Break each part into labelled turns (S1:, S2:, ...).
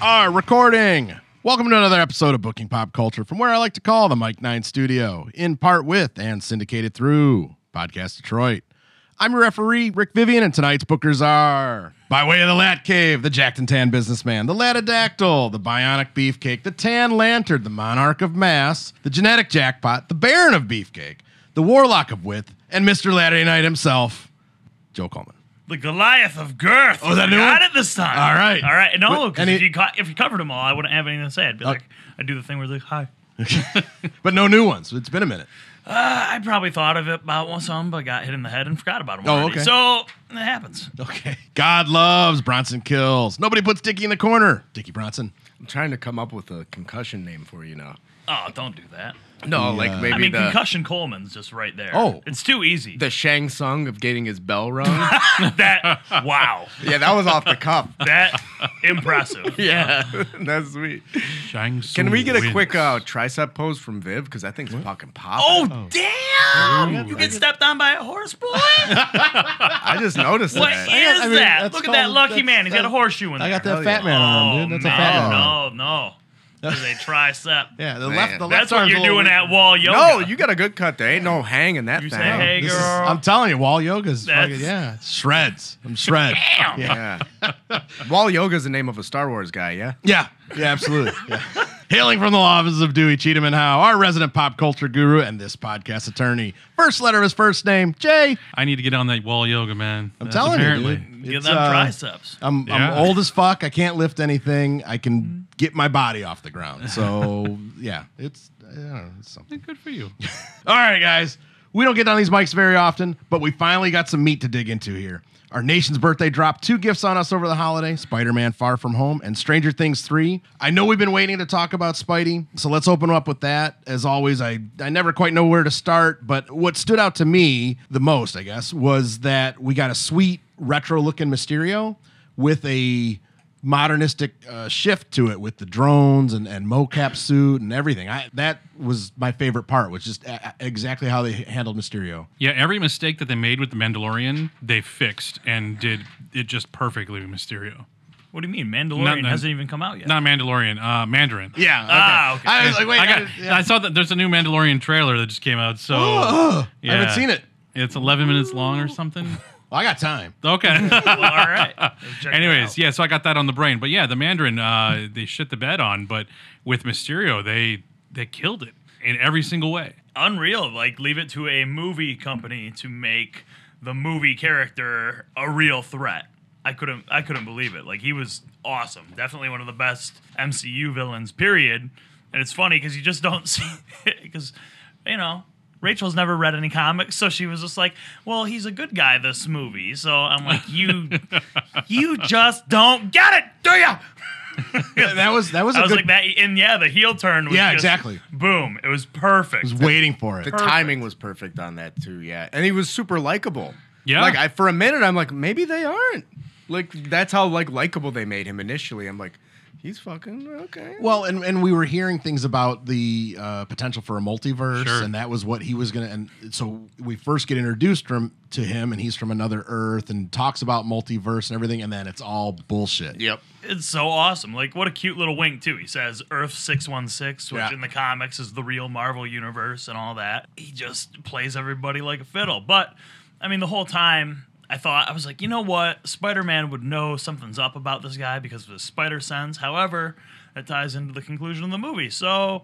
S1: are recording. Welcome to another episode of Booking Pop Culture from where I like to call the Mike Nine Studio, in part with and syndicated through Podcast Detroit. I'm your referee, Rick Vivian, and tonight's bookers are by way of the Lat Cave, the Jacked and Tan Businessman, the Latidactyl, the Bionic Beefcake, the Tan Lantern, the Monarch of Mass, the Genetic Jackpot, the Baron of Beefcake, the Warlock of Wit, and Mr. Latter Night himself, Joe Coleman.
S2: The Goliath of Girth.
S1: Oh, is that a
S2: I
S1: new
S2: got
S1: one?
S2: it this time.
S1: All right.
S2: All right. No,
S1: But-
S2: because
S1: and
S2: if,
S1: it-
S2: you co- if you covered them all, I wouldn't have anything to say.
S1: Uh,
S2: I'd be like, I'd do the thing where it's like, hi.
S1: But no new ones. It's been a minute.
S2: Uh, I probably thought of it about one some, but got hit in the head and forgot about them.
S1: Oh,
S2: already.
S1: okay.
S2: So it happens.
S1: Okay. God loves Bronson kills. Nobody puts Dickie in the corner. Dickie Bronson.
S3: I'm trying to come up with a concussion name for you now. Oh,
S2: Oh, don't do that.
S3: no,
S1: uh,
S3: like
S2: I
S3: maybe
S2: mean,
S3: the,
S2: concussion Coleman's just right there.
S1: Oh.
S2: it's too easy.
S3: the Shang Tsung of getting his bell rung.
S2: that wow,
S3: yeah, that was off the cuff.
S2: that impressive.
S3: Yeah, that's sweet.
S4: Shang Tsung
S3: Can we get a
S4: wins.
S3: quick uh, tricep pose from Viv? Because I think it's fucking popping.
S2: Oh, damn! you get stepped on by a horse, boy. what
S3: I just noticed
S2: is
S3: that.
S1: I mean,
S2: that?
S1: that's
S2: Look at that
S1: called-
S2: lucky
S1: that's-
S2: man. He's got a
S1: that's-
S2: horseshoe in there.
S1: I got
S3: that
S1: that
S3: fat
S1: fat
S3: yeah.
S1: man
S3: man
S1: on
S2: Oh
S1: him, dude. Um, That's
S2: man,
S1: a fat man.
S2: no, no. This is a tricep.
S1: Yeah, the
S3: Man.
S1: left, the left
S2: That's what
S1: arm's
S2: you're
S1: a little
S2: doing
S1: weak.
S2: at wall yoga.
S3: No, you got a good cut. There ain't no hang in that
S2: You
S3: thing.
S2: say, hey,
S1: This is-
S2: girl.
S1: I'm telling you, wall yoga's
S2: That's-
S1: fucking, yeah. Shreds. I'm shred.
S2: Damn.
S3: Yeah. Wall Yoga's the name of a Star Wars guy, yeah?
S1: Yeah, yeah, absolutely. Yeah. Hailing from the offices of Dewey Cheatham and Howe, our resident pop culture guru and this podcast attorney. First letter of his first name, Jay.
S4: I need to get on that wall yoga, man.
S1: I'm
S4: That's
S1: telling
S4: apparently.
S1: you, dude.
S2: Give
S1: It's,
S2: them
S1: uh,
S2: triceps.
S1: I'm,
S4: Yeah.
S1: I'm old as fuck. I can't lift anything. I can get my body off the ground. So yeah, it's I don't know, it's something.
S4: Good for you.
S1: All right, guys. We don't get on these mics very often, but we finally got some meat to dig into here. Our nation's birthday dropped two gifts on us over the holiday Spider Man Far From Home and Stranger Things 3. I know we've been waiting to talk about Spidey, so let's open up with that. As always, I, I never quite know where to start, but what stood out to me the most, I guess, was that we got a sweet retro looking Mysterio with a modernistic uh, shift to it with the drones and, and mocap suit and everything. I, that was my favorite part, was just a- a- uh, exactly how they handled Mysterio.
S4: Yeah, every mistake that they made with the Mandalorian, they fixed and did it just perfectly with Mysterio.
S2: What do you mean? Mandalorian
S4: Not- not-
S2: hasn't even come out yet.
S4: Not Mandalorian, uh, Mandarin.
S1: Yeah.
S2: Ah, okay.
S1: I was like, wait,
S4: I,
S1: I,
S4: got,
S1: didn't- yeah. Oh,
S4: I saw that there's a new Mandalorian trailer that just came out, so
S1: I
S4: Yeah.
S1: haven't seen it.
S4: it's 11 minutes long or something.
S1: Well, I got time.
S4: Okay.
S2: Well, all right. Let's check it
S4: Anyways,
S2: out.
S4: yeah, so I got that on the brain. But yeah, the Mandarin, uh, they shit the bed on, but with Mysterio, they they killed it in every single way.
S2: unreal. Like, leave it to a movie company to make the movie character a real threat. I couldn't. I couldn't believe it. Like, he was awesome. Definitely one of the best MCU villains. Period. And it's funny because you just don't see because you know. Rachel's never read any comics, so she was just like, "Well, he's a good guy this movie." So I'm like, "You, you just don't get it, do you?"
S1: That was that was a
S2: I was
S1: good.
S2: like that, and yeah, the heel turn. was
S1: Yeah,
S2: just
S1: exactly.
S2: Boom! It was perfect.
S1: I was waiting for it.
S3: The timing was perfect on that, too, yeah. And he was super likable.
S4: Yeah.
S3: Like, I for a minute, I'm like, maybe they aren't. Like, that's how, like, likable they made him initially. I'm like, he's fucking okay.
S1: Well, and, and we were hearing things about the uh, potential for a multiverse,
S4: Sure.
S1: and that was what he was gonna. And so we first get introduced from to him, and he's from another Earth, and talks about multiverse and everything, and then it's all bullshit.
S3: Yep.
S2: It's so awesome. Like, what a cute little wink, too. He says Earth 616, which
S1: Yeah.
S2: in the comics is the real Marvel universe and all that. He just plays everybody like a fiddle. But, I mean, the whole time I thought, I was like, you know what? Spider Man would know something's up about this guy because of his spider sense. However, that ties into the conclusion of the movie. So,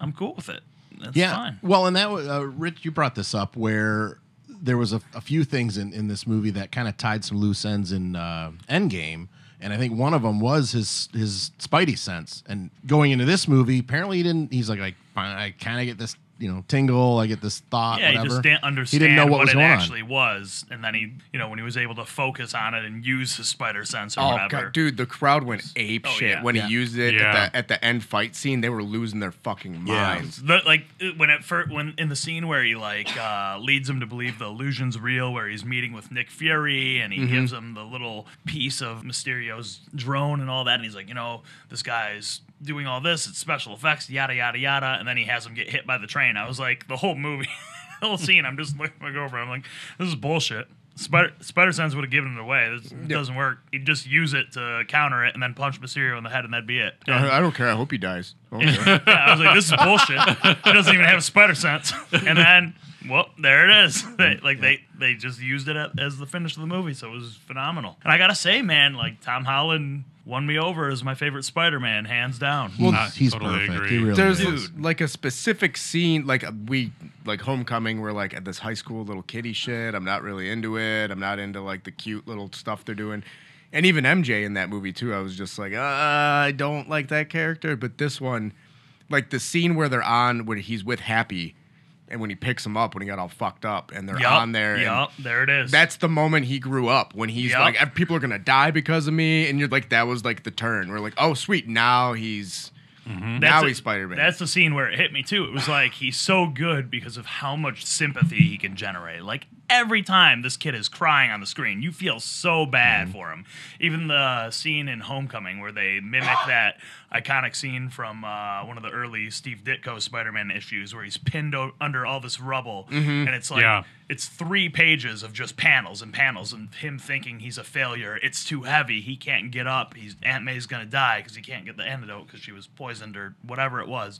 S2: I'm cool with it. That's
S1: yeah.
S2: fine.
S1: Well, and that was uh, Rich. You brought this up where there was a, a few things in, in this movie that kind of tied some loose ends in uh, Endgame, and I think one of them was his his Spidey sense. And going into this movie, apparently he didn't. He's like, like fine, I kind of get this, you know, tingle. I get this thought.
S2: Yeah,
S1: whatever.
S2: he just didn't understand
S1: He didn't know what,
S2: what,
S1: was
S2: it
S1: going
S2: actually
S1: on.
S2: was. And then he, you know, when he was able to focus on it and use his spider sense or
S3: Oh
S2: whatever.
S3: god, dude, the crowd went ape
S2: Oh,
S3: shit
S2: yeah.
S3: when
S1: Yeah.
S3: he used it
S4: Yeah.
S3: at, the, at the end fight scene. They were losing their fucking
S1: Yeah.
S3: minds.
S2: The, like it- when it first, when in the scene where he like uh, leads him to believe the illusion's real, where he's meeting with Nick Fury and he gives him the little piece of Mysterio's drone and all that, and he's like, you know, this guy's doing all this, it's special effects, yada yada yada, and then he has him get hit by the train. I was like, the whole movie, the whole scene, I'm just looking over, I'm like, this is bullshit. Spider Spider Sense would have given it away. This doesn't work. He'd just use it to counter it and then punch Mysterio in the head, and that'd be it.
S3: I, I don't care. I hope he dies. I don't care.
S2: Yeah, I was like, this is bullshit. He doesn't even have spider sense. And then, well, there it is. They, like they they just used it up as the finish of the movie, so it was phenomenal. And I gotta say, man, like Tom Holland won me over as my favorite Spider-Man, hands down.
S1: Well,
S4: I
S1: he's
S4: totally
S1: perfect.
S4: agree.
S1: He really
S3: There's
S1: is.
S3: like a specific scene, like a- we like homecoming. We're like at this high school little kitty shit. I'm not really into it. I'm not into like the cute little stuff they're doing. And even MJ in that movie too. I was just like, uh, I don't like that character. But this one, like the scene where they're on when he's with Happy, and when he picks him up when he got all fucked up, and they're
S2: Yup,
S3: on there. and
S2: Yup, there it is.
S3: That's the moment he grew up when he's
S2: Yup.
S3: like, "Ev- people are gonna die because of me, and you're like, that was like the turn. We're like, oh sweet, now he's now
S2: That's
S3: he's
S2: it.
S3: Spider Man.
S2: That's the scene where it hit me too. It was like he's so good because of how much sympathy he can generate. Like every time this kid is crying on the screen, you feel so bad
S3: Mm-hmm.
S2: for him. Even the scene in Homecoming where they mimic that iconic scene from uh, one of the early Steve Ditko Spider-Man issues where he's pinned o- under all this rubble,
S3: Mm-hmm.
S2: and it's like
S4: Yeah.
S2: it's three pages of just panels and panels and him thinking he's a failure. It's too heavy. He can't get up. He's Aunt May's gonna die because he can't get the antidote because she was poisoned or whatever it was.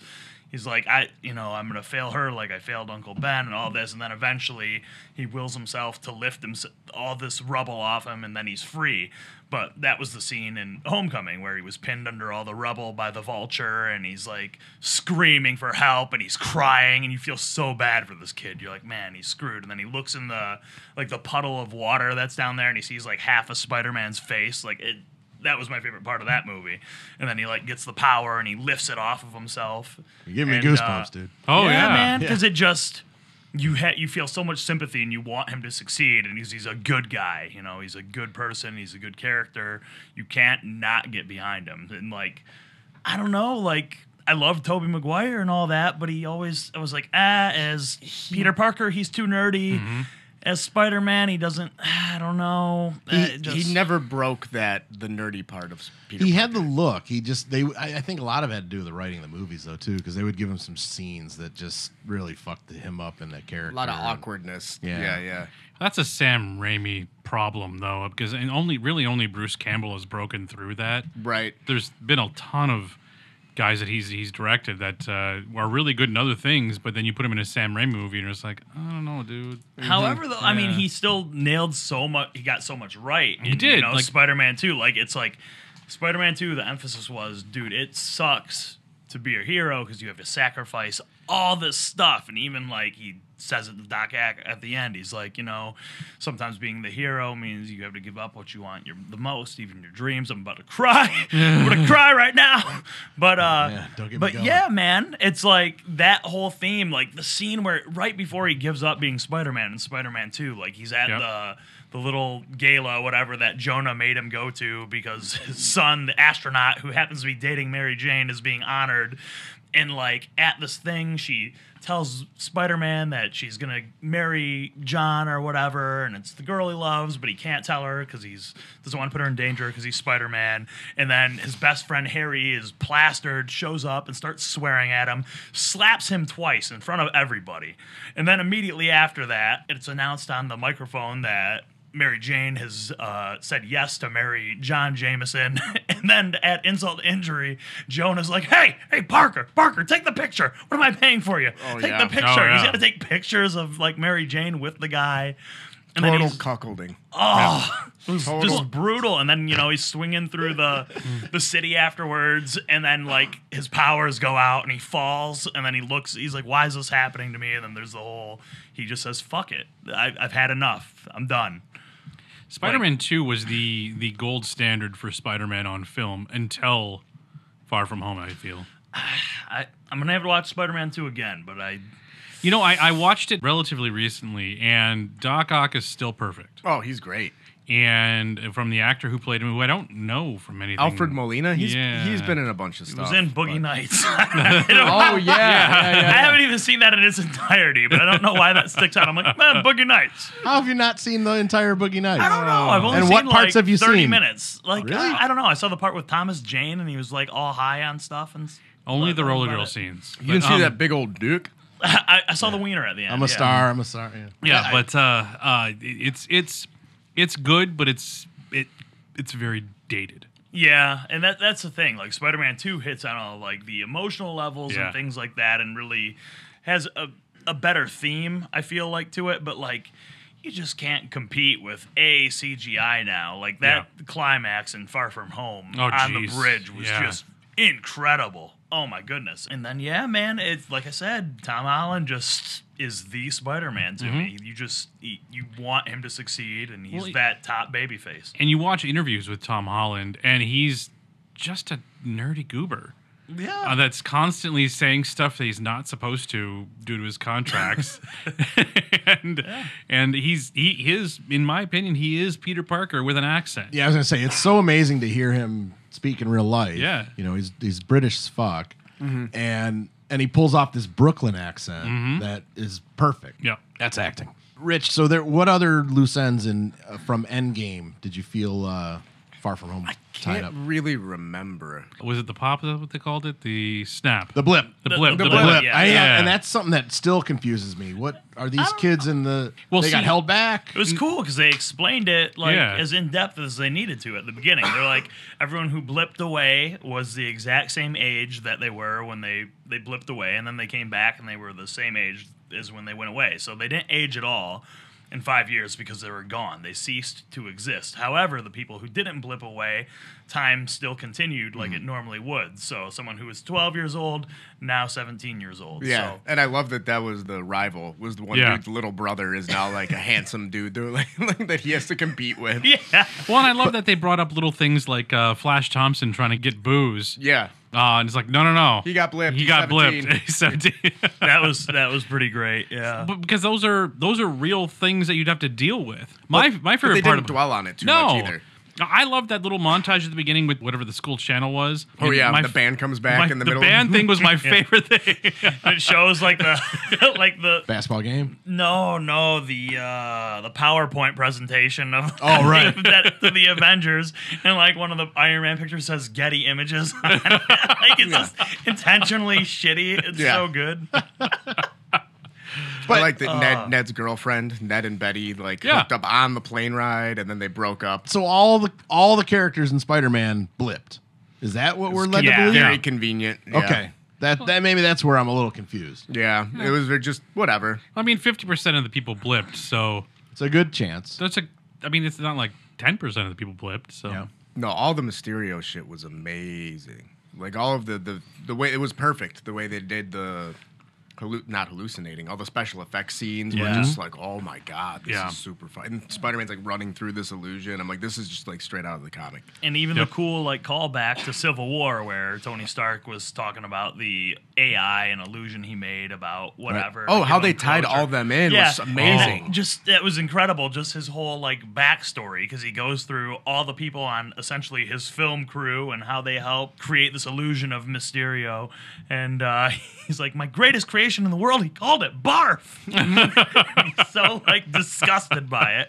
S2: He's like, I, you know, I'm gonna fail her like I failed Uncle Ben and all this, and then eventually he wills himself to lift him all this rubble off him, and then he's free. But that was the scene in Homecoming where he was pinned under all the rubble by the vulture, and he's like screaming for help, and he's crying, and you feel so bad for this kid. You're like, man, he's screwed. And then he looks in the like the puddle of water that's down there, and he sees like half of Spider-Man's face. Like it, that was my favorite part of that movie. And then he like gets the power, and he lifts it off of himself.
S1: You give me
S2: And,
S1: goosebumps,
S2: uh,
S1: dude.
S4: Oh yeah,
S2: yeah, man, because it just you ha- you feel so much sympathy and you want him to succeed, and he's he's a good guy. You know, he's a good person. He's a good character. You can't not get behind him. And like, I don't know, like. I love Toby Maguire and all that, but he always I was like, ah, as Peter Parker, he's too nerdy. As Spider Man, he doesn't. I don't know. Uh,
S3: he,
S2: it just-
S3: he never broke that the nerdy part of Peter.
S1: He had the look. He just they. I, I think a lot of it had to do with the writing of the movies though too, because they would give him some scenes that just really fucked him up in that character.
S3: a lot of
S1: And-
S3: awkwardness.
S1: Yeah.
S3: Yeah, yeah.
S4: That's a Sam Raimi problem though, because and only really only Bruce Campbell has broken through that.
S3: Right.
S4: There's been a ton of guys that he's he's directed that uh, are really good in other things, but then you put him in a Sam Raimi movie and it's like, I don't know, dude.
S2: However, though, I mean,
S4: Mm-hmm. Yeah.
S2: he still nailed so much. He got so much right. He
S4: did,
S2: You know,
S4: like-
S2: Spider-Man Two. Like it's like Spider-Man Two. The emphasis was, dude, it sucks to be a hero because you have to sacrifice all this stuff. And even like he says it to Doc Ack at the end, he's like, you know, sometimes being the hero means you have to give up what you want your, the most, even your dreams. I'm about to cry. I'm gonna cry right now. But uh,
S1: man, don't get me
S2: but
S1: going.
S2: yeah, man, it's like that whole theme, like the scene where right before he gives up being Spider Man in Spider Man Two, like he's at
S4: Yep.
S2: the the little gala, whatever that Jonah made him go to because his son, the astronaut who happens to be dating Mary Jane, is being honored. And like at this thing, she tells Spider Man that she's gonna marry John or whatever, and it's the girl he loves, but he can't tell her because he's doesn't want to put her in danger because he's Spider Man. And then his best friend Harry is plastered, shows up and starts swearing at him, slaps him twice in front of everybody. And then immediately after that, it's announced on the microphone that Mary Jane has uh, said yes to marry John Jameson. and then to add insult to injury, Joan is like, hey, hey, Parker, Parker, take the picture. What am I paying for you?
S3: Oh,
S2: take
S3: yeah.
S2: the picture.
S4: Oh,
S2: He's
S4: yeah.
S2: got to take pictures of like Mary Jane with the guy. And then
S3: Total
S2: he's-
S3: cuckolding.
S2: just
S3: Total. Mm.
S2: brutal. And then you know he's swinging through the the city afterwards, and then like his powers go out, and he falls, and then he looks. He's like, "Why is this happening to me?" And then there's the whole. He just says, "Fuck it, I, I've had enough. I'm done."
S4: Spider-Man Two was the the gold standard for Spider-Man on film until Far From Home. I feel.
S2: I I'm gonna have to watch Spider-Man two again, but I
S4: You know, I, I watched it relatively recently, and Doc Ock is still perfect.
S3: Oh, he's great.
S4: And from the actor who played him, who I don't know from anything.
S3: Alfred Molina. He's
S4: Yeah.
S3: he's been in a bunch of stuff.
S2: it was in Boogie
S3: but-
S2: Nights.
S3: Oh yeah, yeah,
S2: I
S3: yeah.
S2: haven't even seen that in its entirety, but I don't know why that sticks out. I'm like, man, Boogie Nights.
S1: How have you not seen the entire Boogie Nights?
S2: I don't know. I've only
S1: And
S2: seen
S1: what parts
S2: like
S1: have you
S2: 30
S1: seen?
S2: minutes. Like
S1: Really?
S2: I, I don't know. I saw the part with Thomas Jane and he was like all high on stuff and s-
S4: Only
S2: but I
S4: the
S2: don't
S4: roller
S2: know
S4: girl
S2: about it.
S4: scenes.
S3: You can
S4: But,
S3: see
S4: um,
S3: that big old Duke.
S2: I, I saw the wiener at the end.
S1: I'm
S2: yeah.
S1: a star. I'm a star. Yeah.
S4: Yeah,
S2: I-
S4: but uh, uh, it's it's it's good, but it's it it's very dated.
S2: Yeah, and that that's the thing. Like Spider-Man Two hits on all like the emotional levels
S4: Yeah.
S2: and things like that, and really has a a better theme. I feel like to it, but like you just can't compete with a CGI now. Like that climax in Far From Home
S4: Oh,
S2: on
S4: jeez.
S2: the bridge was
S4: Yeah.
S2: just incredible. Oh my goodness! And then yeah, man, it's like I said, Tom Holland just is the Spider-Man to me. You just you you want him to succeed, and he's
S4: Mm-hmm. Well, he-
S2: that top babyface.
S4: And you watch interviews with Tom Holland, and he's just a nerdy goober
S2: Yeah,
S4: uh, that's constantly saying stuff that he's not supposed to due to his contracts. and and he's he his in my opinion he is Peter Parker with an accent.
S1: Yeah, I was gonna say it's so amazing to hear him speak in real life.
S4: Yeah.
S1: you know he's he's British as fuck,
S3: Mm-hmm.
S1: and and he pulls off this Brooklyn accent
S2: Mm-hmm.
S1: that is perfect.
S4: Yeah.
S1: that's acting. Rich, so there. What other loose ends in uh, from Endgame did you feel uh, Far From Home tied up?
S3: Can't really remember.
S4: Was it the pop? Is that what they called it? The snap.
S1: The blip.
S4: The blip.
S2: the
S4: The,
S2: blip,
S4: blip.
S2: yeah.
S1: I- uh,
S4: Yeah.
S1: and that's something that still confuses me. What are these kids in the? Well,
S4: Well,
S1: they got
S4: see-
S1: held back.
S2: It was cool because they explained it like
S4: Yeah.
S2: as in depth as they needed to at the beginning. They're like everyone who blipped away was the exact same age that they were when they they blipped away, and then they came back and they were the same age as when they went away. So they didn't age at all in five years because they were gone. They ceased to exist. However, the people who didn't blip away, time still continued like it normally would. So someone who was 12 years old now 17 years old.
S3: Yeah,
S2: So.
S3: and I love that that was the rival. Was the one
S4: Yeah.
S3: dude's little brother is now like a handsome dude they're like, like, that he has to compete with.
S2: Yeah.
S4: Well, and I love that they brought up little things like uh, Flash Thompson trying to get booze.
S3: Yeah.
S4: Uh, and it's like, no, no, no.
S3: He got blipped.
S4: He
S3: He's
S4: got
S3: 17.
S4: blipped. He's 17.
S2: That was that was pretty great. Yeah.
S4: but because those are those are real things that you'd have to deal with. My my favorite
S3: they
S4: part
S3: didn't
S4: of
S3: dwell on it too
S4: no.
S3: much either.
S4: I love that little montage at the beginning with whatever the school channel was.
S3: Oh
S4: And
S3: yeah,
S4: my
S3: the
S4: f-
S3: band comes back
S4: my-
S3: in the,
S4: the
S3: middle.
S4: band thing was my favorite thing.
S2: it shows like the like the
S1: Basketball game.
S2: no no the uh the PowerPoint presentation of
S1: Oh, right.
S2: that, the Avengers and like one of the Iron Man pictures says Getty Images on it. like it's just intentionally shitty it's
S3: Yeah.
S2: so good
S3: I like that Ned, Ned's girlfriend, Ned and Betty, like
S4: Yeah.
S3: hooked up on the plane ride, and then they broke up.
S1: So all the all the characters in Spider Man blipped. Is that what we're led to
S2: Yeah.
S1: believe?
S3: Very convenient. Yeah.
S1: Okay. That that maybe that's where I'm a little confused.
S3: Yeah, it was just whatever.
S4: I mean, 50% of the people blipped, so
S1: It's a good chance.
S4: that's a I mean, it's not like 10% of the people blipped, so
S1: Yeah.
S3: No, all the Mysterio shit was amazing. Like all of the the the way it was perfect. The way they did the. Hallu- not hallucinating. All the special effects scenes were
S2: Yeah.
S3: just like, oh my god, this
S4: Yeah.
S3: is super fun. And Spider Man's like running through this illusion. I'm like, this is just like straight out of the comic.
S2: and even
S4: Yep.
S2: the cool like callback to Civil War where Tony Stark was talking about the AI and illusion he made about whatever
S3: Oh,
S2: to
S3: how
S2: give
S3: they
S2: him
S3: tied
S2: closure.
S3: all them in was amazing.
S2: And Just that was incredible. Just his whole like backstory because he goes through all the people on essentially his film crew and how they help create this illusion of Mysterio. And uh, he's like, my greatest creation in the world. He called it barf. he's so like disgusted by it.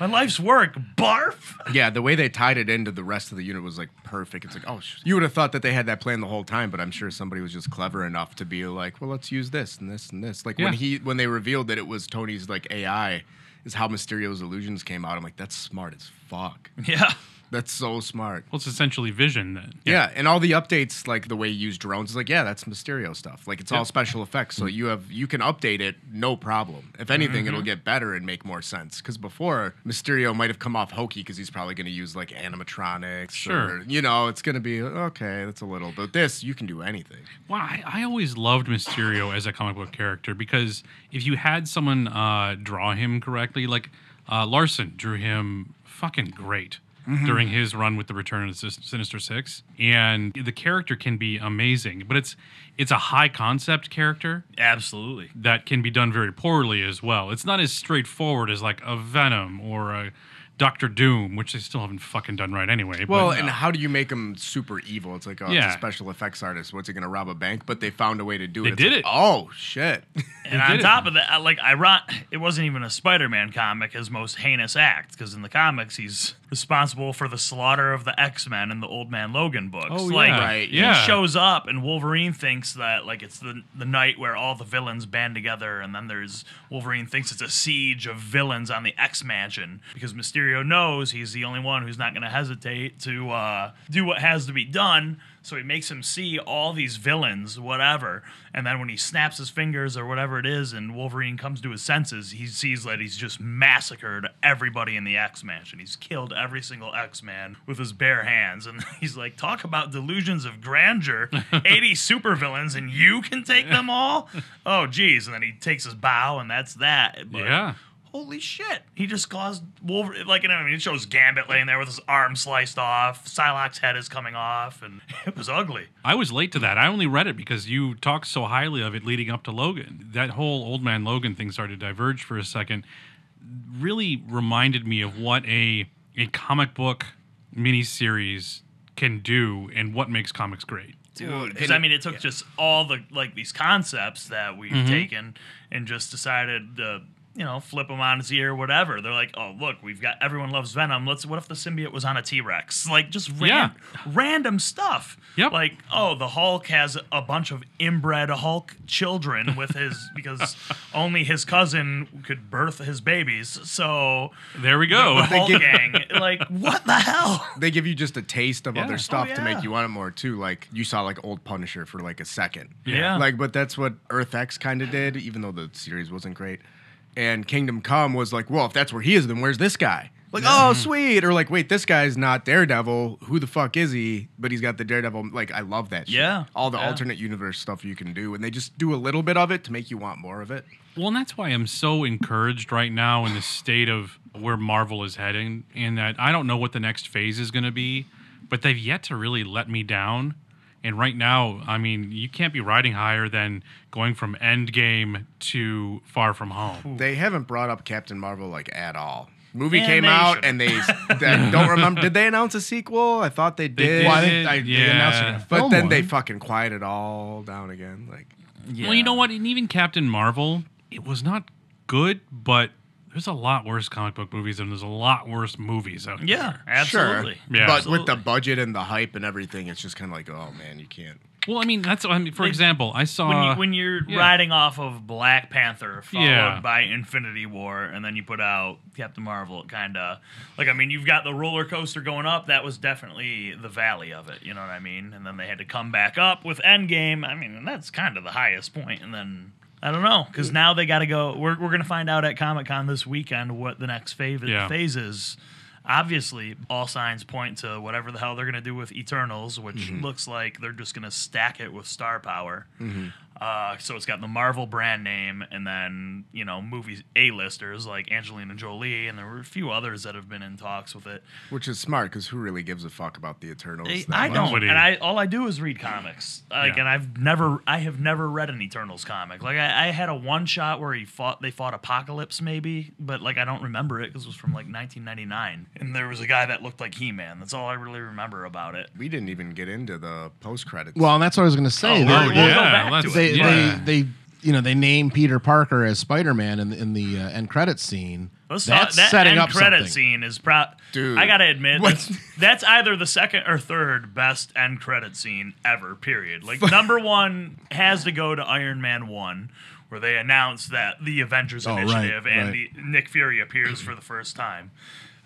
S2: My life's work, barf.
S3: Yeah, the way they tied it into the rest of the unit was like perfect. It's like, oh, sh-. you would have thought that they had that plan the whole time, but I'm sure somebody was just clever enough to be like, well, let's use this and this and this. Like when
S4: Yeah.
S3: he when they revealed that it was Tony's like AI is how Mysterio's illusions came out. I'm like, that's smart as fuck.
S2: Yeah.
S3: That's so smart.
S4: well, it's essentially vision then.
S3: Yeah, and all the updates, like the way you use drones, is like, yeah, that's Mysterio stuff. Like it's all special effects, so you have you can update it no problem. If anything, it'll get better and make more sense. Because before Mysterio might have come off hokey because he's probably going to use like animatronics.
S4: Sure.
S3: or, you know, it's going to be okay. That's a little, but this you can do anything.
S4: Well, I, I always loved Mysterio as a comic book character because if you had someone uh, draw him correctly, like uh, Larson drew him fucking great
S2: Mm-hmm.
S4: during his run with the Return of the Sin- Sinister Six, and the character can be amazing, but it's it's a high concept character
S2: Absolutely.
S4: that can be done very poorly as well. It's not as straightforward as like a Venom or a Doctor Doom, which they still haven't fucking done right anyway. but-
S3: Well, and how do you make him super evil? It's like, oh, it's
S4: Yeah.
S3: a special effects artist. What's he going to rob a bank? But they found a way to do it.
S4: They
S3: It's
S4: did
S3: like,
S4: it.
S3: Oh shit!
S2: And
S4: did
S2: on
S4: it.
S2: top of that, I- like I ro- it wasn't even a Spider-Man comic, his most heinous act, because in the comics he's responsible for the slaughter of the X-Men in the Old Man Logan books.
S4: Oh,
S2: like,
S4: yeah.
S3: Right,
S2: He
S4: yeah.
S2: shows up, and Wolverine thinks that like it's the the night where all the villains band together, and then there's Wolverine thinks it's a siege of villains on the X Mansion because Mysterio knows he's the only one who's not going to hesitate to uh, do what has to be done. So he makes him see all these villains, whatever, and then when he snaps his fingers or whatever it is, and Wolverine comes to his senses, he sees that he's just massacred everybody in the X Mansion. He's killed every single X Man with his bare hands, and he's like, "Talk about delusions of grandeur! Eighty supervillains, and you can take them all? Oh, geez!" And then he takes his bow, and that's that. But
S4: Yeah.
S2: Holy shit! He just caused Wolverine. Like, you know, I mean, it shows Gambit laying there with his arm sliced off. Psylocke's head is coming off, and it was ugly.
S4: I was late to that. I only read it because you talked so highly of it leading up to Logan. That whole old man Logan thing started to diverge for a second. Really reminded me of what a a comic book miniseries can do and what makes comics great.
S2: Because I mean, it took just all the like these concepts that we've taken and just decided to you know flip them on its ear, whatever. They're like, oh look, we've got everyone loves Venom. Let's what if the symbiote was on a T Rex? Like just ran- random stuff.
S4: Yep.
S2: Like oh, the Hulk has a bunch of inbred Hulk children with his because only his cousin could birth his babies. So
S4: There we go.
S2: the Hulk gang, like what the hell?
S3: They give you just a taste of
S4: Yeah.
S3: other stuff to
S2: yeah.
S3: make you want it more too. Like you saw like old Punisher for like a second.
S2: Yeah.
S3: Like, but that's what Earth X kind of did, even though the series wasn't great. And Kingdom Come was like, well, if that's where he is, then where's this guy? Like, oh, sweet. Or like, wait, this guy's not Daredevil. Who the fuck is he? But he's got the Daredevil. Like, I love that shit.
S2: Yeah.
S3: All the
S2: Yeah.
S3: alternate universe stuff you can do. And they just do a little bit of it to make you want more of it.
S4: Well, and that's why I'm so encouraged right now in the state of where Marvel is heading, in that I don't know what the next phase is going to be, but they've yet to really let me down. And right now, I mean, you can't be riding higher than going from Endgame to Far From Home.
S3: They haven't brought up Captain Marvel like at all. Movie came
S2: Animation.
S3: out and they, I don't remember. Did they announce a sequel? I thought they did.
S4: did.
S1: Well, I
S4: Is
S1: think
S4: it?
S1: I, they announced they're
S4: Yeah.
S1: gonna
S3: But
S1: film
S3: then they
S1: one.
S3: fucking quiet it all down again. Like,
S4: Well, you know what? And even Captain Marvel, it was not good, but there's a lot worse comic book movies and there's a lot worse movies out
S2: Yeah,
S4: there.
S2: absolutely.
S3: Sure.
S4: Yeah.
S3: but with
S2: Absolutely.
S3: the budget and the hype and everything, it's just kind of like, oh man, you can't.
S4: Well, I mean, that's, I mean, for example, I saw.
S2: when, you, when you're
S4: Uh, yeah.
S2: riding off of Black Panther, followed
S4: Yeah.
S2: by Infinity War, and then you put out Captain Marvel, kind of like I mean, you've got the roller coaster going up. That was definitely the valley of it. You know what I mean? And then they had to come back up with Endgame. I mean, and that's kind of the highest point, and then. I don't know, because now they got to go. We're, we're going to find out at Comic Con this weekend what the next fav-
S4: Yeah.
S2: phase is. Obviously, all signs point to whatever the hell they're going to do with Eternals, which
S4: Mm-hmm.
S2: looks like they're just going to stack it with star power. Uh, so it's got the Marvel brand name, and then you know movies A listers like Angelina Jolie, and there were a few others that have been in talks with it.
S3: Which is smart because who really gives a fuck about the Eternals?
S2: They-
S3: that
S2: I
S3: much?
S2: don't,
S4: Nobody.
S2: and I all I do is read comics. Like,
S4: Yeah.
S2: and I've never, I have never read an Eternals comic. Like, I, I had a one shot where he fought, they fought Apocalypse, maybe, but like I don't remember it because it was from like 1999, and there was a guy that looked like He Man. That's all I really remember about it.
S3: We didn't even get into the post credits.
S1: Well, and that's what I was gonna say. They-
S2: Oh, wow.
S1: they-
S2: We'll go back to
S4: let's-
S1: they,
S4: yeah.
S1: they they you know they name Peter Parker as Spider Man in, the- in the uh, end credit scene.
S2: Let's
S1: That's
S2: talk, that
S1: setting
S2: end
S1: up
S2: credit
S1: something.
S2: scene is pro.
S3: Dude.
S2: I gotta admit,
S3: What?
S2: that's, that's either the second or third best end credit scene ever. Period. Like number one has to go to Iron Man one, where they announce that the Avengers
S1: Oh, right,
S2: Initiative and
S1: right.
S2: the Nick Fury appears for the first time.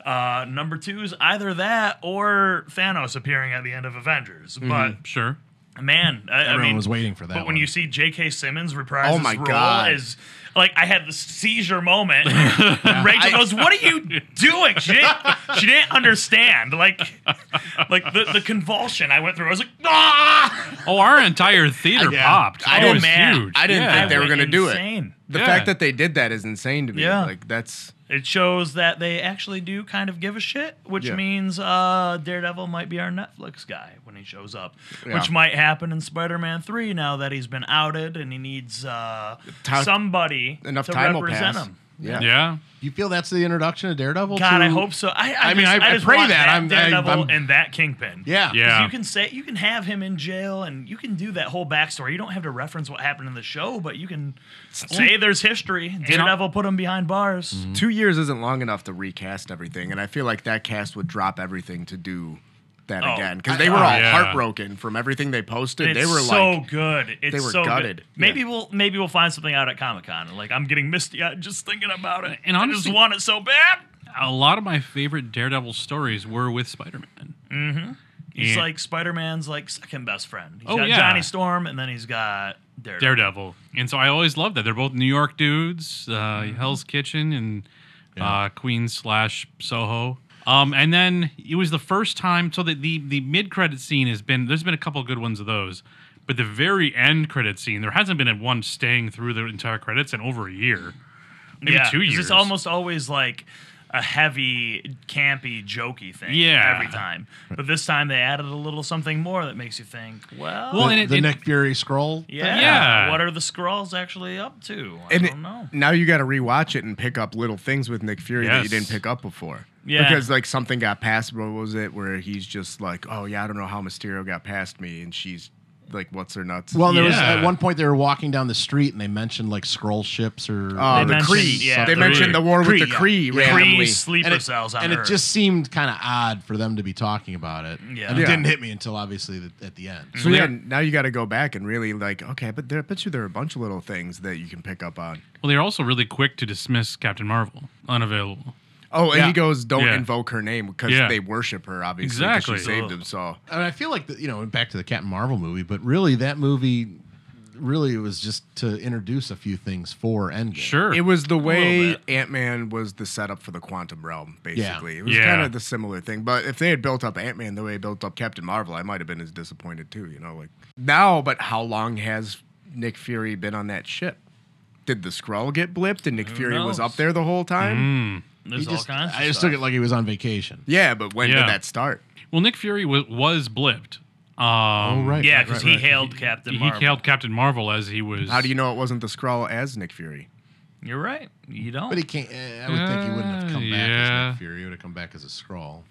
S2: Uh, number two is either that or Thanos appearing at the end of Avengers.
S4: sure.
S2: But man, I, I
S1: Mm-hmm. Everyone
S2: mean,
S1: was waiting for that.
S2: but when
S1: one.
S2: you see J.K. Simmons reprise
S3: Oh
S2: his
S3: my
S2: role
S3: God.
S2: as like I had the seizure moment. Rachel goes, "What are you doing?" She didn't, she didn't understand. Like, like the, the convulsion I went through. I was like, "Ah!"
S4: Oh, our entire theater
S1: Yeah.
S4: popped.
S3: I
S4: It
S3: didn't-
S4: was
S2: man,
S4: huge.
S3: I didn't
S4: Yeah.
S3: think they were going to do it.
S2: Insane.
S3: The
S4: Yeah.
S3: fact that they did that is insane to me.
S2: Yeah.
S3: Like that's
S2: It shows that they actually do kind of give a shit, which
S3: Yeah.
S2: means uh, Daredevil might be our Netflix guy when he shows up,
S3: Yeah.
S2: which might happen in Spider-Man Three now that he's been outed and he needs uh,
S3: Ti-
S2: somebody
S3: enough
S2: to
S3: time will
S2: represent
S3: pass.
S2: him.
S3: Yeah.
S4: Yeah.
S1: You feel that's the introduction of Daredevil?
S2: God,
S1: to-
S2: I hope so. I, I,
S1: I mean,
S2: just-
S1: I- I
S2: just
S1: pray
S2: want
S1: that. I'm- I-
S2: Daredevil
S1: I'm-
S2: and that Kingpin.
S1: Yeah.
S4: Yeah.
S2: 'Cause You can say you can have him in jail, and you can do that whole backstory. You don't have to reference what happened in the show, but you can say there's history. Daredevil put him behind bars.
S1: Mm.
S3: Two years isn't long enough to recast everything, and I feel like that cast would drop everything to do that
S2: Oh,
S3: again because they
S1: I-
S3: were
S1: oh,
S3: all
S4: yeah.
S3: heartbroken from everything they posted.
S2: It's
S3: They were
S2: so
S3: like,
S2: good. It's
S3: were
S2: so good.
S3: gutted.
S2: Maybe
S3: Yeah.
S2: we'll maybe we'll find something out at Comic Con. Like I'm getting misty eyed just thinking about it,
S4: And
S2: I
S4: honestly-
S2: just want it so bad.
S4: A lot of my favorite Daredevil stories were with Spider Man.
S2: He's
S4: Yeah.
S2: like Spider Man's like second best friend. He's
S4: Oh,
S2: got
S4: yeah.
S2: Johnny Storm, and then he's got Daredevil.
S4: Daredevil. And so I always loved that. They're both New York dudes, uh, Hell's Kitchen and uh, Queens slash Soho. Um, and then it was the first time. So the the, the mid credit scene has been. There's been a couple good ones of those, but the very end credit scene there hasn't been a one staying through the entire credits in over a year, maybe
S2: yeah,
S4: two
S2: 'cause
S4: years.
S2: It's almost always like a heavy, campy, jokey thing.
S4: Yeah.
S2: every time. But this time they added a little something more that makes you think. Well,
S4: Well,
S1: the,
S4: and it-
S1: the
S4: it-
S1: Nick Fury scroll.
S2: yeah,
S4: yeah.
S2: What are the scrolls actually up to? I
S3: and
S2: don't
S3: it-
S2: know.
S3: now you got to rewatch it and pick up little things with Nick Fury that you
S4: Yes.
S3: didn't pick up before.
S2: Yeah.
S3: Because like something got past. What was it? Where he's just like, oh yeah, I don't know how Mysterio got past me, and she's like, what's her nuts?
S1: Well, there was
S4: Yeah.
S1: at one point they were walking down the street and they mentioned like scroll ships or
S3: Uh,
S2: They
S3: the
S2: mentioned-
S3: Kree.
S2: yeah,
S3: they
S2: the
S3: mentioned
S4: Kree.
S3: the war with the Kree
S2: yeah.
S3: randomly.
S2: Kree sleeper
S1: and it,
S2: cells on
S1: and
S2: Earth.
S1: it just seemed kind of odd for them to be talking about it.
S2: Yeah. Mm.
S1: and it
S3: Yeah.
S1: didn't hit me until obviously the, at the end.
S3: So yeah, now you got to go back and really like, okay, but there, I bet you there are a bunch of little things that you can pick up on.
S4: well, they're also really quick to dismiss Captain Marvel unavailable.
S3: Oh, and
S1: Yeah.
S3: he goes, "Don't
S4: Yeah.
S3: invoke her name because
S4: Yeah.
S3: they worship her." Obviously, 'cause
S4: Exactly.
S3: She saved
S4: Ugh.
S3: him. So
S1: I mean, I feel like the, you know back to the Captain Marvel movie, but really that movie really was just to introduce a few things for Endgame.
S4: Sure,
S3: it was the way
S2: bit.
S3: Ant Man was the setup for the quantum realm. Basically, it was
S4: Yeah.
S3: kind of the similar thing. But if they had built up Ant Man the way they built up Captain Marvel, I might have been as disappointed too. You know, like now. But how long has Nick Fury been on that ship? Did the Skrull get blipped and Nick Fury was
S2: knows?
S3: up there the whole
S4: Mm.
S3: time?
S2: there's
S1: He just-
S2: all kinds. Of
S1: I just
S2: stuff.
S1: took it like he was on vacation.
S3: Yeah, but when
S4: Yeah.
S3: did that start?
S4: well, Nick Fury wa was blipped. Um,
S1: right,
S2: Yeah,
S1: right,
S2: because
S1: right,
S2: he
S1: right.
S2: hailed Captain
S4: He
S2: Marvel.
S4: hailed Oh, Captain Marvel as he was.
S3: How do you know it wasn't the Skrull as Nick Fury?
S2: You're right. You don't.
S1: But he can't. eh, I would think he wouldn't have come back
S2: Uh,
S4: Yeah.
S1: as Nick Fury. He would have come back as a scroll.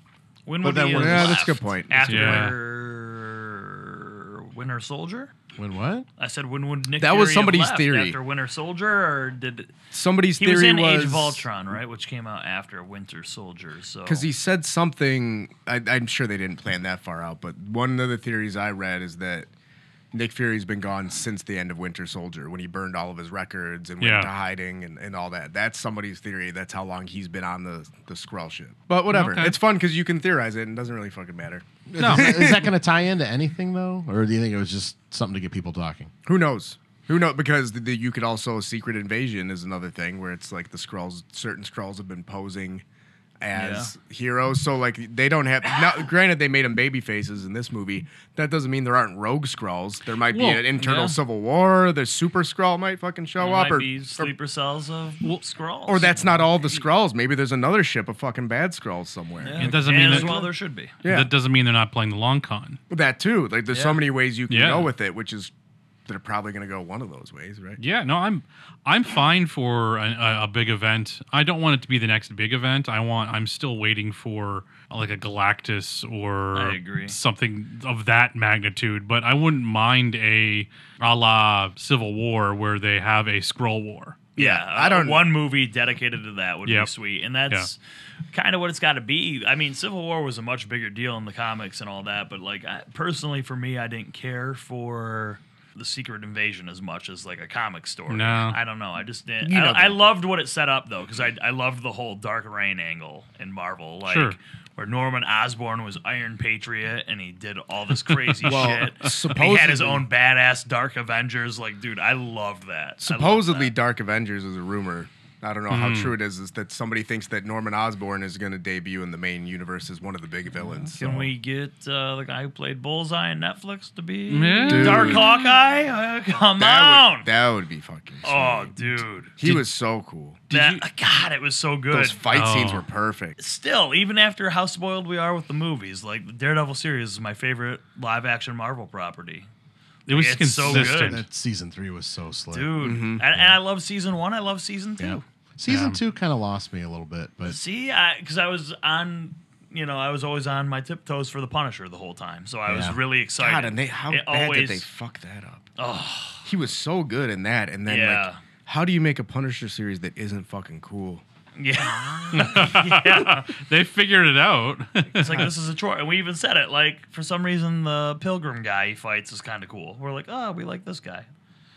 S2: when
S1: but
S2: would
S1: then
S2: he
S1: when- Yeah,
S2: have
S3: that's a good
S2: left?
S3: point. That's
S2: After
S4: a good
S2: Winter Soldier.
S1: When what?
S2: I said, when would Nick?
S3: That was
S2: Fury have
S3: somebody's
S2: left?
S3: theory.
S2: after Winter Soldier, or did
S3: Somebody's
S2: he
S3: theory
S2: was
S3: was
S2: in Age of Ultron, right, which came out after Winter Soldier? So
S3: Because he said something, I, I'm sure they didn't plan that far out, but one of the theories I read is that Nick Fury's been gone since the end of Winter Soldier when he burned all of his records and went
S4: Yeah.
S3: into hiding and, and all that. That's somebody's theory. That's how long he's been on the, the Skrull ship. But whatever.
S4: Mm, Okay.
S3: It's fun because you can theorize it and it doesn't really fucking matter.
S4: No.
S1: Is that going to tie into anything though, or do you think it was just something to get people talking?
S3: Who knows? Who knows? Because the, the, you could also secret invasion is another thing where it's like the scrolls, certain scrolls have been posing as heroes. So like they don't have. Now, granted, they made them baby faces in this movie. That doesn't mean there aren't rogue scrolls. There might
S4: Well,
S3: be an internal
S2: yeah.
S3: civil war. The super scroll might fucking show
S2: There
S3: up,
S2: might
S3: or,
S2: be
S3: or
S2: sleeper cells of scrolls,
S3: or that's not all the scrolls. Maybe there's another ship of fucking bad scrolls somewhere.
S2: Yeah.
S4: It doesn't
S2: And
S4: mean
S2: as
S4: that-
S2: well. There should be.
S3: Yeah.
S4: That doesn't mean they're not playing the long con.
S3: That too. Like there's so
S2: Yeah.
S3: many ways you can
S4: Yeah.
S3: go with it, which is they're probably gonna go one of those ways, right?
S4: Yeah, no, I'm I'm fine for a- a, a big event. I don't want it to be the next big event. I want. I'm still waiting for uh, like a Galactus or
S2: I agree.
S4: something of that magnitude. But I wouldn't mind a a la Civil War where they have a Scroll War.
S2: Yeah,
S3: I
S2: uh,
S3: don't-
S2: One movie dedicated to that would
S4: Yep.
S2: be sweet, and that's kind of what it's got to be. I mean, Civil War was a much bigger deal in the comics and all that, but like I, personally, for me, I didn't care for the Secret Invasion as much as like a comic story.
S4: No.
S2: I don't know. I just didn't.
S3: You
S2: I,
S3: know
S2: I
S3: that.
S2: loved what it set up though, because I I loved the whole Dark Reign angle in Marvel, like.
S4: Sure.
S2: Where Norman Osborn was Iron Patriot and he did all this crazy
S3: Well,
S2: shit. And he had his
S3: supposedly-
S2: own badass Dark Avengers. Like, dude, I loved that. I loved
S3: supposedly
S2: that. Hmm.
S3: Dark Avengers is a rumor. I don't know how true it is. Is that somebody thinks that Norman Osborn is going to debut in the main universe as one of the big villains?
S2: Can
S3: so-
S2: we get uh, the guy who played Bullseye on Netflix to be
S4: Yeah. Dude.
S2: Dark Hawkeye? Uh, come
S3: That
S2: on!
S3: would, that would be fucking.
S2: oh,
S3: sweet.
S2: dude,
S3: he was so cool.
S2: that uh, God, it was so good.
S3: Those fight
S4: Oh.
S3: scenes were perfect.
S2: Still, even after how spoiled we are with the movies, like the Daredevil series is my favorite live-action Marvel property.
S4: It was
S2: It's so
S4: consistent.
S2: good.
S1: That season three was so slow.
S3: Mm-hmm.
S2: Dude, and, and I love season one. I love season two.
S1: Yeah.
S2: Um,
S1: Season two kind of lost me a little bit, but
S2: See, because I, was on, you know, I was always on my tiptoes for the Punisher the whole time, so I
S1: Yeah.
S2: was really excited.
S3: God, and they how
S2: It
S3: bad
S2: always-
S3: did they fuck that up? Oh, he was so good in that, and then like,
S2: Yeah.
S3: how do you make a Punisher series that isn't fucking cool?
S2: Yeah,
S4: They figured it out.
S2: it's like this is a chore, and we even said it. Like for some reason, the Pilgrim guy he fights is kind of cool. We're like, oh, we like this guy,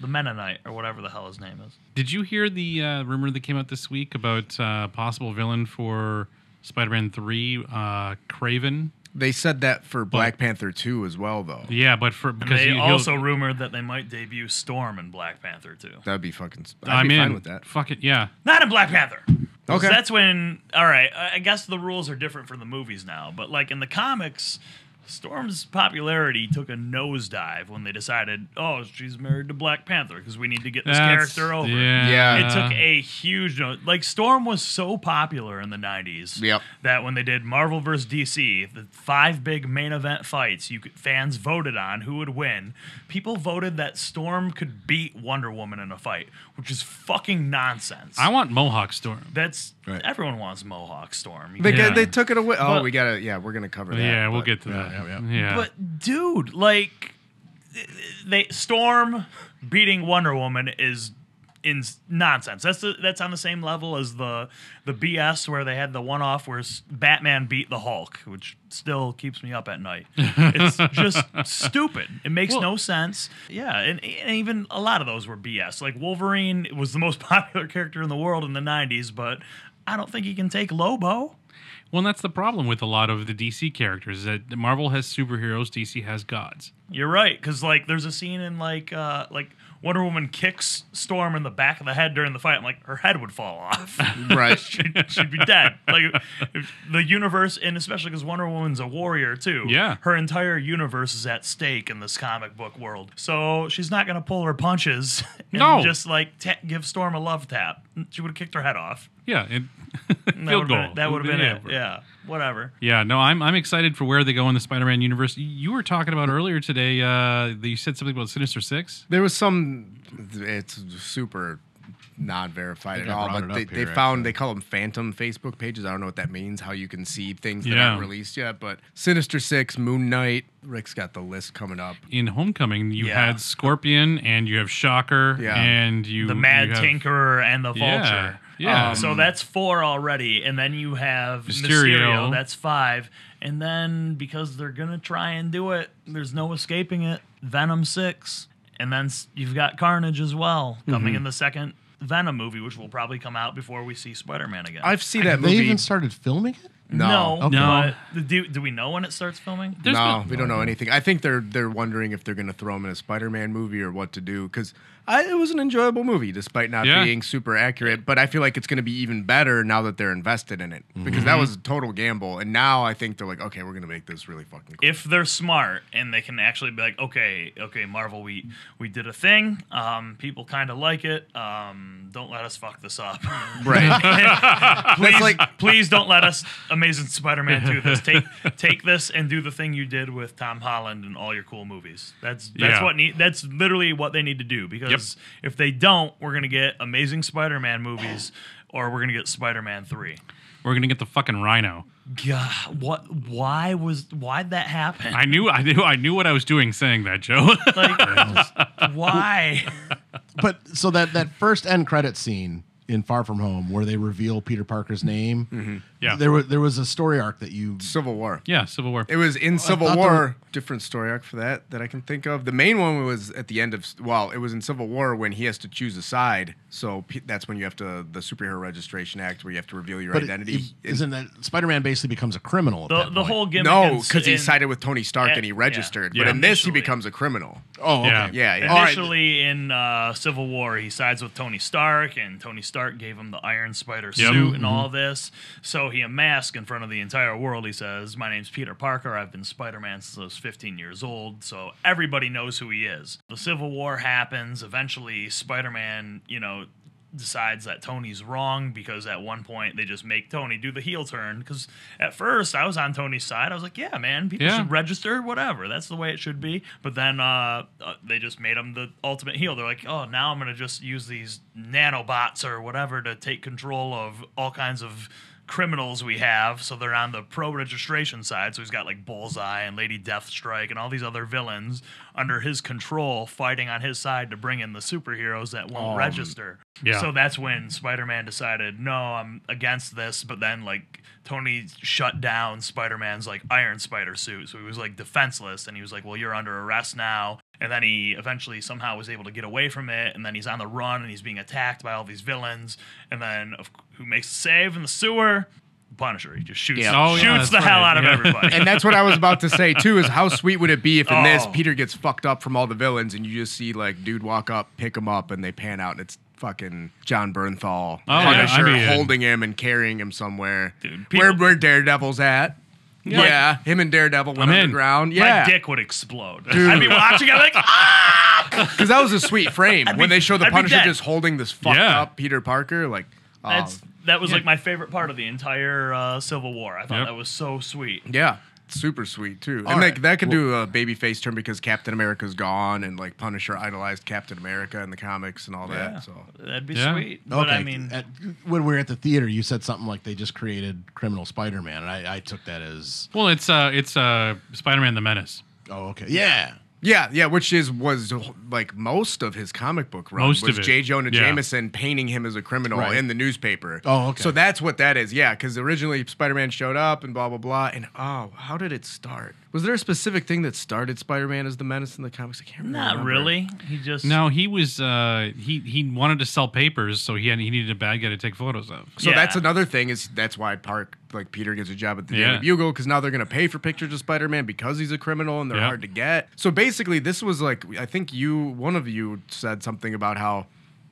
S2: the Mennonite or whatever the hell his name is.
S4: Did you hear the uh, rumor that came out this week about uh, possible villain for Spider-Man Three, uh, Craven?
S3: They said that for Black Panther two as well, though.
S4: Yeah, but for because
S2: They
S4: he, he'll-
S2: also rumored that they might debut Storm in Black Panther too.
S3: That'd be fucking. I'd
S4: I'm
S3: be
S4: in.
S3: fine with that.
S4: Fuck it, yeah.
S2: Not in Black Panther. 'Cause
S3: Okay.
S2: That's when. All right. I I guess the rules are different for the movies now, but like in the comics, Storm's popularity took a nosedive when they decided, oh, she's married to Black Panther because we need to get this
S4: That's-
S2: character over.
S4: Yeah.
S3: Yeah.
S2: It took a huge no- like Storm was so popular in the '90s
S3: Yep.
S2: that when they did Marvel vs. DC, the five big main event fights, you could, fans voted on who would win. People voted that Storm could beat Wonder Woman in a fight, which is fucking nonsense.
S4: I want Mohawk Storm.
S2: That's
S1: Right.
S2: everyone wants Mohawk Storm. You
S3: They,
S4: Yeah.
S3: they took it away. Oh,
S2: But-
S3: we gotta. Yeah, we're gonna cover that.
S4: yeah, we'll
S3: but-
S4: get to
S1: yeah,
S4: that.
S1: yeah,
S4: Yeah,
S1: yeah.
S2: But dude, like they Storm beating Wonder Woman is in nonsense. That's the, that's on the same level as the the BS where they had the one off where s- Batman beat the Hulk, which still keeps me up at night. It's just stupid. It makes no sense. Yeah, and, and even a lot of those were BS. Like Wolverine was the most popular character in the world in the 90s, but I don't think he can take Lobo.
S4: Well, and that's the problem with a lot of the DC characters is that Marvel has superheroes, DC has gods.
S2: You're right, because like there's a scene in like uh like Wonder Woman kicks Storm in the back of the head during the fight. I'm like, her head would fall off.
S3: Right.
S2: she'd, she'd be dead. Like if the universe, and especially because Wonder Woman's a warrior too.
S4: Yeah.
S2: her entire universe is at stake in this comic book world. So she's not gonna pull her punches and
S4: No.
S2: just like ta give Storm a love tap. She would have kicked her head off.
S4: Yeah, it,
S2: And that
S4: field goal.
S2: would've Been, that would have been
S4: Yeah.
S2: it. Yeah, whatever.
S4: Yeah, no, I'm I'm excited for where they go in the Spider-Man universe. Y- You were talking about earlier today. Uh, that you said something about Sinister Six.
S3: There was some. It's super not verified at
S1: I
S3: all,
S1: brought
S3: but
S1: it
S3: they,
S1: up
S3: they
S1: here,
S3: found they call them phantom Facebook pages. I don't know what that means. How you can see things that
S4: Yeah.
S3: aren't released yet, but Sinister Six, Moon Knight. Rick's got the list coming up.
S4: In Homecoming, you
S2: Yeah.
S4: had Scorpion and you have Shocker
S3: Yeah.
S4: and you
S2: the Mad
S4: you have-
S2: Tinkerer and the Vulture.
S4: Yeah, yeah.
S2: Um, so that's four already, and then you have
S4: Mysterio.
S2: Mysterio. That's five, and then because they're gonna try and do it, there's no escaping it. Venom six, and then s- you've got Carnage as well coming in the second Venom movie, which will probably come out before we see Spider Man again.
S3: I've seen
S1: they
S3: that movie.
S1: even started filming it.
S2: no,
S3: No.
S4: No.
S2: but do, do we know when it starts filming?
S4: There's
S3: no,
S4: been-
S3: we don't know anything. I think they're they're wondering if they're going to throw him in a Spider-Man movie or what to do because it was an enjoyable movie despite not
S4: Yeah.
S3: being super accurate. But I feel like it's going to be even better now that they're invested in it because
S4: Mm-hmm.
S3: that was a total gamble. And now I think they're like, okay, we're going to make this really fucking cool.
S2: if they're smart and they can actually be like, okay, okay, Marvel, we we did a thing. Um, people kind of like it. Um, don't let us fuck this up.
S3: right?
S2: please,
S3: like-
S2: please don't let us Amazing Spider-Man do this. Take take this and do the thing you did with Tom Holland and all your cool movies. That's that's
S4: Yeah.
S2: what need that's literally what they need to do because if they don't, we're gonna get Amazing Spider-Man movies. Or we're gonna get Spider-Man three.
S4: We're gonna get the fucking Rhino.
S2: God, what? Why was? Why'd that happen?
S4: I knew, I knew, I knew what I was doing saying that, Joe.
S2: Like, why?
S1: But so that that first end credit scene in Far From Home, where they reveal Peter Parker's name,
S2: Mm-hmm.
S4: Yeah.
S1: there was there was a story arc that you
S3: Civil War.
S4: yeah, Civil War.
S3: It was in Civil
S1: thought there
S3: War. different story arc for that that I can think of. The main one was at the end of well, it was in Civil War when he has to choose a side. So pe- that's when you have to the superhero registration act where you have to reveal your
S1: but
S3: identity.
S1: It, it, isn't that Spider-Man basically becomes a criminal? At
S2: the,
S1: that
S2: the
S1: point.
S2: whole gimmick.
S3: No,
S2: ins-
S3: because he
S2: in-
S3: sided with Tony Stark
S2: Yeah,
S3: and he registered.
S4: yeah.
S3: But in this, he
S2: Initially.
S3: becomes a criminal.
S1: oh okay.
S4: Yeah.
S3: Yeah, yeah.
S2: Initially in uh, Civil War, he sides with Tony Stark, and Tony Stark gave him the Iron Spider suit
S3: Mm-hmm.
S2: and all this. So he unmasked in front of the entire world. He says, "My name's Peter Parker. I've been Spider-Man since I was 15 years old." So everybody knows who he is. The Civil War happens. Eventually, Spider-Man, you know, decides that Tony's wrong because at one point they just make Tony do the heel turn. Because at first I was on Tony's side. I was like, yeah, man, people
S4: Yeah.
S2: should register, whatever. That's the way it should be. But then uh, uh, they just made him the ultimate heel. They're like, oh, now I'm going to just use these nanobots or whatever to take control of all kinds of criminals we have. So they're on the pro registration side. So he's got like Bullseye and Lady Deathstrike and all these other villains under his control fighting on his side to bring in the superheroes that won't register.
S4: Um, yeah.
S2: So that's when Spider-Man decided, no, I'm against this. But then like Tony shut down Spider-Man's like Iron Spider suit, so he was like defenseless, and he was like, well, you're under arrest now. And then he eventually somehow was able to get away from it, and then he's on the run and he's being attacked by all these villains, and then of, who makes the save in the sewer? Punisher. He just shoots,
S3: Yeah.
S4: Oh, yeah,
S2: shoots
S4: that's
S2: the hell
S4: right,
S2: out of
S4: yeah.
S2: everybody.
S3: And that's what I was about to say too. Is how sweet would it be if in this
S2: Oh.
S3: Peter gets fucked up from all the villains, and you just see like dude walk up, pick him up, and they pan out, and it's fucking John Bernthal,
S4: Oh, yeah,
S3: Punisher,
S4: I'd be in.
S3: holding him and carrying him somewhere.
S2: Dude,
S3: where
S2: people-
S3: where Daredevil's at? Yeah, him and Daredevil went
S4: I'm in.
S3: underground.
S2: My
S3: Yeah,
S2: dick would explode. I'd be watching. I'd be like, ah!
S3: because that was a sweet frame
S2: be-
S3: when they show the
S2: I'd be
S3: Punisher
S2: dead.
S3: just holding this fucked
S4: Yeah.
S3: up Peter Parker. Like, oh,
S2: That's that was like my favorite part of the entire uh, Civil War. I thought
S4: Yep.
S2: that was so sweet.
S3: Yeah. Super sweet too,
S1: All
S3: and like
S1: right.
S3: that could do a baby face turn because Captain America's gone, and like Punisher idolized Captain America in the comics and all
S2: Yeah.
S3: that. So
S2: That'd be
S4: Yeah.
S2: sweet. But I mean,
S1: At- when we were at the theater, you said something like they just created criminal Spider-Man, and I, I took that as
S4: Well, it's uh, it's uh, Spider-Man: The Menace.
S1: oh okay, yeah,
S3: yeah, yeah, which is was like most of his comic book run
S4: Most
S3: was
S4: of it.
S3: J. Jonah
S4: Yeah.
S3: Jameson painting him as a criminal
S1: Right.
S3: in the newspaper.
S1: Oh, okay.
S3: So that's what that is, yeah. Because originally Spider-Man showed up and blah blah blah, and oh, how did it start? Was there a specific thing that started Spider-Man as the menace in the comics? I can't
S2: not
S3: remember.
S2: really. He just
S4: No, he was uh, he he wanted to sell papers, so he had, he needed a bad guy to take photos of.
S3: So
S2: Yeah.
S3: that's another thing is that's why Park like Peter gets a job at the
S4: Yeah.
S3: Daily Bugle because now they're gonna pay for pictures of Spider Man because he's a criminal and they're
S4: Yeah.
S3: hard to get. So basically, this was like I think you one of you said something about how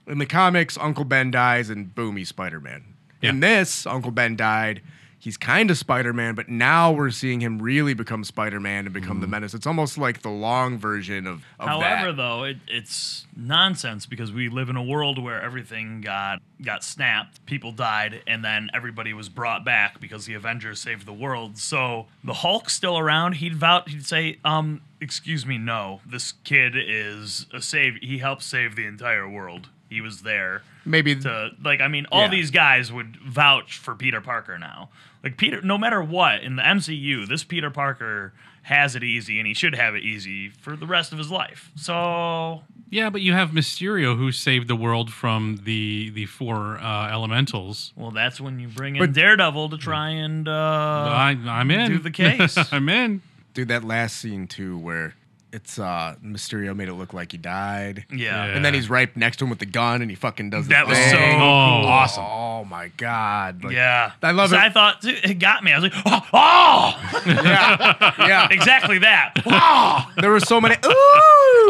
S3: in the comics Uncle Ben dies and boom he's Spider Man.
S4: Yeah.
S3: In this Uncle Ben died. He's kind of Spider Man, but now we're seeing him really become Spider Man and become the
S4: Mm.
S3: menace. It's almost like the long version of, of
S2: However,
S3: that.
S2: though, it, it's nonsense because we live in a world where everything got got snapped, people died, and then everybody was brought back because the Avengers saved the world. So the Hulk's still around. He'd vout. He'd say, "Um, excuse me, no. This kid is a save. He helped save the entire world. He was there."
S3: Maybe
S2: to like I mean all
S3: Yeah.
S2: these guys would vouch for Peter Parker now. Like Peter no matter what in the MCU, this Peter Parker has it easy and he should have it easy for the rest of his life. So
S4: Yeah, but you have Mysterio who saved the world from the the four uh, elementals.
S2: well that's when you bring in
S3: But-
S2: Daredevil to try and uh
S4: I, I'm in.
S2: do the case.
S4: I'm in.
S3: dude, that last scene too, where it's uh Mysterio made it look like he died.
S2: yeah.
S4: Yeah.
S3: And then he's right next to him with the gun, and he fucking does the
S2: That was
S3: thing.
S2: so
S4: Oh,
S3: awesome. Oh my god. Like,
S2: Yeah.
S3: I love
S2: 'Cause
S3: it.
S2: I thought dude, it got me. I was like, oh, oh!
S3: yeah, yeah.
S2: exactly that. Oh!
S3: There were so many. Ooh.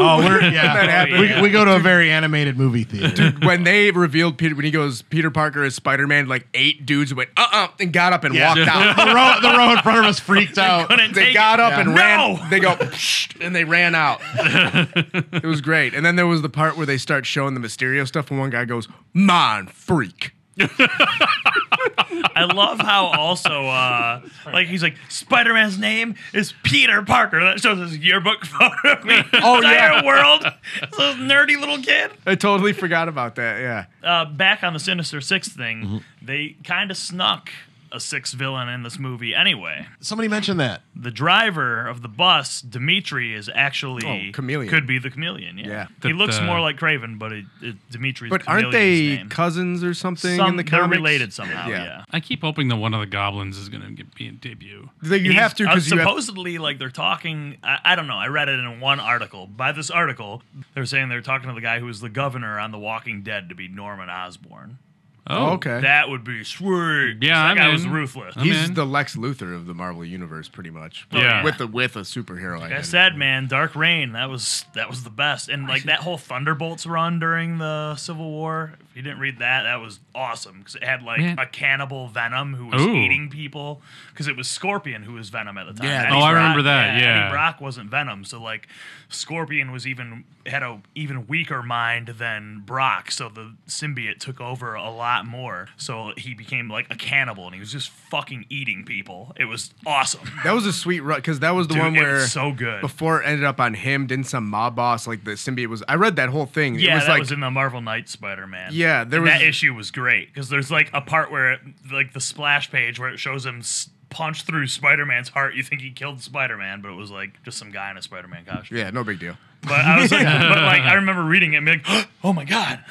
S3: Oh,
S1: we're-
S3: when
S1: yeah.
S3: that happened.
S1: We, we go to a very animated movie theater.
S3: When they revealed Peter, when he goes Peter Parker is Spider Man, like eight dudes went uh uh and got up and
S1: Yeah.
S3: walked out.
S1: the, row, the row in front of us freaked out.
S2: Couldn't
S3: They
S2: take
S3: got
S2: it.
S3: up and
S2: No!
S3: ran. They go "Psht," and they ran out. it was great. And then there was the part where they start showing the Mysterio stuff, and one guy goes, "Man, freak."
S2: I love how also uh, like he's like Spider Man's name is Peter Parker. That shows his yearbook photo of me.
S3: Oh,
S2: entire
S3: yeah.
S2: world. This little nerdy little kid.
S3: I totally forgot about that. Yeah.
S2: Uh, back on the Sinister Six thing,
S3: Mm-hmm.
S2: they kind of snuck a sixth villain in this movie anyway.
S1: Somebody mentioned that.
S2: The driver of the bus, Dimitri, is actually
S3: Oh, chameleon.
S2: Could be the chameleon. Yeah,
S3: Yeah.
S2: he
S4: That,
S2: looks
S4: uh,
S2: more like Craven, but it, it, Dimitri's.
S3: But aren't they
S2: chameleon's name.
S3: cousins or something
S2: Some-
S3: in the
S2: they're
S3: comics?
S2: related somehow?
S3: Yeah.
S2: yeah.
S4: I keep hoping that one of the goblins is going to get be a debut.
S3: They- You
S2: He's-
S3: have to
S2: uh,
S3: because you have.
S2: supposedly like they're talking. I, I don't know. I read it in one article. By this article, they're saying they're talking to the guy who was the governor on The Walking Dead to be Norman Osborn.
S4: Oh,
S3: okay.
S2: That would be sweet.
S4: Yeah,
S2: that
S4: I'm
S2: guy was
S4: in.
S2: ruthless.
S4: I'm
S2: He-
S3: He's
S4: in.
S3: the Lex Luthor of the Marvel universe, pretty much.
S2: Oh,
S4: Yeah.
S3: With a with a superhero.
S2: like I
S3: identity.
S2: said, man, Dark Rain. That was that was the best. And like that whole Thunderbolts run during the Civil War. If you didn't read that, that was awesome because it had like
S4: Man.
S2: a cannibal Venom who was
S4: Ooh.
S2: eating people. Because it was Scorpion who was Venom at the time.
S3: Yeah.
S2: Eddie
S4: Oh, I remember
S2: Brock-
S4: that, yeah.
S2: Eddie Brock wasn't Venom, so like Scorpion was even had a even weaker mind than Brock. So the symbiote took over a lot more. So he became like a cannibal and he was just fucking eating people. It was awesome.
S3: That was a sweet run because that was the
S2: Dude,
S3: one
S2: it
S3: where
S2: was so good.
S3: before it ended up on him. Didn't some mob boss like the symbiote was? I read that whole thing.
S2: Yeah,
S3: it was
S2: that
S3: like
S2: was in the Marvel Knight Spider Man.
S3: Yeah, there
S2: and that
S3: was-
S2: issue was great because there's like a part where it, like the splash page where it shows him s- punch through Spider Man's heart. You think he killed Spider Man, but it was like just some guy in a Spider Man costume.
S3: yeah, no big deal.
S2: But I was like, but like I remember reading it and being like, oh my god,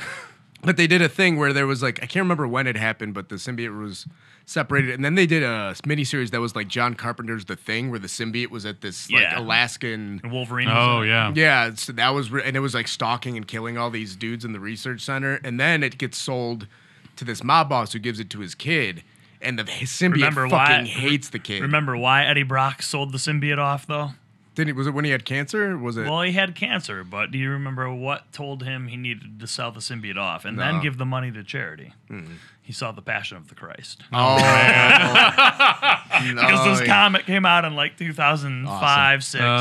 S3: But they did a thing where there was like I can't remember when it happened, but the symbiote was separated, and then they did a miniseries that was like John Carpenter's The Thing, where the symbiote was at this like
S2: Yeah.
S3: Alaskan.
S2: and Wolverine. was
S4: Oh
S2: in it.
S4: yeah.
S3: Yeah, so that was re- and it was like stalking and killing all these dudes in the research center, and then it gets sold to this mob boss who gives it to his kid, and the symbiote
S2: Remember
S3: fucking
S2: why-
S3: hates the kid.
S2: Remember why Eddie Brock sold the symbiote off though?
S3: Didn't was it when he had cancer? Was it?
S2: Well, he had cancer, but do you remember what told him he needed to sell the symbiote off and then
S3: No.
S2: give the money to charity? He saw the Passion of the Christ.
S3: oh,
S2: Because
S3: No.
S2: this comic came out in like 2005, 6.
S3: They did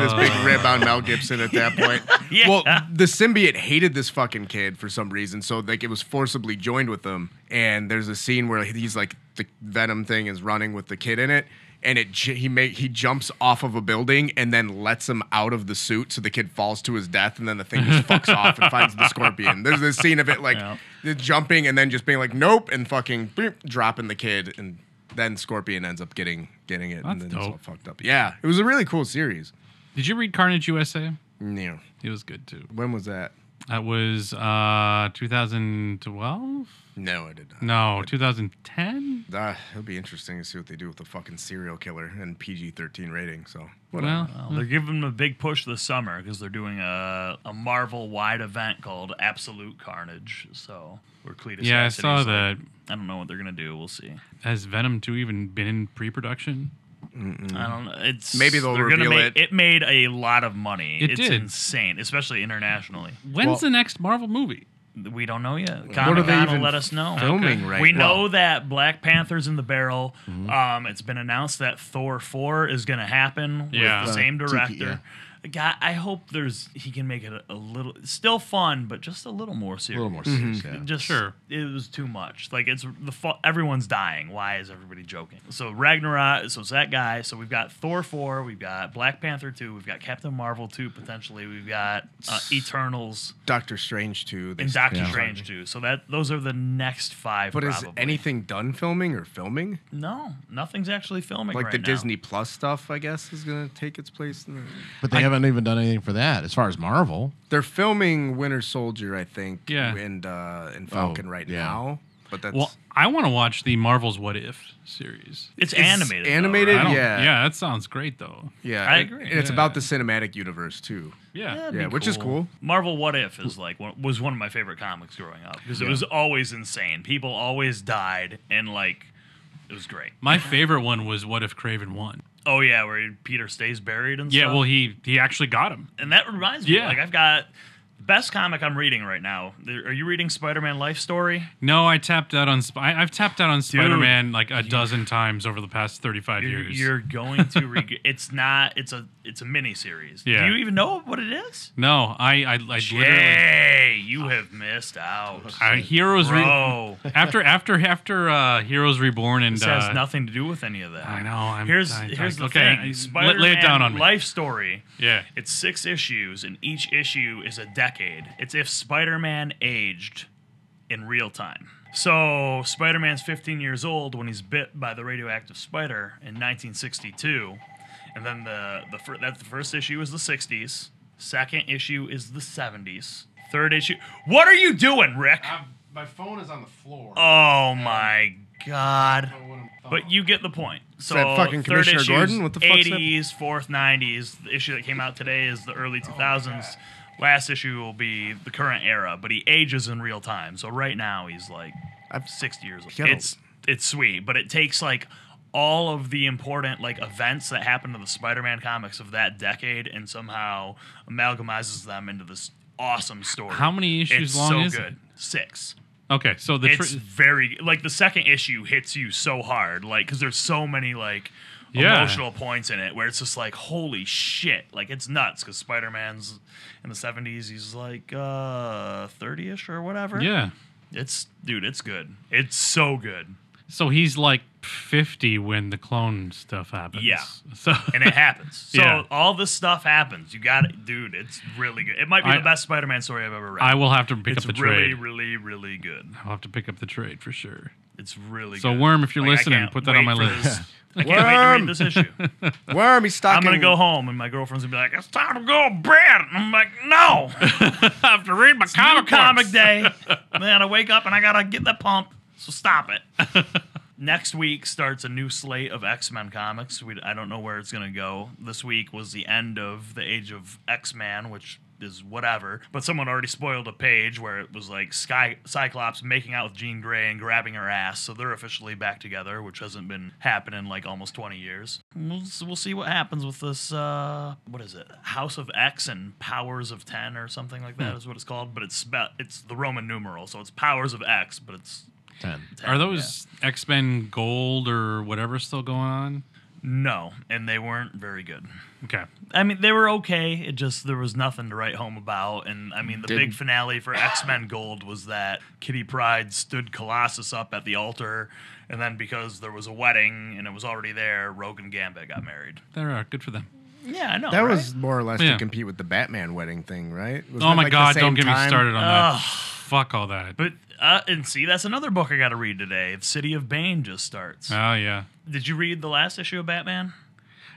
S3: this big
S4: Oh, Uh,
S3: rib on Mel Gibson at that point.
S2: Yeah.
S3: Well, the symbiote hated this fucking kid for some reason, so like it was forcibly joined with them. And there's a scene where he's like the venom thing is running with the kid in it, and it j- he make he jumps off of a building and then lets him out of the suit, so the kid falls to his death, and then the thing just fucks off and finds the scorpion. There's this scene of it like
S2: Yeah.
S3: the jumping and then just being like nope and fucking beep, dropping the kid and. Then Scorpion ends up getting getting it and
S4: That's
S3: then it's all
S4: dope.
S3: fucked up. Yeah, it was a really cool series.
S4: Did you read Carnage USA?
S3: Yeah.
S4: It was good too.
S3: When was that?
S4: That was uh 2012?
S3: No, I did not.
S4: No, 2010.
S3: Uh, it'll be interesting to see what they do with the fucking serial killer and PG 13 rating. So, whatever.
S4: Well,
S2: Well, they're giving them a big push this summer because they're doing a, a Marvel wide event called Absolute Carnage. So, where Cletus
S4: yeah, I
S2: Cassidy's
S4: saw
S2: like,
S4: that.
S2: I don't know what they're going to do. We'll see.
S4: Has Venom 2 even been in pre-production? Mm.
S2: I don't know. It's,
S3: Maybe they'll
S2: they're gonna
S3: reveal
S2: make,
S3: it.
S2: It made a lot of money.
S4: It
S2: it's
S4: did.
S2: insane, especially internationally.
S4: When's
S3: Well-
S4: the next Marvel movie?
S2: We don't know yet. Comic Con will
S3: even
S2: let us know.
S3: filming right
S2: we
S3: now? Mm-hmm.
S2: know that Black Panther's in the barrel. Um, it's been announced that Thor four is going to happen
S4: Yeah.
S2: with the
S4: Uh,
S2: same
S1: Tiki,
S2: director. God, I hope there's he can make it a, a little still fun, but just a little more
S1: A
S2: serious.
S1: little more serious. Yeah.
S2: Just
S4: Sure.
S2: it was too much. Like it's the fa- everyone's dying. Why is everybody joking? So Ragnarok. So it's that guy. So we've got Thor four. We've got Black Panther two. We've got Captain Marvel two potentially. We've got uh, Eternals
S3: Doctor Strange, too. They
S2: and Doctor
S1: Yeah.
S2: Strange too. So that those are the next five.
S3: but is
S2: probably.
S3: anything done filming or filming?
S2: No, nothing's actually filming.
S3: Like
S2: right
S3: the
S2: now.
S3: Disney Plus stuff, I guess, is going to take its place. In the...
S1: But they haven't even done anything for that as far as Marvel.
S3: They're filming Winter Soldier, I think,
S4: Yeah.
S3: and, uh, and Falcon right
S1: yeah.
S3: now. But that's
S4: Well, I want to watch the Marvel's What If series.
S2: It's,
S3: It's
S2: animated. though,
S3: animated?
S4: I
S2: right?
S4: don't,
S3: Yeah.
S4: yeah, that sounds great though.
S3: yeah,
S2: I
S3: and-
S2: agree,
S3: And it's
S4: yeah.
S3: about the cinematic universe, too.
S4: Yeah.
S2: That'd
S3: yeah,
S2: be
S3: which is cool.
S2: Marvel What If is like one, was one of my favorite comics growing up because it was always insane. People always died and like it was great.
S4: My favorite one was What If Craven won.
S2: Oh yeah, where Peter stays buried and
S4: Yeah,
S2: stuff.
S4: well he he actually got him.
S2: and that reminds me.
S4: Yeah.
S2: like I've got the best comic I'm reading right now. There- Are you reading Spider-Man Life Story?
S4: No, I tapped out on Sp- I, I've tapped out on Spider-Man like a dozen times over the past 35
S2: You're,
S4: years.
S2: you're going to. Reg- it's not. It's a. It's a mini series.
S4: Yeah.
S2: Do you even know what it is?
S4: no, I I, I literally
S2: Jay, you have missed out.
S4: I, Heroes Re-
S2: Bro,
S4: after after after uh Heroes Reborn and
S2: this
S4: uh,
S2: has nothing to do with any of that.
S4: I know. I'm,
S2: Here's
S4: I,
S2: here's
S4: I,
S2: the
S4: okay, I-
S2: thing.
S4: Lay,
S2: Spider-Man
S4: lay it down on me.
S2: Life story.
S4: Yeah.
S2: It's six issues, and each issue is a decade. It's if Spider-Man aged in real time. So Spider-Man's 15 years old when he's bit by the radioactive spider in 1962, and then the the fir- that the first issue is the 60s. Second issue is the 70s. Third issue. What are you doing, Rick?
S1: my phone is on the floor.
S2: Oh my god.
S4: Oh.
S2: But you get the point. So
S3: that fucking
S2: third
S3: Commissioner
S2: issue's
S3: Gordon? What the fuck's that?
S2: 80s, fourth 90s. The issue that came out today is the early
S4: Oh,
S2: 2000s. Last issue will be the current era, but he ages in real time. So right now he's like I'm 60 years old.
S3: Yeah.
S2: It's it's sweet, but it takes like all of the important like events that happened to the Spider-Man comics of that decade and somehow amalgamizes them into this awesome story.
S4: How many issues
S2: it's
S4: long
S2: so
S4: is it?
S2: good. Six.
S4: Okay, so the
S2: It's
S4: tr-
S2: very like the second issue hits you so hard, like because there's so many like
S4: Yeah.
S2: emotional points in it where it's just like holy shit, like it's nuts because Spider Man's in the '70s, he's like uh 30ish or whatever.
S4: yeah.
S2: it's dude, it's good. It's so good,
S4: So he's like 50 when the clone stuff happens.
S2: Yeah.
S4: So
S2: and it happens. So
S4: Yeah.
S2: all this stuff happens. You got it, dude. It's really good. It might be
S4: I-
S2: the best Spider Man story I've ever read.
S4: I will have to pick
S2: it's
S4: up the
S2: really,
S4: trade.
S2: really, really good.
S4: I'll have to pick up the trade for sure.
S2: It's really
S4: So
S2: good.
S4: Worm, if you're
S2: Like, I
S4: listening,
S2: can't
S4: put that on
S2: wait
S4: my
S2: for
S4: list.
S2: this- I can't wait to
S3: Worm!
S2: read this issue.
S3: Worm, he's
S2: I'm
S3: stocking.
S2: gonna go home, and my girlfriend's gonna be like, "It's time to go to bed." And I'm like, "No,
S4: I have to read my
S2: comic
S4: comic
S2: comic day." Man, I wake up and I gotta get the pump. So stop it. Next week starts a new slate of X Men comics. We, I don't know where it's gonna go. This week was the end of the Age of X Men, which is whatever. But someone already spoiled a page where it was like Sky Cyclops making out with Jean Grey and grabbing her ass. So they're officially back together, which hasn't been happening in like almost 20 years. We'll, s- we'll see what happens with this. Uh, what is it? House of X and Powers of Ten or something like that is what it's called. But it's spe- it's the Roman numeral, so it's Powers of X, but it's
S1: 10.
S2: 10,
S4: Are
S2: yeah.
S4: those X Men Gold or whatever still going on?
S2: No, and they weren't very good.
S4: Okay.
S2: I mean, they were okay. It just there was nothing to write home about, and I mean, the
S3: Didn't-
S2: big finale for X Men Gold was that Kitty Pride stood Colossus up at the altar, and then because there was a wedding and it was already there, Rogue and Gambit got married.
S4: There are. uh, Good for them.
S2: Yeah, I know.
S3: That
S2: right?
S3: was more or less
S4: Yeah.
S3: to compete with the Batman wedding thing, right? Wasn't
S4: Oh
S3: that,
S4: my
S3: like, the
S4: God, don't
S3: same
S4: get me
S3: time?
S4: started on
S2: Ugh.
S4: that. Fuck all that.
S2: But uh, and see, that's another book I got to read today. The City of Bane just starts.
S4: Oh, yeah.
S2: Did you read the last issue of Batman?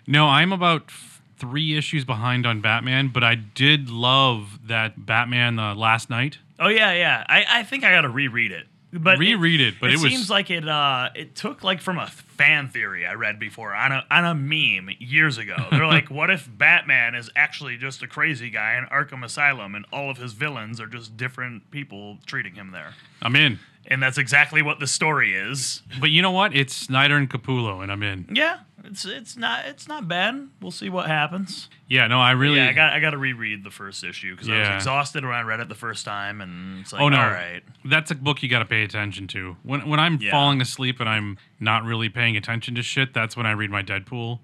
S4: No, I'm about f- three issues behind on Batman, but I did love that Batman uh, last night.
S2: Oh yeah, yeah. I, I think I got to reread it. But
S4: Reread it, but it was-
S2: seems like it uh it took like from a fan theory I read before on a on a meme years ago. They're like, what if Batman is actually just a crazy guy in Arkham Asylum and all of his villains are just different people treating him there?
S4: I'm in.
S2: And that's exactly what the story is.
S4: But you know what? It's Snyder and Capullo, and I'm in.
S2: Yeah, it's it's not it's not bad. We'll see what happens.
S4: Yeah, no, I really.
S2: Yeah, I got I got to reread the first issue because I was
S4: Yeah.
S2: exhausted when I read it the first time, and it's like,
S4: Oh no!
S2: all right,
S4: That's a book you got to pay attention to. When when I'm
S2: Yeah.
S4: falling asleep and I'm not really paying attention to shit, that's when I read my Deadpool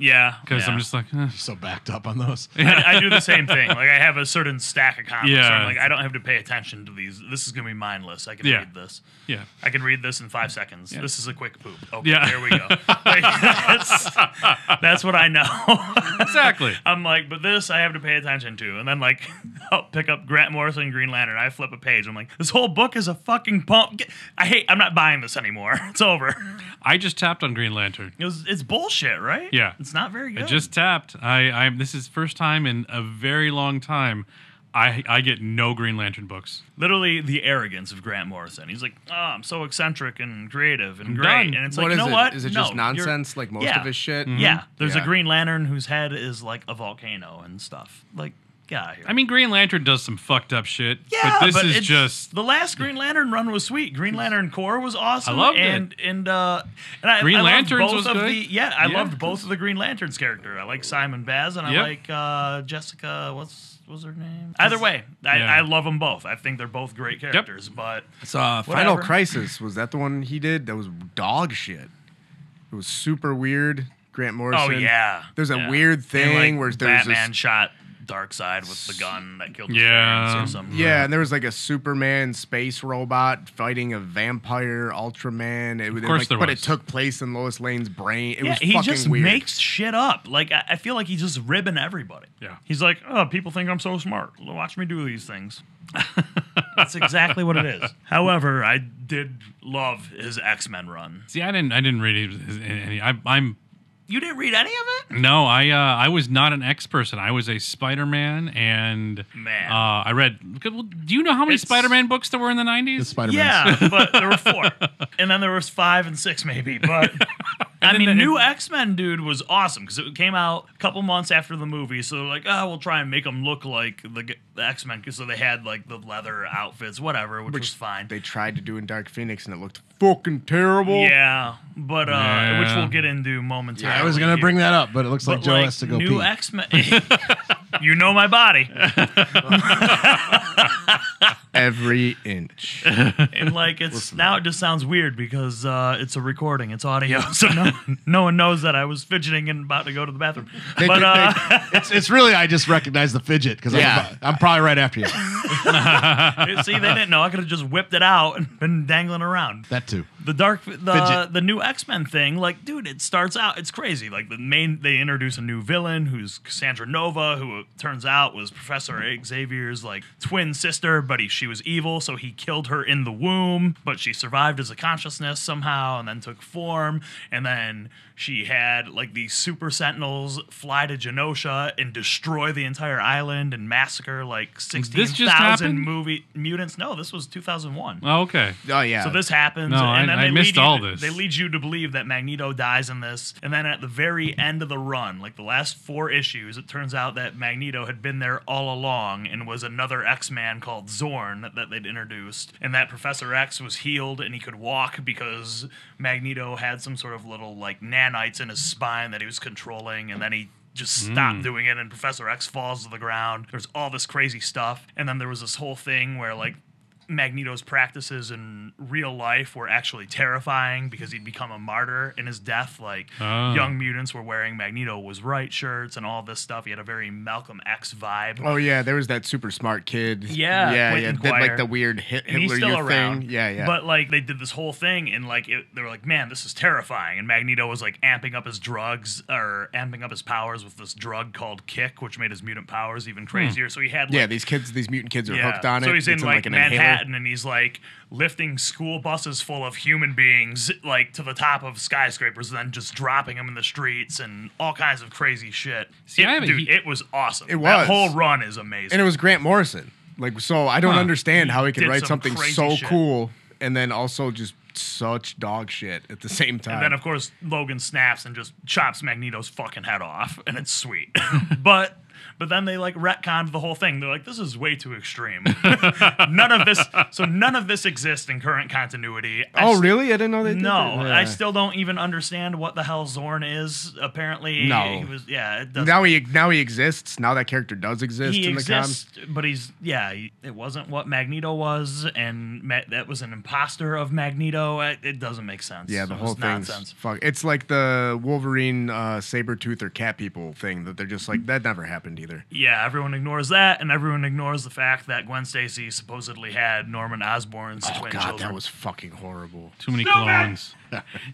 S2: yeah,
S4: because
S2: yeah.
S4: I'm just like, eh.
S1: So backed up on those.
S2: I, I do the same thing. Like I have a certain stack of comics. Yeah.
S4: Yeah.
S2: I'm like I don't have to pay attention to these. This is gonna be mindless. I can
S4: Yeah.
S2: read this.
S4: yeah.
S2: I can read this in five seconds.
S4: Yeah.
S2: This is a quick poop. Okay,
S4: Yeah.
S2: there we go. Like, that's, that's what I know.
S4: Exactly.
S2: I'm like, but this I have to pay attention to. And then like, I'll pick up Grant Morrison and Green Lantern. I flip a page. I'm like, this whole book is a fucking pump. Get- I hate. I'm not buying this anymore. It's over.
S4: I just tapped on Green Lantern.
S2: It was, it's bullshit, right?
S4: Yeah.
S2: It's not very good.
S4: I just tapped. I I this is first time in a very long time. I I get no Green Lantern books.
S2: literally the arrogance of Grant Morrison. He's like, "Oh, I'm so eccentric and creative and
S4: I'm
S2: great,"
S4: done.
S2: and it's
S3: What
S2: like,
S3: is
S2: you know
S3: it?
S2: what?
S3: Is it
S2: No,
S3: just
S2: you're-
S3: nonsense like most
S2: Yeah. Mm-hmm.
S3: of his shit?
S4: Mm-hmm.
S2: Yeah, there's
S3: Yeah.
S2: a Green Lantern whose head is like a volcano and stuff. Like, get out of here.
S4: I mean, Green Lantern does some fucked up shit.
S2: yeah,
S4: but this is
S2: it's-
S4: just
S2: the last Green Lantern run was sweet. Green Lantern Corps was awesome.
S4: I loved it.
S2: and, And uh, and I,
S4: Green
S2: I loved
S4: Lanterns
S2: both
S4: was
S2: of
S4: good.
S2: the yeah, I
S4: Yeah.
S2: loved both of the Green Lanterns character. I like Simon Baz and
S4: Yep.
S2: I like uh, Jessica. What's what's her name? Either way, I,
S4: Yeah.
S2: I love them both. I think they're both great characters. But
S3: So uh,
S2: Whatever.
S3: Final Crisis was that the one he did? That was dog shit. It was super weird. Grant Morrison.
S2: Oh yeah.
S3: There's a
S2: Yeah.
S3: weird
S2: And,
S3: thing where there's
S2: Batman
S3: this.
S2: shot Dark Side with the gun that killed the
S4: Yeah.
S2: parents or something.
S3: Yeah, and there was like a Superman space robot fighting a vampire Ultraman. It, of
S4: course
S3: like,
S4: there
S3: but
S4: was.
S3: it took place in Lois Lane's brain. It
S2: Yeah,
S3: was
S2: he
S3: fucking
S2: just
S3: weird.
S2: makes shit up. Like I, I feel like he's just ribbing everybody.
S4: Yeah.
S2: He's like, oh, people think I'm so smart. Watch me do these things. That's exactly what it is. However, I did love his X Men run.
S4: see. I didn't I didn't read his- his- any. I, I'm
S2: You didn't read any of it?
S4: No, I uh, I was not an X person. I was a Spider Man, and
S2: Man.
S4: uh, I read. well, Do you know how many
S2: It's-
S4: Spider Man books there were in the nineties?
S1: Spider Man.
S2: Yeah, but there were four, and then there was five and six maybe. But I
S4: then
S2: mean,
S4: the-
S2: new X Men dude was awesome because it came out a couple months after the movie. So they're like, oh, we'll try and make them look like the, g- the X Men. So they had like the leather outfits, whatever, which, was fine.
S3: They tried to do in Dark Phoenix and it looked fucking terrible.
S2: yeah, but uh, which
S4: Yeah.
S2: we'll get into momentarily.
S1: I was gonna
S2: here.
S1: bring that up, but it looks like
S2: But,
S1: Joe has to go
S2: new
S1: pee.
S2: X Men. you know my body.
S3: Every inch.
S2: and like it's now it just sounds weird because uh, it's a recording, it's audio, so no, no one knows that I was fidgeting and about to go to the bathroom. But uh,
S1: it's, it's really I just recognize the fidget because
S3: Yeah.
S1: I'm, I'm probably right after you.
S2: see, they didn't know. I could have just whipped it out and been dangling around.
S1: That too.
S2: The dark, the,
S1: Fidget.
S2: the new X Men thing, like, dude, it starts out, it's crazy. Like, the main, they introduce a new villain who's Cassandra Nova, who it turns out was Professor Xavier's, like, twin sister, but he, she was evil, so he killed her in the womb, but she survived as a consciousness somehow and then took form. And then she had, like, these super sentinels fly to Genosha and destroy the entire island and massacre, like,
S4: just
S2: 16,000
S4: happen?
S2: movie mutants. No, this was 2001.
S4: Oh, okay.
S3: Oh yeah.
S2: So this happens,
S4: No, I-
S2: and then
S4: I
S2: they lead
S4: missed
S2: you,
S4: all this.
S2: They lead you to believe that Magneto dies in this, and then at the very end of the run, like the last four issues, it turns out that Magneto had been there all along and was another X-Man called Zorn that they'd introduced, and that Professor X was healed and he could walk because Magneto had some sort of little like nanites in his spine that he was controlling, and then he just
S4: Hmm.
S2: stopped doing it and professor x falls to the ground there's all this crazy stuff and then there was this whole thing where like Magneto's practices in real life were actually terrifying because he'd become a martyr in his death. Like
S4: Oh.
S2: young mutants were wearing Magneto was right shirts and all this stuff. He had a very Malcolm X vibe.
S3: Oh yeah, there was that super smart kid.
S2: Yeah,
S3: yeah,
S2: Quentin
S3: yeah. That,
S2: Quire.
S3: like the weird Hit-
S2: And
S3: Hitler
S2: he's still
S3: Youth
S2: around.
S3: thing. Yeah, yeah.
S2: But like they did this whole thing, and like it, they were like, "Man, this is terrifying." And Magneto was like amping up his drugs or amping up his powers with this drug called Kick, which made his mutant powers even crazier. So he had like,
S3: yeah, these kids, these mutant kids are
S2: Yeah.
S3: hooked on it.
S2: So he's
S3: It's
S2: in, like,
S3: an inhaler.
S2: Manhattan and he's like lifting school buses full of human beings like to the top of skyscrapers and then just dropping them in the streets and all kinds of crazy shit.
S4: See,
S2: it,
S4: I haven't-
S2: dude,
S4: he-
S2: it was awesome.
S3: It
S2: That
S3: was.
S2: whole run is amazing.
S3: And it was Grant Morrison. Like, so I don't
S4: Huh.
S3: understand how he could
S2: did
S3: write
S2: some
S3: something
S2: crazy
S3: so
S2: shit.
S3: cool and then also just such dog shit at the same time.
S2: and then of course Logan snaps and just chops Magneto's fucking head off and it's sweet. but but then they like retconned the whole thing. They're like, this is way too extreme. none of this so none of this exists in current continuity. I
S3: oh,
S2: s-
S3: really? I didn't know they did
S2: No,
S3: that.
S2: I
S3: Yeah.
S2: still don't even understand what the hell Zorn is. Apparently,
S3: No.
S2: he was yeah. It doesn't.
S3: Now he now he exists. Now that character does exist
S2: he
S3: in the
S2: exists, but he's yeah. he- It wasn't what Magneto was, and Ma- that was an imposter of Magneto. It, it doesn't make sense.
S3: comics. Yeah, the
S2: It
S3: whole
S2: was
S3: thing's
S2: nonsense.
S3: fuck. It's like the Wolverine, uh, saber tooth or cat people thing that they're just like that never happened either.
S2: Yeah, everyone ignores that, and everyone ignores the fact that Gwen Stacy supposedly had Norman Osborn's
S3: Oh
S2: twin
S3: god,
S2: children.
S3: that was fucking horrible.
S4: Too many clones.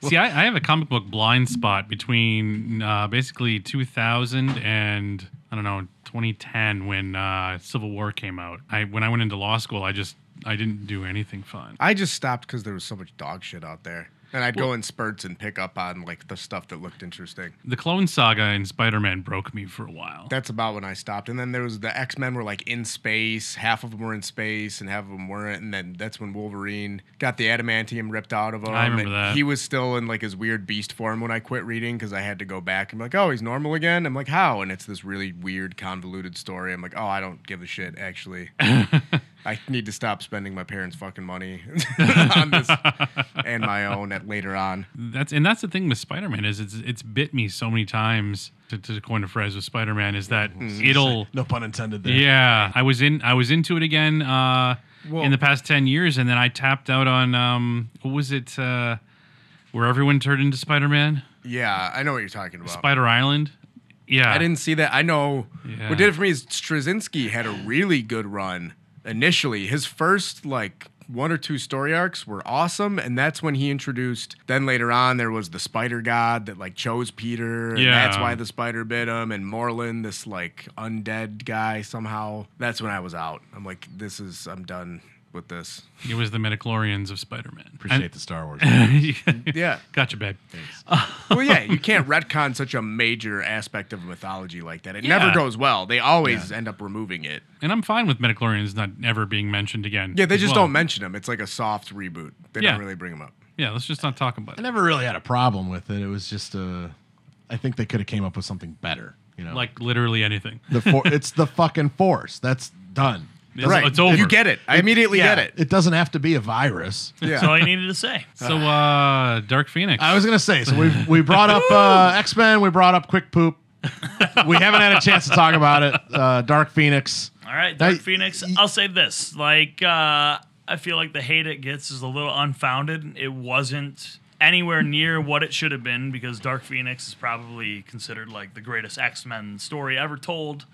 S4: See, I, I have a comic book blind spot between uh, basically 2000 and I don't know 2010 when uh, Civil War came out. I when I went into law school, I just I didn't do anything fun.
S3: I just stopped because there was so much dog shit out there, and I'd go in spurts and pick up on like the stuff that looked interesting.
S4: The clone saga in Spider-Man broke me for a while.
S3: That's about when I stopped. And then there was the X Men were like in space. Half of them were in space, and half of them weren't. And then that's when Wolverine got the adamantium ripped out of him.
S4: I remember
S3: and
S4: that.
S3: He was still in like his weird beast form when I quit reading because I had to go back and be like, oh, he's normal again. I'm like, how? And it's this really weird, convoluted story. I'm like, oh, I don't give a shit. Actually, I need to stop spending my parents' fucking money on this and my own at later on.
S4: That's and that's the thing with Spider-Man is it's it's bit me so many times to, to coin a phrase with Spider-Man is that it'll
S1: No pun intended there.
S4: yeah I was in I was into it again uh, in the past ten years and then I tapped out on um, what was it uh, where everyone turned into Spider-Man
S3: Yeah, I know what you're talking about.
S4: Spider Island yeah
S3: I didn't see that. I know
S4: Yeah.
S3: what did it for me is Straczynski had a really good run initially. His first like one or two story arcs were awesome, and that's when he introduced. Then later on, there was the Spider God that like chose Peter, and
S4: Yeah.
S3: that's why the spider bit him, and Morland, this like undead guy somehow. That's when I was out. I'm like, this is I'm done with this.
S4: it was the Metachlorians of Spider Man
S1: Appreciate the Star Wars.
S3: Yeah.
S4: gotcha babe
S3: well, yeah, you can't retcon such a major aspect of mythology like that. It
S4: Yeah.
S3: never goes well. They always end up removing it.
S4: and I'm fine with Metachlorians not ever being mentioned again
S3: Yeah, they
S4: as
S3: just
S4: well.
S3: don't mention him. It's like a soft reboot. They
S4: Yeah.
S3: don't really bring him up.
S4: Yeah, let's just not talk about
S1: I
S4: it.
S1: never really had a problem with it. It was just uh, I think they could have came up with something better. You know,
S4: Like literally anything.
S1: the for- it's the fucking force. That's done.
S4: It's,
S3: right.
S4: It's over.
S3: You get it. I immediately
S1: Yeah,
S3: get it.
S1: It doesn't have to be a virus.
S3: Yeah.
S2: That's all I needed to say.
S4: So, uh, Dark Phoenix.
S1: I was gonna say. So we we brought up uh, X Men. We brought up Quick Poop. we haven't had a chance to talk about it. Uh, Dark Phoenix.
S2: All right, Dark
S1: Now,
S2: Phoenix.
S1: y-
S2: I'll say this: like, uh, I feel like the hate it gets is a little unfounded. It wasn't anywhere near what it should have been because Dark Phoenix is probably considered like the greatest X Men story ever told.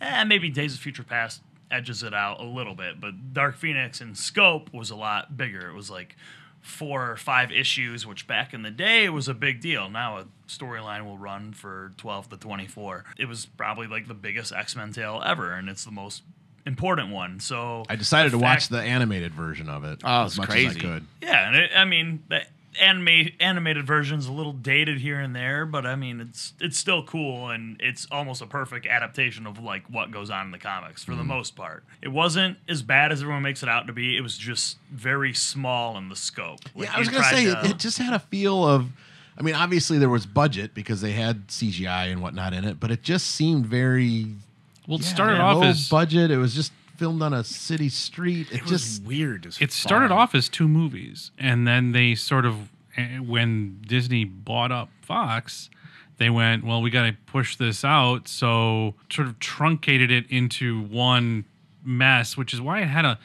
S2: Eh, maybe Days of Future Past edges it out a little bit, but Dark Phoenix in scope was a lot bigger. It was like four or five issues, which back in the day was a big deal. Now a storyline will run for 12 to 24. It was probably like the biggest X Men tale ever, and it's the most important one. So
S1: I decided to watch
S2: fact-
S1: the animated version of it
S3: Oh,
S1: as
S3: it's
S1: much as I
S3: crazy.
S1: could.
S2: yeah, and it, I mean the anime animated version's a little dated here and there, but I mean it's it's still cool and it's almost a perfect adaptation of like what goes on in the comics for
S1: Mm-hmm.
S2: the most part. It wasn't as bad as everyone makes it out to be. It was just very small in the scope. Like,
S1: yeah, I was
S2: you
S1: gonna
S2: tried
S1: say
S2: to-
S1: it, it just had a feel of. I mean, obviously there was budget because they had CGI and whatnot in it, but it just seemed very
S4: well, it started
S1: low
S4: off as
S1: budget. It was just filmed on a city street. It,
S3: It was
S1: just
S3: weird. As
S4: it started
S3: fuck.
S4: off as two movies, and then they sort of, eh, when Disney bought up Fox, they went, well, we got to push this out, so sort of truncated it into one mess, which is why it had a.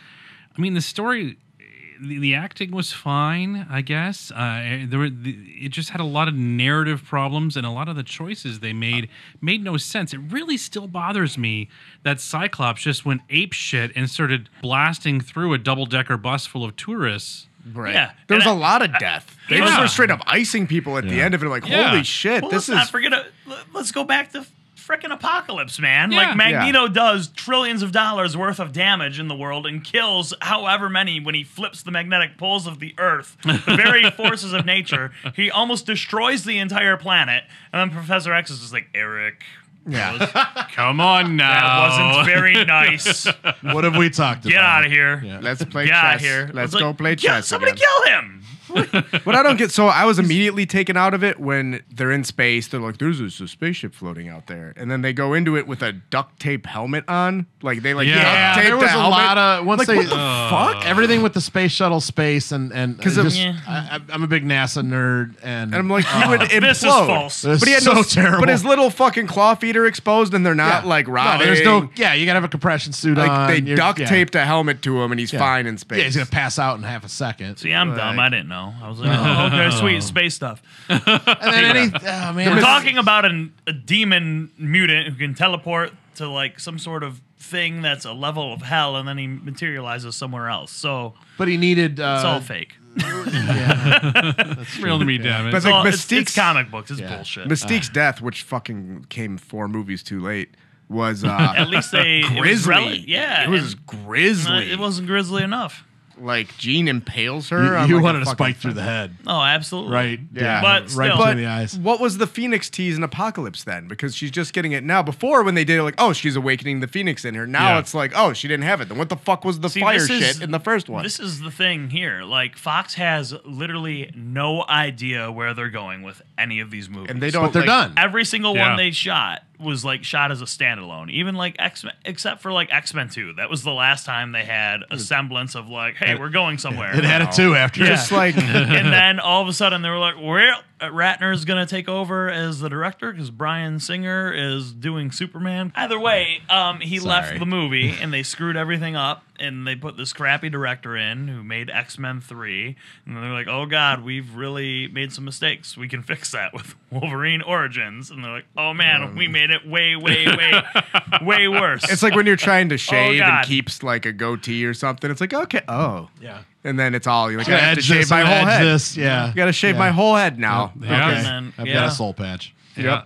S4: I mean, the story, eh, the, the acting was fine, I guess. Uh, eh, there were, the, it just had a lot of narrative problems, and a lot of the choices they made made no sense. It really still bothers me that Cyclops just went ape shit and started blasting through a double decker bus full of tourists.
S3: Right.
S2: Yeah.
S3: There was
S2: And
S3: a
S2: I-
S3: lot of death. They
S2: Yeah.
S3: just were straight up icing people at the end of it. Like,
S4: Yeah.
S3: holy shit,
S2: Well, let's
S3: this is
S2: not forget. it. L- Let's go back to frickin' apocalypse, man.
S4: Yeah.
S2: like Magneto does trillions of dollars worth of damage in the world and kills however many when he flips the magnetic poles of the Earth, the very forces of nature. He almost destroys the entire planet, and then Professor X is just like Eric. Yeah, that, was,
S4: Come on now.
S2: that wasn't very nice.
S1: what have we talked about?
S2: Get out of here.
S1: Yeah.
S3: Let's play
S2: Get out of
S3: chess.
S2: here.
S3: Let's
S2: I was
S3: go
S2: like,
S3: play
S2: "Kill-
S3: chess.
S2: Somebody
S3: again.
S2: kill him.
S3: What I don't get, so I was immediately taken out of it when they're in space. They're like, "There's this, this spaceship floating out there," and then they go into it with a duct tape helmet on. Like they like
S4: Yeah.
S3: duct tape
S1: Uh, there was a lot of once
S3: like
S1: they Uh,
S3: what the fuck.
S1: everything with the space shuttle space and and
S3: 'Cause
S1: it
S3: of-
S1: just-
S2: Yeah.
S1: I, I- I'm a big NASA nerd and,
S3: And I'm like, you would implode.
S2: This is false.
S1: This
S3: But he had
S1: is
S3: no,
S1: so terrible.
S3: But his little fucking claw feet are exposed, and they're
S1: Yeah.
S3: not like rotting.
S1: No, there's no. Yeah, you gotta have a compression suit on.
S3: Like they
S1: You're-
S3: duct
S1: yeah.
S3: taped a helmet to him, and he's
S1: Yeah.
S3: fine in space.
S1: Yeah, he's gonna pass out in half a second.
S2: See, I'm dumb.
S3: Like-
S2: I didn't know. I was like, oh, okay, sweet space stuff.
S1: and then any, oh, man,
S2: We're
S1: this-
S2: talking about an, a demon mutant who can teleport to like some sort of thing that's a level of hell, and then he materializes somewhere else. So
S1: But he needed. Uh,
S2: it's all fake.
S4: Real to me, damn it.
S3: But
S2: It's,
S3: like
S2: all, it's, it's
S3: Mystique's-
S2: comic books. It's
S1: Yeah.
S2: bullshit.
S3: Mystique's death, which fucking came four movies too late, was uh,
S2: At least they it was
S3: Grizzly.
S2: rel- yeah,
S3: it was
S2: and-
S3: Grizzly.
S2: uh, it wasn't grizzly enough.
S3: like Gene impales
S1: You,
S3: her. on,
S1: you
S3: like, a
S1: wanted a
S3: fucking-
S1: spike through the head,
S2: Oh, absolutely.
S1: right?
S3: Yeah.
S2: But
S1: right
S2: still-
S1: between
S3: But
S1: the eyes.
S3: what was the Phoenix tease in Apocalypse then? Because she's just getting it now. Before when they did it, like, oh, she's awakening the Phoenix in her. Now
S4: Yeah.
S3: it's like, oh, she didn't have it. Then what the fuck was the
S2: See,
S3: fire
S2: this
S3: shit
S2: is-
S3: in the first one?
S2: This is the thing here. Like Fox has literally no idea where they're going with any of these movies.
S3: and they don't.
S1: But they're
S3: like-
S1: done.
S2: Every single
S4: Yeah.
S2: one they shot was like shot as a standalone. Even like X Men, except for like X Men Two. That was the last time they had a semblance of like, hey, we're going somewhere.
S1: It had a two after.
S2: Yeah.
S3: Oh. Just like
S2: and then all of a sudden they were like, well, Ratner's going to take over as the director because Brian Singer is doing Superman. Either way, um, he left the movie and they screwed everything up and they put this crappy director in who made X Men 3. And then they're like, oh God, we've really made some mistakes. We can fix that with Wolverine Origins. And they're like, oh man, we made it way, way, way, way worse.
S3: Um. it's like when you're trying to shave and
S2: Oh, God.
S3: keeps like a goatee or something. It's like okay, oh,
S1: Yeah.
S3: and then it's all you're like, I
S1: Gotta
S3: have to
S1: edge this,
S3: shave my
S1: I'm gonna
S3: whole
S1: edge
S3: head.
S1: This. Yeah.
S3: You gotta shave
S1: Yeah.
S3: my whole head now.
S4: Yeah.
S1: Okay.
S4: And
S2: then-
S1: I've got
S2: yeah.
S1: a soul patch.
S4: yeah.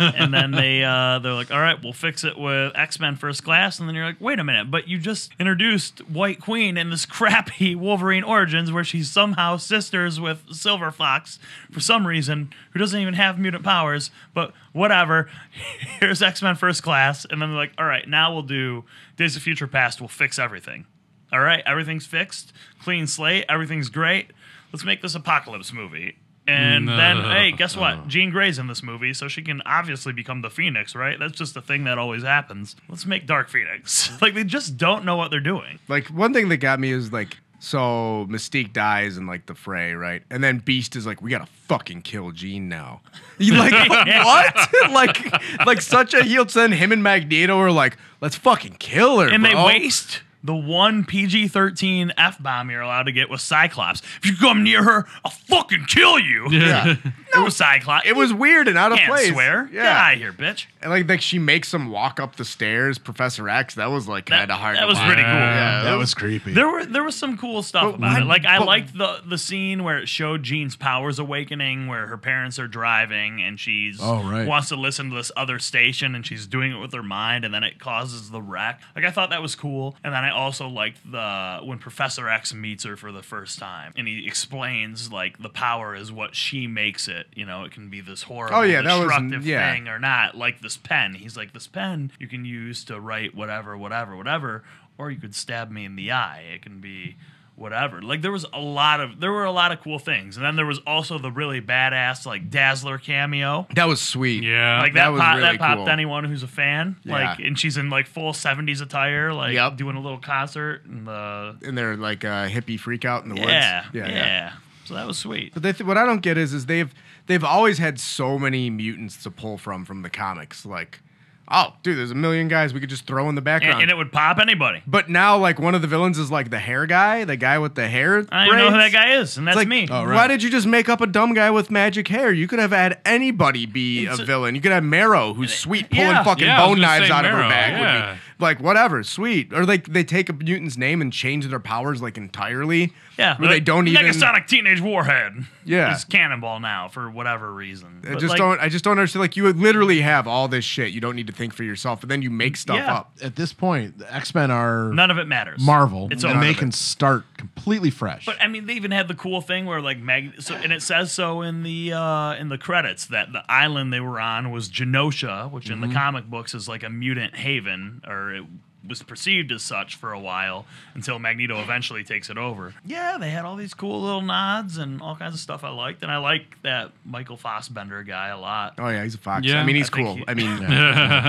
S2: and then they uh, they're like, all right, we'll fix it with X Men First Class, and then you're like, wait a minute, but you just introduced White Queen in this crappy Wolverine Origins where she's somehow sisters with Silver Fox for some reason, who doesn't even have mutant powers, but whatever. Here's X Men First Class, and then they're like, all right, now we'll do Days of Future Past, we'll fix everything. All right, everything's fixed, clean slate, everything's great. let's make this apocalypse movie. And then, hey, guess what? Jean Grey's in this movie, so she can obviously become the Phoenix, right? That's just a thing that always happens. Let's make Dark Phoenix. like they just don't know what they're doing.
S3: Like one thing that got me is like so Mystique dies in like the fray, right? And then Beast is like, we gotta fucking kill Jean now. You like what? like like such a heel. Then him and Magneto are like, let's fucking kill her.
S2: And
S3: bro.
S2: they waste the one PG 13 F bomb you're allowed to get with Cyclops. If you come near her, I'll fucking kill you.
S4: Yeah.
S2: No, Cyclops.
S3: It was weird and out of
S2: Can't
S3: place.
S2: swear.
S3: Yeah.
S2: Get out of here, bitch.
S3: And like, like she makes him walk up the stairs, Professor X. That was like
S2: That,
S3: kind of hard.
S2: that
S3: to
S2: was
S3: watch.
S2: pretty cool.
S4: Yeah.
S1: that was creepy.
S2: There were there was some cool stuff
S3: But
S2: about
S3: why-
S2: it. Like I
S3: but-
S2: liked the the scene where it showed Jean's powers awakening, where her parents are driving and she's
S1: Oh, right.
S2: wants to listen to this other station and she's doing it with her mind, and then it causes the wreck. Like I thought that was cool, and then I also liked the when Professor X meets her for the first time and he explains like the power is what she makes it. You know, it can be this horrible,
S3: Oh, yeah, that was-
S2: destructive
S3: yeah.
S2: thing or not. Like this pen, he's like this pen you can use to write whatever, whatever, whatever, or you could stab me in the eye. It can be whatever. Like there was a lot of there were a lot of cool things, and then there was also the really badass like Dazzler cameo.
S3: That was sweet.
S4: Yeah.
S2: Like
S3: that
S2: that,
S3: was
S2: pop,
S3: really
S2: that popped
S3: cool.
S2: anyone who's a fan. Like,
S3: Yeah.
S2: and she's in like full '70s attire, like
S3: Yep.
S2: doing a little concert in the
S3: And they're like a hippie freak out in the woods.
S2: yeah, yeah, So that was sweet.
S3: But they th- what I don't get is is they've they've always had so many mutants to pull from from the comics. Like, oh, dude, there's a million guys we could just throw in the
S2: And,
S3: background.
S2: and it would pop anybody.
S3: but now, like, one of the villains is like the hair guy, the guy with the hair.
S2: I don't even know who that
S3: braids.
S2: guy is, and that's
S3: It's like,
S2: me.
S1: Oh, right.
S3: Why did you just make up a dumb guy with magic hair? You could have had anybody be
S2: It's
S3: a
S2: a-
S3: villain. You could have Marrow, who's sweet, pulling
S2: Yeah.
S3: fucking
S4: Yeah, I was
S3: bone
S4: gonna
S3: knives
S4: say
S3: out of her
S4: Marrow,
S3: back. would be-
S4: yeah.
S3: like whatever, sweet. Or like they take a mutant's name and change their powers like entirely.
S2: Yeah,
S3: where they
S2: like,
S3: don't even.
S2: Negasonic Teenage Warhead.
S3: Yeah.
S2: it's Cannonball now for whatever reason.
S3: I
S2: But,
S3: just
S2: like,
S3: don't. I just don't understand. Like you would literally have all this shit. You don't need to think for yourself, and then you make stuff
S2: Yeah.
S3: up.
S1: At this point, the X Men are
S2: None of it matters.
S1: Marvel,
S2: It's
S1: and
S2: over.
S1: they can start completely fresh.
S2: But I mean, they even had the cool thing where like Mag, so, and it says so in the uh, in the credits that the island they were on was Genosha, which
S3: Mm-hmm.
S2: in the comic books is like a mutant haven, or it was perceived as such for a while until Magneto eventually takes it over. Yeah, they had all these cool little nods and all kinds of stuff I liked, and I like that Michael Fassbender guy a lot.
S3: Oh yeah, he's a fox.
S4: Yeah.
S3: I mean, he's
S2: I think
S3: cool.
S2: he-
S3: I mean,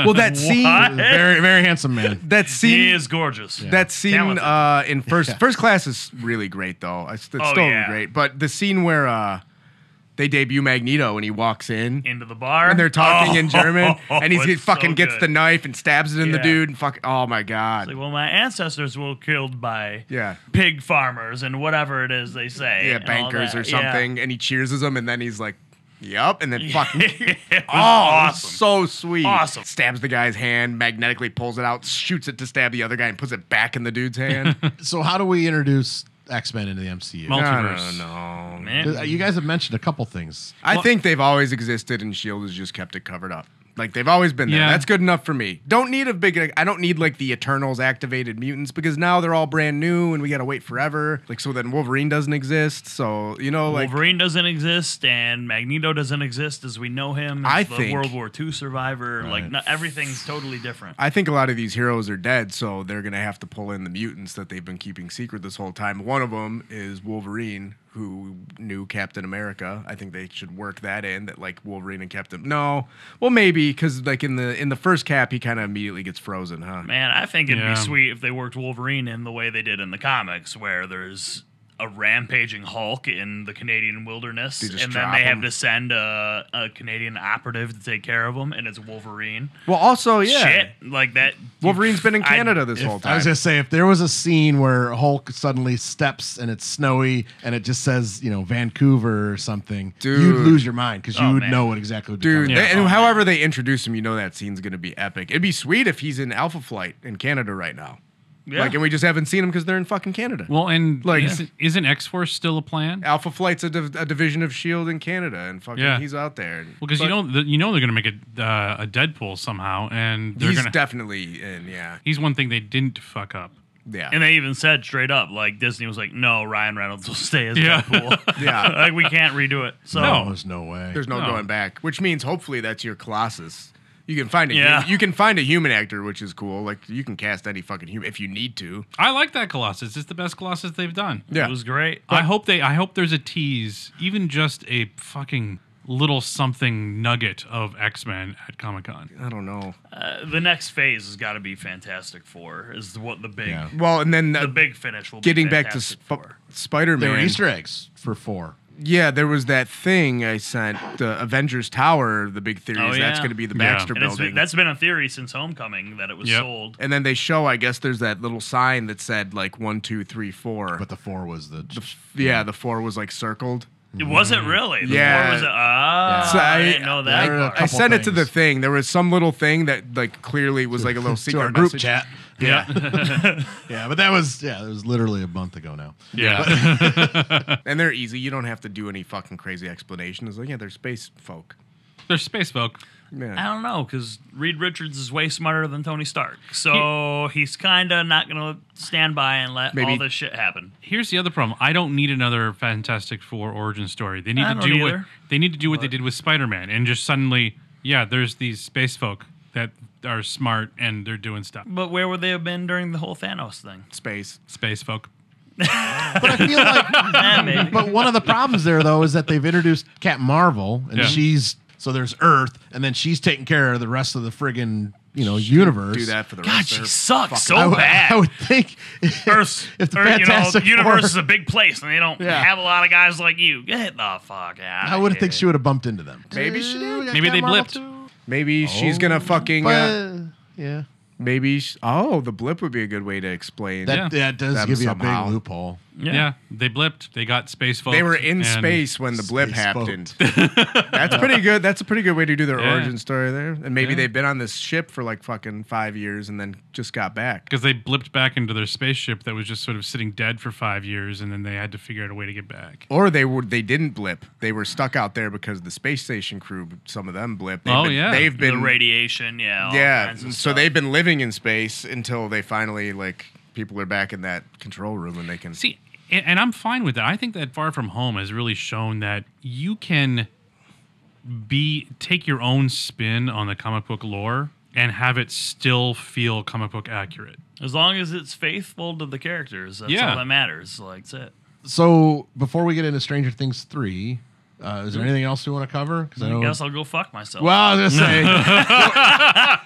S3: well, that scene,
S2: What?
S1: very, very handsome man.
S3: that
S2: He
S3: scene,
S2: is gorgeous.
S3: that scene
S2: Talented.
S3: uh, in first
S1: Yeah.
S3: first class is really great though. It's, it's
S2: Oh,
S3: still
S2: yeah.
S3: great, but the scene where uh, they debut Magneto and he walks in.
S2: into the bar
S3: and they're talking in
S2: Oh,
S3: German, and he's, he
S2: it's so
S3: fucking gets
S2: good.
S3: the knife and stabs it in the
S2: Yeah.
S3: dude, and fuck, oh my god,
S2: Like, well, my ancestors were killed by
S3: Yeah.
S2: pig farmers and whatever it is they say.
S3: yeah,
S2: and all
S3: bankers
S2: that.
S3: or
S2: Yeah.
S3: something, and he cheers him, and then he's like, yup, and then fucking
S2: it was
S3: Oh,
S2: awesome.
S3: so sweet.
S2: Awesome.
S3: Stabs the guy's hand, magnetically pulls it out, shoots it to stab the other guy, and puts it back in the dude's hand.
S1: So how do we introduce X Men into the MCU?
S4: Mul-
S3: I don't
S4: Multiverse.
S3: know.
S2: Man.
S1: Uh, You guys have mentioned a couple things.
S3: I think they've always existed, and Shield E has just kept it covered up. Like they've always been there.
S4: Yeah.
S3: That's good enough for me. Don't need a big. I don't need like the Eternals activated mutants because now they're all brand new, and we gotta wait forever. Like so, then Wolverine doesn't exist. So you know, like
S2: Wolverine doesn't exist, and Magneto doesn't exist as we know him.
S3: I
S2: as the
S3: think-
S2: World War II survivor. Like no, everything's totally different.
S3: I think a lot of these heroes are dead, so they're gonna have to pull in the mutants that they've been keeping secret this whole time. One of them is Wolverine, who knew Captain America. I think they should work that in that like Wolverine and Captain. No, well maybe because like in the in the first Cap, he kind of immediately gets frozen, huh?
S2: Man, I think it'd
S4: Yeah.
S2: be sweet if they worked Wolverine in the way they did in the comics, where there's a rampaging Hulk in the Canadian wilderness,
S3: They just
S2: and then
S3: drop
S2: they
S3: him.
S2: have to send a, a Canadian operative to take care of him, and it's Wolverine.
S3: Well, also yeah,
S2: Shit, like that.
S3: Wolverine's been in
S2: I-
S3: Canada this
S1: If-
S3: whole time.
S1: I was gonna say if there was a scene where Hulk suddenly steps and it's snowy and it just says you know Vancouver or something, you'd
S3: Dude.
S1: lose your mind because you
S2: Oh,
S1: would
S2: man.
S1: know what exactly. Would be
S3: Dude,
S1: coming.
S3: they- and however they introduce him, you know that scene's gonna be epic. It'd be sweet if he's in Alpha Flight in Canada right now.
S2: Yeah.
S3: Like, and we just haven't seen him because they're in fucking Canada.
S4: Well, and
S3: Like-
S4: isn't, isn't X Force still a plan?
S3: Alpha Flight's a, div- a division of Shield E in Canada, and fucking
S4: Yeah.
S3: he's out there.
S4: Well, because you know th- you know they're going to make a uh, a Deadpool somehow, and they're
S3: he's
S4: going to.
S3: definitely in. Yeah,
S4: he's one thing they didn't fuck up.
S3: yeah.
S2: And they even said straight up, like Disney was like, "No, Ryan Reynolds will stay as
S4: Yeah.
S2: Deadpool.
S3: Yeah.
S2: like we can't redo it." So
S1: no, Oh. there's no way.
S3: There's no,
S4: No.
S3: going back, which means hopefully that's your Colossus. You can find a
S2: Yeah.
S3: hu- you can find a human actor, which is cool. Like you can cast any fucking human if you need to.
S4: I like that Colossus. It's the best Colossus they've done.
S3: Yeah.
S2: It was great.
S4: I hope they. I hope there's a tease, even just a fucking little something nugget of X Men at Comic Con.
S3: I don't know.
S2: Uh, the next phase has got to be Fantastic Four. Is what the big
S1: Yeah.
S3: Well, and then uh,
S2: the big finish will.
S3: getting
S2: be
S3: back to
S2: Fantastic Four.
S3: Spider
S1: There were
S3: Man.
S1: Easter eggs for four.
S3: Yeah, there was that thing I sent, the Avengers Tower. The big theory
S2: Oh,
S3: is
S2: yeah.
S3: that's going to be the
S4: Yeah.
S3: Baxter
S2: And it's
S3: Building.
S2: been, that's been a theory since Homecoming that it was
S4: Yep.
S2: sold.
S3: and then they show, I guess, there's that little sign that said like one, two, three, four.
S1: But the four was the.
S3: yeah, the four was like circled.
S2: It wasn't really. The
S3: Yeah.
S2: Four was, ah,
S1: Yeah.
S3: So
S2: I,
S3: I-
S2: didn't know that.
S1: There were a
S2: part.
S3: I
S1: couple
S3: sent it to the
S1: things.
S3: thing. There was some little thing that like clearly was like a little
S1: to
S3: secret
S1: our group
S3: message.
S1: chat.
S3: Yeah.
S1: Yeah, but that was yeah, it was literally a month ago now.
S4: Yeah,
S3: and they're easy. You don't have to do any fucking crazy explanation. It's like, yeah, they're space folk.
S4: they're space folk.
S2: I
S3: Yeah.
S2: don't know because Reed Richards is way smarter than Tony Stark, so he's kind of not gonna stand by and let
S3: Maybe-
S2: all this shit happen.
S4: Here's the other problem. I don't need another Fantastic Four origin story. They need
S2: I
S4: to
S2: don't
S4: do what
S2: either.
S4: they need to do what they did with Spider Man, and just suddenly, yeah, there's these space folk that are smart and they're doing stuff.
S2: But where would they have been during the whole Thanos thing?
S3: Space.
S4: Space folk.
S1: But I feel like
S2: Eh, maybe.
S1: but one of the problems there though is that they've introduced Captain Marvel and
S4: Yeah.
S1: she's so there's Earth and then she's taking care of the rest of the friggin' you know universe.
S3: Do that for the
S2: God,
S3: rest
S2: she
S3: of
S2: sucks so
S1: I would-
S2: bad.
S1: I would think if,
S2: Earth,
S1: if the
S2: Earth, you know,
S1: Fantastic
S2: universe
S1: Four-
S2: is a big place, and they don't
S1: Yeah.
S2: have a lot of guys like you. Get the fuck out!
S1: I would have think she would have bumped into them.
S3: Maybe she did.
S4: Maybe they blipped.
S3: Maybe she's gonna fucking.
S1: Oh. But
S3: Uh,
S1: yeah,
S3: maybe. Sh- oh, the blip would be a good way to explain.
S1: that
S4: Yeah.
S1: that does
S3: Them
S1: give you a
S3: somehow.
S1: big loophole.
S4: Yeah. they blipped. They got space folk.
S3: they were in
S4: and-
S3: space when the blip
S1: space
S3: happened. That's pretty good. That's a pretty good way to do their
S4: Yeah.
S3: origin story there. And maybe
S4: Yeah.
S3: they've been on this ship for like fucking five years and then just got back.
S4: because they blipped back into their spaceship that was just sort of sitting dead for five years, and then they had to figure out a way to get back.
S3: Or they were they didn't blip. They were stuck out there because the space station crew, some of them blip. They've
S4: Oh,
S3: been,
S4: yeah.
S3: they've
S2: the
S3: been
S2: radiation, yeah, all
S3: yeah.
S2: kinds of
S3: So
S2: stuff.
S3: they've been living in space until they finally like people are back in that control room and they can
S4: See, and, and I'm fine with that. I think that Far From Home has really shown that you can be take your own spin on the comic book lore and have it still feel comic book accurate.
S2: as long as it's faithful to the characters, that's
S4: Yeah.
S2: all that matters. Like that's it.
S1: So before we get into Stranger Things three, uh, is there anything else we want to cover? Because
S2: I guess I'll go fuck myself.
S1: Well, I was gonna say,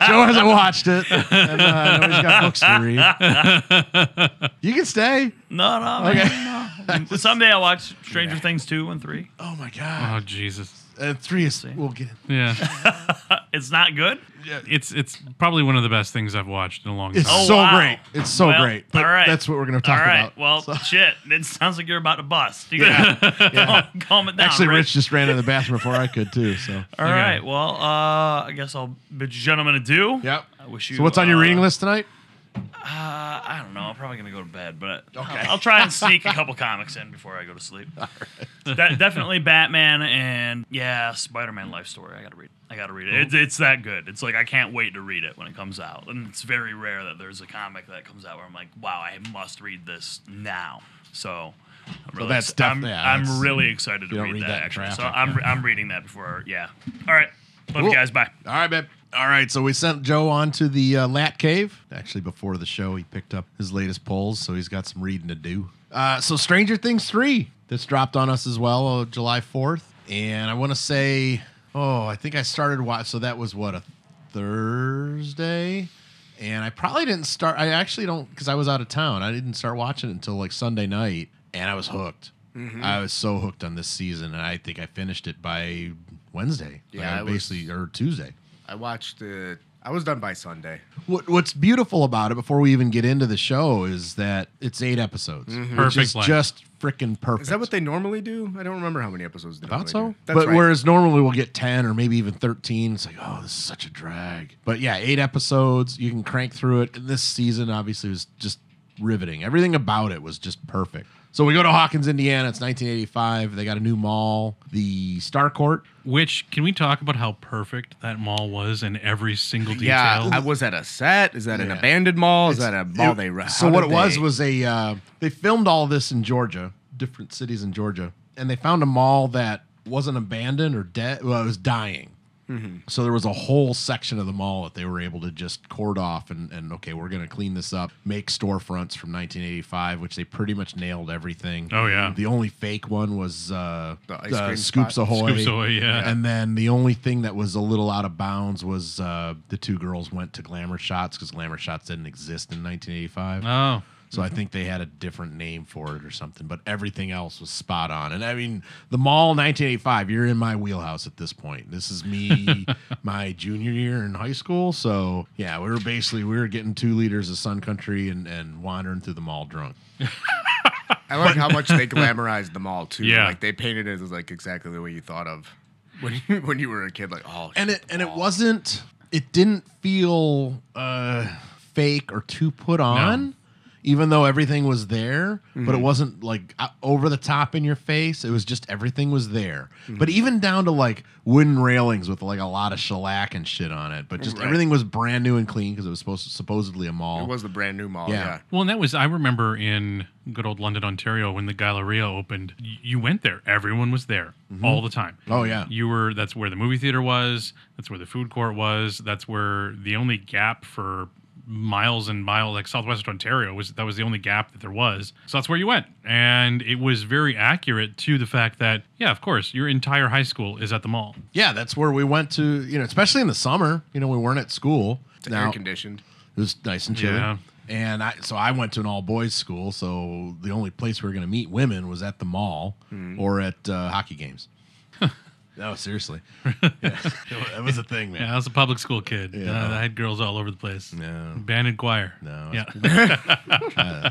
S1: Joe, Joe hasn't watched it, and uh, I know he's got books to read. You can stay.
S2: no, no,
S1: Okay.
S2: man, no. Someday I'll watch Stranger Things two and three.
S1: Oh my god,
S4: Oh Jesus!
S1: uh, three is we'll get. It.
S4: Yeah,
S2: It's not good.
S4: it's it's probably one of the best things I've watched in a long time.
S1: It's
S2: Oh,
S1: so
S2: wow.
S1: great. It's so
S2: Well,
S1: great. But
S2: all right.
S1: that's what we're gonna talk
S2: All right,
S1: about.
S2: well,
S1: So-
S2: shit. It sounds like you're about to bust. You gotta calm it down.
S1: actually, Rich just ran in the bathroom before I could too. So
S2: All
S4: Okay.
S2: right. Well, uh, I guess I'll bid you gentlemen adieu.
S1: yep.
S2: I wish you.
S1: So what's on your
S2: uh,
S1: reading list tonight?
S2: Uh, I don't know. I'm probably gonna go to bed, but
S1: Okay.
S2: I'll, I'll try and sneak a couple comics in before I go to sleep. De- definitely Batman and yeah, Spider-Man life story. I gotta read. I gotta read it. It's, it's that good. It's like I can't wait to read it when it comes out. And it's very rare that there's a comic that comes out where I'm like, wow, I must read this now. So. I'm really,
S1: that's
S2: ex-
S1: def-
S2: I'm,
S1: yeah,
S2: I'm
S1: that's-
S2: really excited to
S1: you don't
S2: read,
S1: read
S2: that,
S1: that in
S2: actually.
S1: draft,
S2: So I'm, I'm reading that before. Yeah. All right. Love
S1: Cool.
S2: you guys. Bye.
S1: All right, babe. All right, so we sent Joe on to the uh, Lat Cave. Actually, before the show, he picked up his latest polls, so he's got some reading to do. Uh, so, Stranger Things 3, this dropped on us as well, uh, July 4th. And I want to say, oh, I think I started watch. So, that was what, a Thursday? And I probably didn't start. I actually don't, because I was out of town. I didn't start watching it until like Sunday night, and I was hooked. I was so hooked on this season, and I think I finished it by Wednesday. Like,
S3: Yeah,
S1: I
S3: I was-
S1: basically, or Tuesday.
S3: I watched it I was done by Sunday.
S1: What, what's beautiful about it before we even get into the show is that it's eight episodes, which
S4: Perfect
S1: is
S4: length.
S1: just freaking perfect.
S3: Mm-hmm. Is that what they normally do? I don't remember how many episodes they
S1: thought so?
S3: normally do. That's
S1: But
S3: right.
S1: whereas normally we'll get ten or maybe even thirteen, it's like oh, this is such a drag. But yeah, eight episodes, you can crank through it. And this season obviously was just riveting. Everything about it was just perfect. So we go to Hawkins, Indiana. It's 1985. They got a new mall, the Star Court.
S4: Which can we talk about how perfect that mall was in every single detail?
S3: Yeah, I was at a set. Is that an
S1: Yeah.
S3: abandoned mall? Is
S1: It's-
S3: that a mall
S1: it-
S3: they run?
S1: So what it was was a uh, they filmed all this in Georgia, different cities in Georgia, and they found a mall that wasn't abandoned or dead. Well, it was dying.
S3: Mm-hmm.
S1: So there was a whole section of the mall that they were able to just cord off and, and okay, we're going to clean this up, make storefronts from 1985, which they pretty much nailed everything.
S4: Oh, yeah.
S1: The only fake one was uh,
S3: The ice
S1: uh,
S3: cream
S1: Scoops
S3: spot.
S1: Ahoy.
S4: Scoops Ahoy, yeah.
S1: And then the only thing that was a little out of bounds was uh, the two girls went to Glamour Shots because Glamour Shots didn't exist in 1985.
S4: Oh,
S1: So I think they had a different name for it or something, but everything else was spot on. And I mean, the mall 1985, you're in my wheelhouse at this point. This is me my junior year in high school, so yeah, we were basically we were getting 2 liters of Sun Country and and wandering through the mall drunk.
S3: I like how much they glamorized the mall too.
S4: Yeah.
S3: like they painted it as like exactly the way you thought of when you, when you were a kid. Like oh,
S1: And
S3: shit,
S1: it
S3: the
S1: and it
S3: mall.
S1: wasn't it didn't feel uh fake or too put on. Even though everything was there, but
S3: Mm-hmm.
S1: it wasn't like o- over the top in your face. It was just everything was there.
S3: Mm-hmm.
S1: But even down to like wooden railings with like a lot of shellac and shit on it. But just
S3: Right.
S1: everything was brand new and clean because it was supposed supposedly a mall.
S3: It was the brand new mall.
S1: Yeah.
S3: Yeah,
S4: Well, and that was I remember in good old London, Ontario, when the Galleria opened. y- You went there; everyone was there all the time.
S1: Oh, yeah.
S4: you were. That's where the movie theater was. That's where the food court was. That's where the only gap for miles and miles, like Southwestern Ontario, was that was the only gap that there was. So that's where you went, and it was very accurate to the fact that yeah, of course, your entire high school is at the mall.
S1: yeah, that's where we went to. You know, especially in the summer. You know, we weren't at school.
S3: it's air conditioned.
S1: It was nice and chilly.
S4: Yeah.
S1: And I, so I went to an all boys school. So the only place we were going to meet women was at the mall
S3: Hmm.
S1: or at uh, hockey games. no, seriously. Yeah. That was a thing, man.
S4: Yeah, I was a public school kid.
S1: Yeah.
S4: Uh, I had girls all over the place.
S1: No.
S4: Banded choir.
S1: No.
S4: Yeah.
S1: Yeah.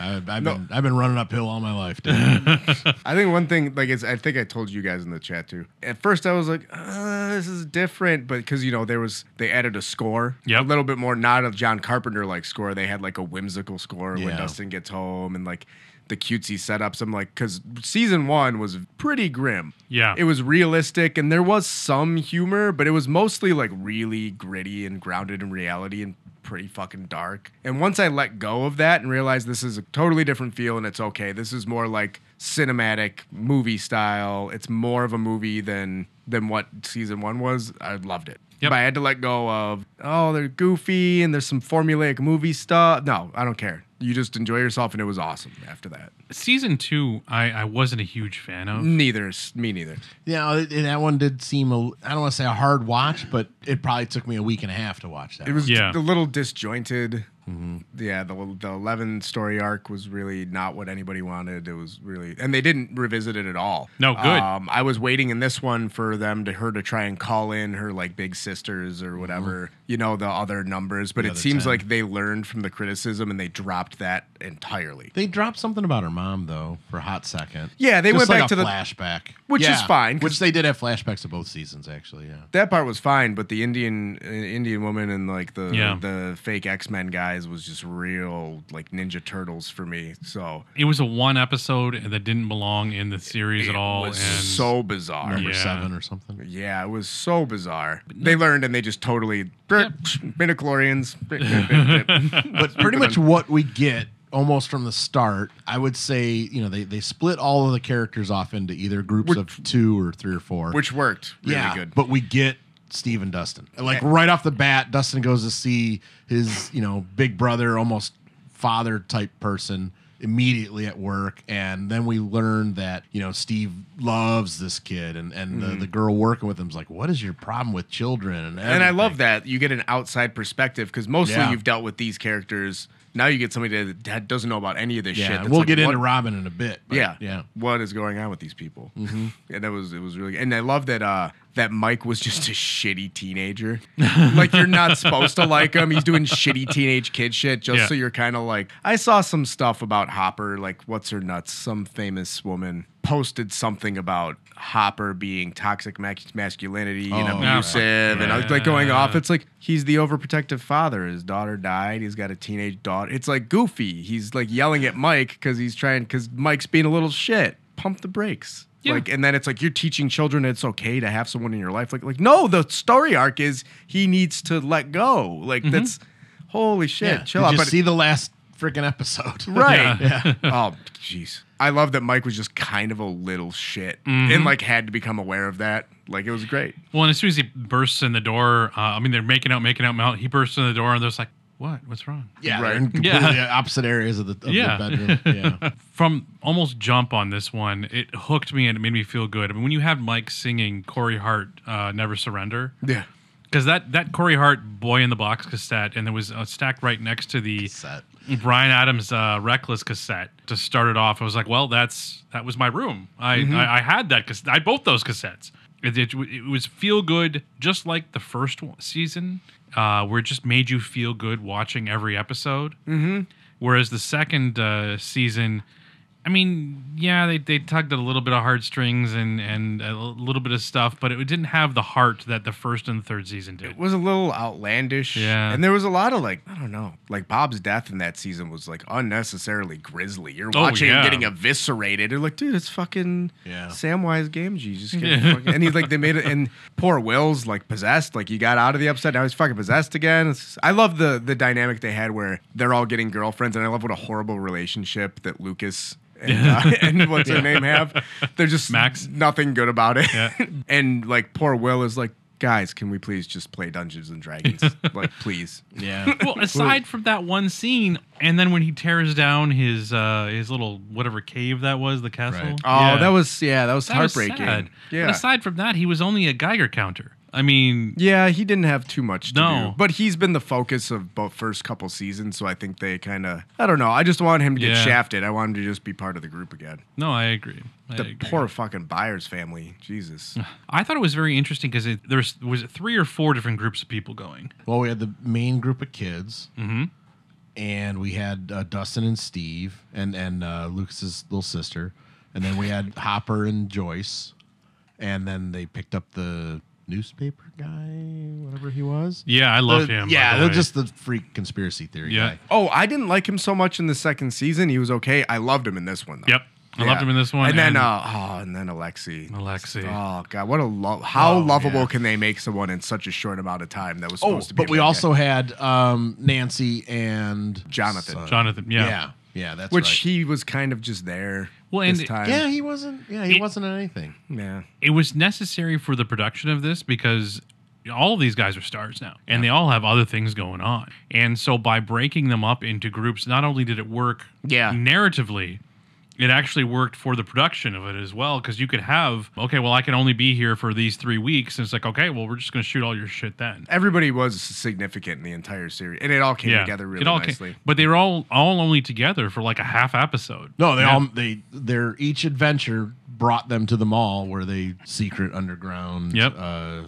S1: I, I've, been, I've been running uphill all my life. Dude.
S3: I think one thing, like, it's, I think I told you guys in the chat too. At first, I was like, uh, this is different, but because you know there was they added a score,
S4: Yep.
S3: a little bit more, not a John Carpenter like score. They had like a whimsical score
S1: Yeah.
S3: when Dustin gets home and like the cutesy setups. I'm like, because season one was pretty grim.
S4: Yeah.
S3: it was realistic and there was some humor, but it was mostly like really gritty and grounded in reality and pretty fucking dark. And once I let go of that and realized this is a totally different feel and it's okay. This is more like cinematic movie style. It's more of a movie than than what season 1 was. I loved it.
S4: Yep.
S3: But I had to let go of oh, they're goofy and there's some formulaic movie stuff. No, I don't care. You just enjoy yourself and it was awesome after that.
S4: season two I, I wasn't a huge fan of
S3: Neither is me neither.
S1: yeah, it- it- that one did seem, a, I don't want to say a hard watch, but it probably took me a week and a half to watch that.
S3: It was
S4: Yeah.
S3: a little disjointed. Yeah, the the eleven story arc was really not what anybody wanted. It was really, and they didn't revisit it at all.
S4: No, good.
S3: Um, I was waiting in this one for them to her to try and call in her like big sisters or whatever, you know, the other numbers. But it
S1: other
S3: seems
S1: 10.
S3: like they learned from the criticism and they dropped that entirely.
S1: they dropped something about her mom, though, for a hot second.
S3: Yeah, they
S1: Just
S3: went
S1: like
S3: back
S1: a
S3: to the-
S1: flashback.
S3: Which is
S1: Yeah,
S3: fine, 'cause-
S1: Which they did have flashbacks of both seasons, actually. Yeah.
S3: That part was fine, but the Indian uh, Indian woman and like the
S4: Yeah.
S3: the fake X Men guys was just real like Ninja Turtles for me. So
S4: it was a one episode that didn't belong in the series at all
S3: was
S4: and
S3: so bizarre.
S1: Number
S4: Yeah.
S1: seven or something.
S3: Yeah, it was so bizarre. They learned and they just totally midichlorians.
S1: but pretty much what we get almost from the start, I would say, you know, they, they split all of the characters off into either groups of two or three or four.
S3: which worked really
S1: yeah,
S3: good.
S1: but we get Steve and Dustin. Like right off the bat, Dustin goes to see his, you know, big brother, almost father type person immediately at work. And then we learn that, you know, Steve loves this kid and, and
S3: Mm-hmm.
S1: the, the girl working with him's like, what is your problem with children? And,
S3: and I
S1: everything.
S3: love that you get an outside perspective because mostly
S1: Yeah.
S3: you've dealt with these characters. Now you get somebody that- that doesn't know about any of this
S1: Yeah,
S3: shit.
S1: and
S3: that's
S1: we'll
S3: like,
S1: get
S3: what-
S1: into Robin in a bit. but
S3: yeah,
S1: Yeah.
S3: What is going on with these people? And that was it was really. And I love that uh that Mike was just a shitty teenager. like you're not supposed to like him. He's doing shitty teenage kid shit just
S4: Yeah.
S3: so you're kind of like. I saw some stuff about Hopper. Like what's her nuts? Some famous woman posted something about Hopper being toxic ma- masculinity and
S1: Oh,
S3: abusive and I was, like going
S4: yeah.
S3: off.
S1: Uh.
S3: It's like he's the overprotective father. His daughter died. He's got a teenage daughter. It's like goofy. He's like yelling at Mike because he's trying because Mike's being a little shit. Pump the brakes.
S4: Yeah.
S3: Like and then it's like you're teaching children it's okay to have someone in your life. Like like no, the story arc is he needs to let go. Like that's holy shit.
S1: Mm-hmm. Yeah.
S3: Chill
S1: Did
S3: out.
S1: you
S3: But
S1: see the last freaking episode?
S3: right.
S1: yeah.
S3: oh jeez. I love that Mike was just kind of a little shit
S1: Mm-hmm.
S3: and like had to become aware of that. Like it was great.
S4: Well, and as soon as he bursts in the door, uh, I mean, they're making out, making out, making out. He bursts in the door, and they're just like, "What? What's wrong?"
S1: Yeah,
S3: Right.
S1: right. in completely opposite areas of the, of
S4: Yeah.
S1: the bedroom. Yeah.
S4: From almost jump on this one, it hooked me and it made me feel good. I mean, when you have Mike singing Corey Hart, uh, "Never Surrender,"
S3: Yeah.
S4: because that that Corey Hart "Boy in the Box" cassette, and there was a stack right next to the
S1: Set.
S4: Brian Adams uh, "Reckless" cassette to start it off. I was like, "Well, that's that was my room. I I, I had that cassette. I had both those cassettes. It, it, it was feel good, just like the first one- season, uh, where it just made you feel good watching every episode. Mm-hmm. Whereas the second uh, season. I mean, yeah, they, they tugged at a little bit of heartstrings and, and a little bit of stuff, but it didn't have the heart that the first and third season did.
S3: was a little outlandish.
S4: Yeah.
S3: And there was a lot of like, I don't know, like Bob's death in that season was like unnecessarily grisly. You're
S4: Oh,
S3: watching
S4: yeah.
S3: him getting eviscerated. You're like, dude, it's fucking
S1: Yeah.
S3: Samwise Gamgee. You Just getting
S4: Yeah.
S3: fucking, and he's like, they made it, and poor Will's like possessed. Like he got out of the upset. Now he's fucking possessed again. It's- I love the the dynamic they had where they're all getting girlfriends, and I love what a horrible relationship that Lucas. And, uh, and what's her name have? They're just
S4: Max?
S3: nothing good about it.
S4: Yeah.
S3: and like poor Will is like, guys, can we please just play Dungeons and Dragons? like, please.
S1: Yeah.
S4: well, aside from that one scene, and then when he tears down his uh, his little whatever cave that was, the castle.
S1: Right.
S3: Oh, that was yeah, that was
S4: That was
S3: heartbreaking.
S4: sad. But
S3: Yeah.
S4: aside from that, he was only a Geiger counter. I mean,
S3: yeah, he didn't have too much to
S4: No.
S3: do. But he's been the focus of both first couple seasons, so I think they kind of I don't know. I just want him to get
S4: Yeah.
S3: shafted. I want him to just be part of the group again.
S4: no, I agree. I
S3: The
S4: agree.
S3: poor fucking buyers family. Jesus.
S4: I thought it was very interesting because there was was it three or four different groups of people going.
S1: Well, we had the main group of kids, and we had uh, Dustin and Steve, and and uh, Lucas's little sister, and then we had Hopper and Joyce, and then they picked up the newspaper guy, whatever he was.
S4: Yeah, I love
S3: Uh,
S1: The-
S4: him. by
S1: Yeah,
S4: the
S1: they're
S4: way.
S1: just the freak conspiracy theory
S4: Yeah.
S1: guy.
S3: Oh, I didn't like him so much in the second season. He was okay. I loved him in this one though.
S4: Yep, I loved
S3: Yeah.
S4: him in this one.
S3: And, then uh, oh, and then Alexi.
S4: Alexi.
S3: Oh god, what a lo- how
S1: Oh,
S3: lovable
S1: yeah.
S3: can they make someone in such a short amount of time? That was
S1: Oh,
S3: supposed to be.
S1: but we
S3: like
S1: also had um, Nancy and
S3: Jonathan.
S1: Son.
S4: Jonathan. Yeah.
S1: Yeah, yeah, that's
S3: a- which
S1: right.
S3: he was kind of just there.
S4: Well,
S3: Well,
S4: and
S3: this
S4: it-
S3: time.
S1: yeah, he wasn't. Yeah, he
S4: It-
S1: wasn't in anything.
S3: yeah.
S4: it was necessary for the production of this because all of these guys are stars now and they all have other things going on. And so by breaking them up into groups, not only did it work
S3: Yeah.
S4: narratively, it actually worked for the production of it as well because you could have, okay, well, I can only be here for these three weeks. And it's like, okay, well, we're just going to shoot all your shit then.
S3: Everybody was significant in the entire series, and it all came together really
S4: it all came-
S3: nicely.
S4: but they were all, all only together for like a half episode.
S1: No, they
S4: Yeah.
S1: all they their each adventure brought them to the mall where they secret underground
S4: Yep.
S1: uh,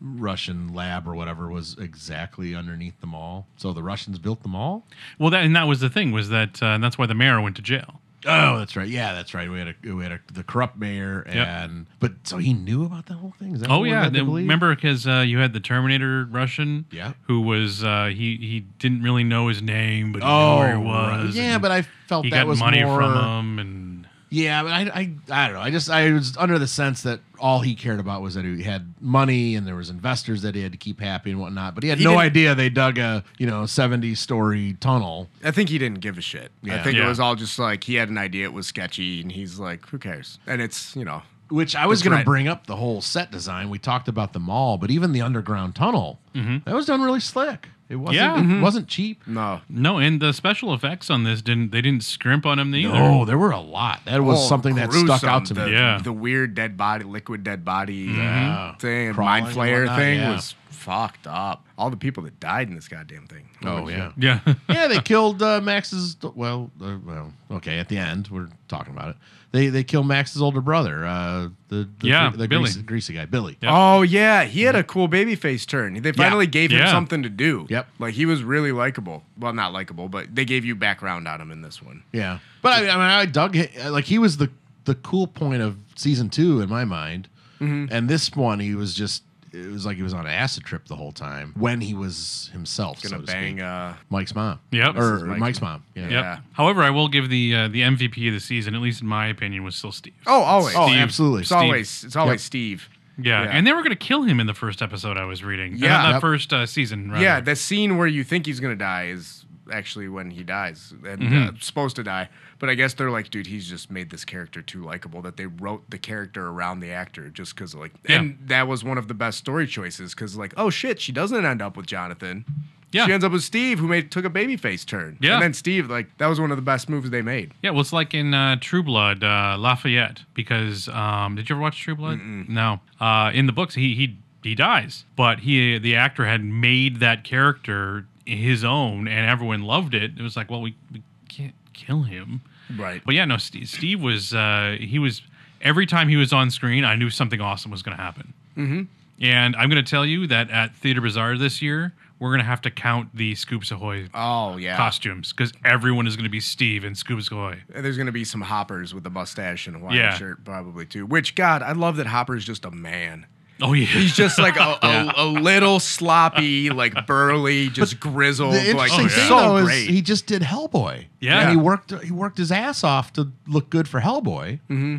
S1: Russian lab or whatever was exactly underneath the mall. So the Russians built the mall.
S4: Well, that and that was the thing was that, uh, and that's why the mayor went to jail.
S1: Oh, that's right. Yeah, that's right. We had a we had a, the corrupt mayor
S4: Yep.
S1: and but so he knew about that whole thing. Is that
S4: Oh
S1: what
S4: yeah,
S1: led to
S4: they,
S1: believe?
S4: remember because uh, you had the Terminator Russian,
S1: Yeah.
S4: who was uh, he? He didn't really know his name, but he
S1: Oh,
S4: knew where he was.
S1: right. yeah,
S4: and
S1: but I felt
S4: he
S1: that
S4: got
S1: was
S4: money
S1: more.
S4: from him, and
S1: Yeah, but I, I, I don't know. I just, I was under the sense that all he cared about was that he had money and there was investors that he had to keep happy and whatnot. But he had
S3: He
S1: no
S3: didn't-
S1: idea they dug a, you know, seventy story tunnel.
S3: I think he didn't give a shit. I
S1: Yeah.
S3: think
S4: Yeah.
S3: it was all just like he had an idea, it was sketchy, and he's like, "Who cares?" And it's you know,
S1: Which I was
S3: That's
S1: going
S3: right.
S1: to bring up the whole set design. We talked about the mall, but even the underground tunnel
S3: Mm-hmm.
S1: that was done really slick. It wasn't,
S4: Yeah.
S1: it wasn't cheap.
S3: no,
S4: no, and the special effects on this didn't they didn't scrimp on him either.
S1: Oh, there were a lot. That was
S3: Oh,
S1: something that stuck
S3: gruesome.
S1: out to me.
S3: The,
S4: Yeah. Mm-hmm.
S3: the weird dead body, liquid dead body uh,
S1: Yeah.
S3: thing,
S1: Crawling
S3: mind
S1: and
S3: flayer
S1: whatnot,
S3: thing
S1: yeah.
S3: was fucked up. All the people that died in this goddamn thing.
S1: Oh yeah.
S4: yeah,
S1: yeah, they killed uh, Max's. Well, uh, well, okay. At the end, we're talking about it. They they kill Max's older brother, uh, the, the
S4: Yeah,
S1: the
S4: Billy.
S1: greasy, greasy guy, Billy.
S4: Yep.
S3: Oh yeah, he
S1: Mm-hmm.
S3: had a cool baby face turn. They finally gave him
S4: Yeah.
S3: something to do.
S1: Yep.
S3: Like he was really likable. Well, not likable, but they gave you background on him in this one.
S1: Yeah, but I, I mean, I dug hi- like he was the the cool point of season two in my mind,
S4: Mm-hmm.
S1: and this one he was just it was like he was on an acid trip the whole time when he was himself.
S3: Gonna
S1: so to
S3: bang
S1: speak.
S3: uh
S1: Mike's mom.
S4: Yep.
S1: or
S3: Mrs. Mike's
S1: Mike's, mom. Yeah.
S4: Yep.
S3: Yeah.
S4: However, I will give the uh, the MVP of the season, at least in my opinion, was still Steve.
S3: Oh always.
S1: Oh,
S4: Steve-
S1: absolutely.
S3: it's
S4: Steve.
S3: always it's always
S1: Yep.
S3: Steve.
S4: yeah.
S3: yeah.
S4: and they were going to kill him in the first episode I was reading.
S3: Yeah.
S4: that
S1: Yep.
S4: first uh, season. Rather.
S3: Yeah, the scene where you think he's gonna die is actually when he dies and
S4: Mm-hmm.
S3: uh, supposed to die. But I guess they're like, dude, he's just made this character too likable that they wrote the character around the actor just because like,
S4: Yeah.
S3: and that was one of the best story choices because like, oh shit, she doesn't end up with Jonathan.
S4: Yeah.
S3: She ends up with Steve, who made took a babyface turn.
S4: Yeah.
S3: And then Steve, like, that was one of the best moves they made.
S4: Yeah, well, it's like in uh, True Blood, uh, Lafayette, because um, did you ever watch True Blood? No. Uh, in the books, he he he dies, but he the actor had made that character his own, and everyone loved it. It was like, well, we, we can't kill him,
S3: Right.
S4: but yeah, no, Steve, Steve was uh, he was every time he was on screen, I knew something awesome was going to happen. Mm-hmm. And I'm going to tell you that at Theater Bazaar this year, we're going to have to count the Scoops Ahoy
S3: Oh yeah.
S4: costumes because everyone is going to be Steve and Scoops Ahoy.
S3: And There's gonna be some hoppers with a mustache and a Hawaiian
S4: Yeah.
S3: shirt, probably too. Which God, I love that Hopper's just a man.
S4: Oh yeah,
S3: He's just like a, a, a little sloppy, like burly, just grizzled,
S1: The
S3: like
S1: interesting thing
S3: so
S1: though
S3: great.
S1: is he just did Hellboy.
S4: Yeah.
S1: and he worked he worked his ass off to look good for Hellboy.
S4: Mm-hmm.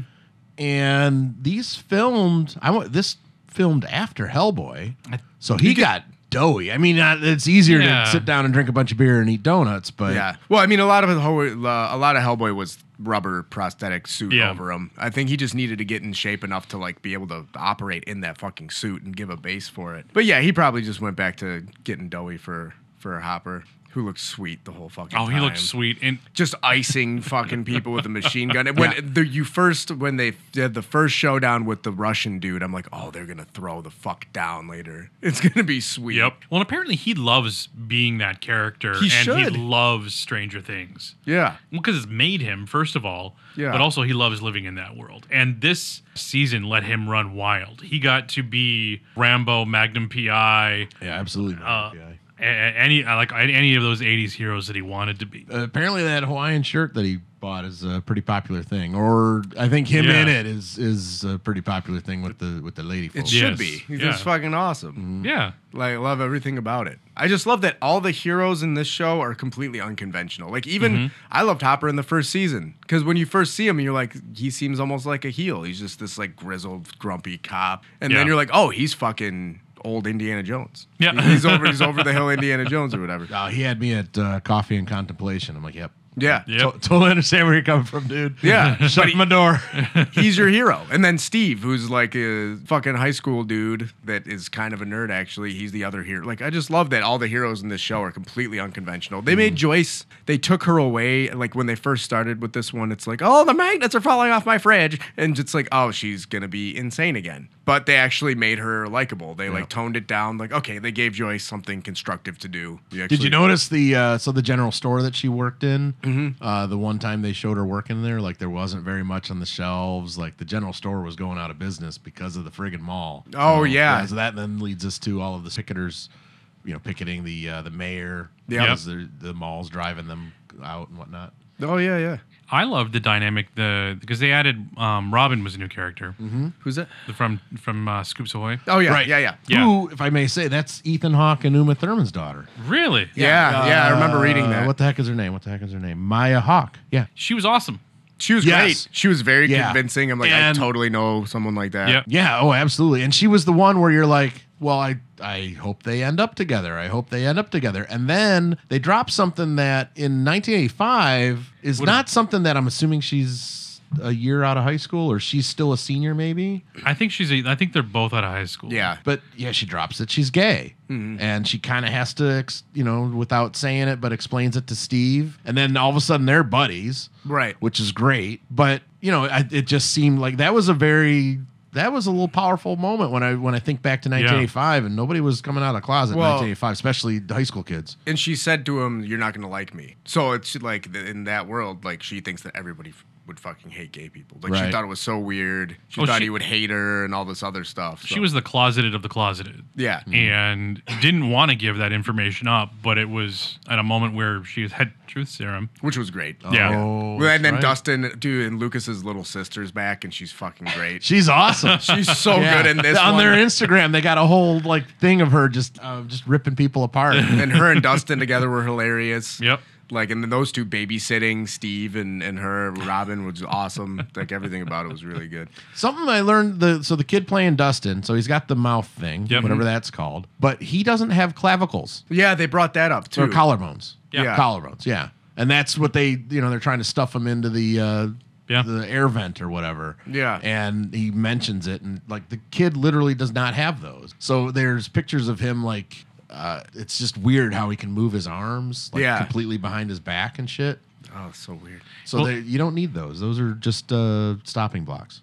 S1: And these filmed, I want this filmed after Hellboy, so he got doughy. I mean, uh, it's easier
S4: Yeah.
S1: to sit down and drink a bunch of beer and eat donuts, but
S3: yeah. Well, I mean, a lot of the whole- uh, a lot of Hellboy was rubber prosthetic suit
S4: Yeah.
S3: over him. I think he just needed to get in shape enough to like be able to operate in that fucking suit and give a base for it. But yeah, he probably just went back to getting doughy for for Hopper, who looked sweet the whole fucking.
S4: Oh, he looked
S3: time.
S4: sweet. And
S3: just icing fucking people with a machine gun. And When the, you first, when they did the first showdown with the Russian dude, I'm like, oh, they're gonna throw the fuck down later. It's gonna be sweet.
S4: Well, apparently he loves being that character,
S3: He
S4: and he
S3: should.
S4: loves Stranger Things.
S3: Yeah.
S4: Well, because it's made him, first of all,
S3: Yeah.
S4: but also he loves living in that world. And this season let him run wild. He got to be Rambo, Magnum PI,
S1: yeah, absolutely.
S4: uh, a- a- any uh, like any of those '80s heroes that he wanted to be.
S1: apparently that Hawaiian shirt that he bought is a pretty popular thing, or I think him
S4: Yeah.
S1: in it is is a pretty popular thing with the with the lady
S3: It
S1: folks.
S3: should
S4: Yes.
S3: be. He's
S4: Yeah.
S3: just fucking awesome.
S4: Yeah.
S3: Like, I love everything about it. I just love that all the heroes in this show are completely unconventional. Like, even
S4: Mm-hmm.
S3: I loved Hopper in the first season because when you first see him, you're like, he seems almost like a heel. He's just this like grizzled, grumpy cop, and
S4: Yeah.
S3: then you're like, oh, he's fucking old Indiana Jones.
S4: Yeah.
S3: he's over, he's over the hill, Indiana Jones or whatever.
S1: Uh, he had me at uh, coffee and contemplation. I'm like, yep,
S3: Yeah,
S4: Yep.
S1: To- totally understand where you're coming from, dude.
S3: Yeah.
S1: shut my door.
S3: he's your hero. And then Steve, who's like a fucking high school dude that is kind of a nerd, actually, he's the other hero. Like, I just love that all the heroes in this show are completely unconventional. They
S1: Mm.
S3: made Joyce, they took her away. Like, when they first started with this one, it's like, oh, the magnets are falling off my fridge. And it's like, oh, she's going to be insane again. But they actually made her likable. They like toned it down. Like, okay, they gave Joyce something constructive to do.
S1: Did you notice the uh, so the general store that she worked in?
S3: Mm-hmm.
S1: Uh, the one time they showed her working there, like there wasn't very much on the shelves. Like the general store was going out of business because of the friggin' mall.
S3: Oh, yeah.
S1: So that then leads us to all of the picketers, you know, picketing the uh, the mayor.
S3: Yeah.
S1: because the the mall's driving them out and whatnot.
S3: Oh, yeah, yeah.
S4: I loved the dynamic the because they added um, Robin was a new character
S3: Mm-hmm. Who's that?
S4: from from uh, Scoops Ahoy.
S3: Oh, yeah, yeah, yeah.
S4: Yeah.
S1: Who, if I may say, that's Ethan Hawke and Uma Thurman's daughter.
S4: Really?
S3: Yeah, yeah, I remember reading
S1: Uh,
S3: that.
S1: What the heck is her name? What the heck is her name? Maya Hawke. Yeah.
S4: She was awesome.
S3: She was
S1: Yes.
S3: great. She was very
S1: Yeah.
S3: convincing. I'm like,
S1: And-
S3: I totally know someone like that.
S4: Yep.
S1: Yeah, oh, absolutely. And she was the one where you're like, well, I I hope they end up together. I hope they end up together. And then they drop something that in 1985 is not something that I'm assuming she's a year out of high school or she's still a senior maybe.
S4: I think she's. A, I think they're both out of high school.
S3: Yeah.
S1: But yeah, she drops it. She's gay. And she kind of has to, ex- you know, without saying it, but explains it to Steve. And then all of a sudden they're buddies.
S3: Right.
S1: Which is great. But, you know, I, it just seemed like that was a very. That was a little powerful moment when I when I think back to 1985 and nobody was coming out of the closet
S3: Well-
S1: in 1985, especially the high school kids.
S3: And she said to him, You're not going to like me. So it's like th- in that world, like she thinks that everybody f- would fucking hate gay people. Like
S1: Right.
S3: she thought it was so weird. She
S4: Oh,
S3: thought
S4: she-
S3: he would hate her and all this other stuff.
S4: She
S3: so-
S4: was the closeted of the closeted.
S3: Yeah.
S1: Mm.
S4: And didn't want to give that information up, but it was at a moment where she had truth serum.
S3: Which was great.
S4: Yeah.
S1: Oh,
S3: Well,
S1: that's
S3: and then
S1: right.
S3: Dustin, dude, and Lucas's little sister's back, and she's fucking great.
S1: She's awesome.
S3: She's so
S1: Yeah.
S3: good in this
S1: on
S3: one.
S1: their Instagram, they got a whole like thing of her just uh, just ripping people apart.
S3: and her and Dustin together were hilarious.
S4: Yep.
S3: Like, and then those two babysitting Steve and, and her, Robin was awesome. like, everything about it was really good.
S5: Something I learned the so the kid playing Dustin, so he's got the mouth thing,
S4: Yep.
S5: whatever that's called, but he doesn't have clavicles
S3: Yeah, they brought that up too.
S5: or collarbones.
S4: Yeah.
S3: Yeah.
S5: collarbones. Yeah, and that's what they you know they're trying to stuff him into the uh,
S4: Yeah.
S5: the air vent or whatever.
S3: Yeah.
S5: and he mentions it, and like the kid literally does not have those. So there's pictures of him like. Uh, it's just weird how he can move his arms like
S3: Yeah.
S5: completely behind his back and shit.
S3: oh, so weird.
S5: So
S4: Well-
S5: they, you don't need those. Those are just uh, stopping blocks.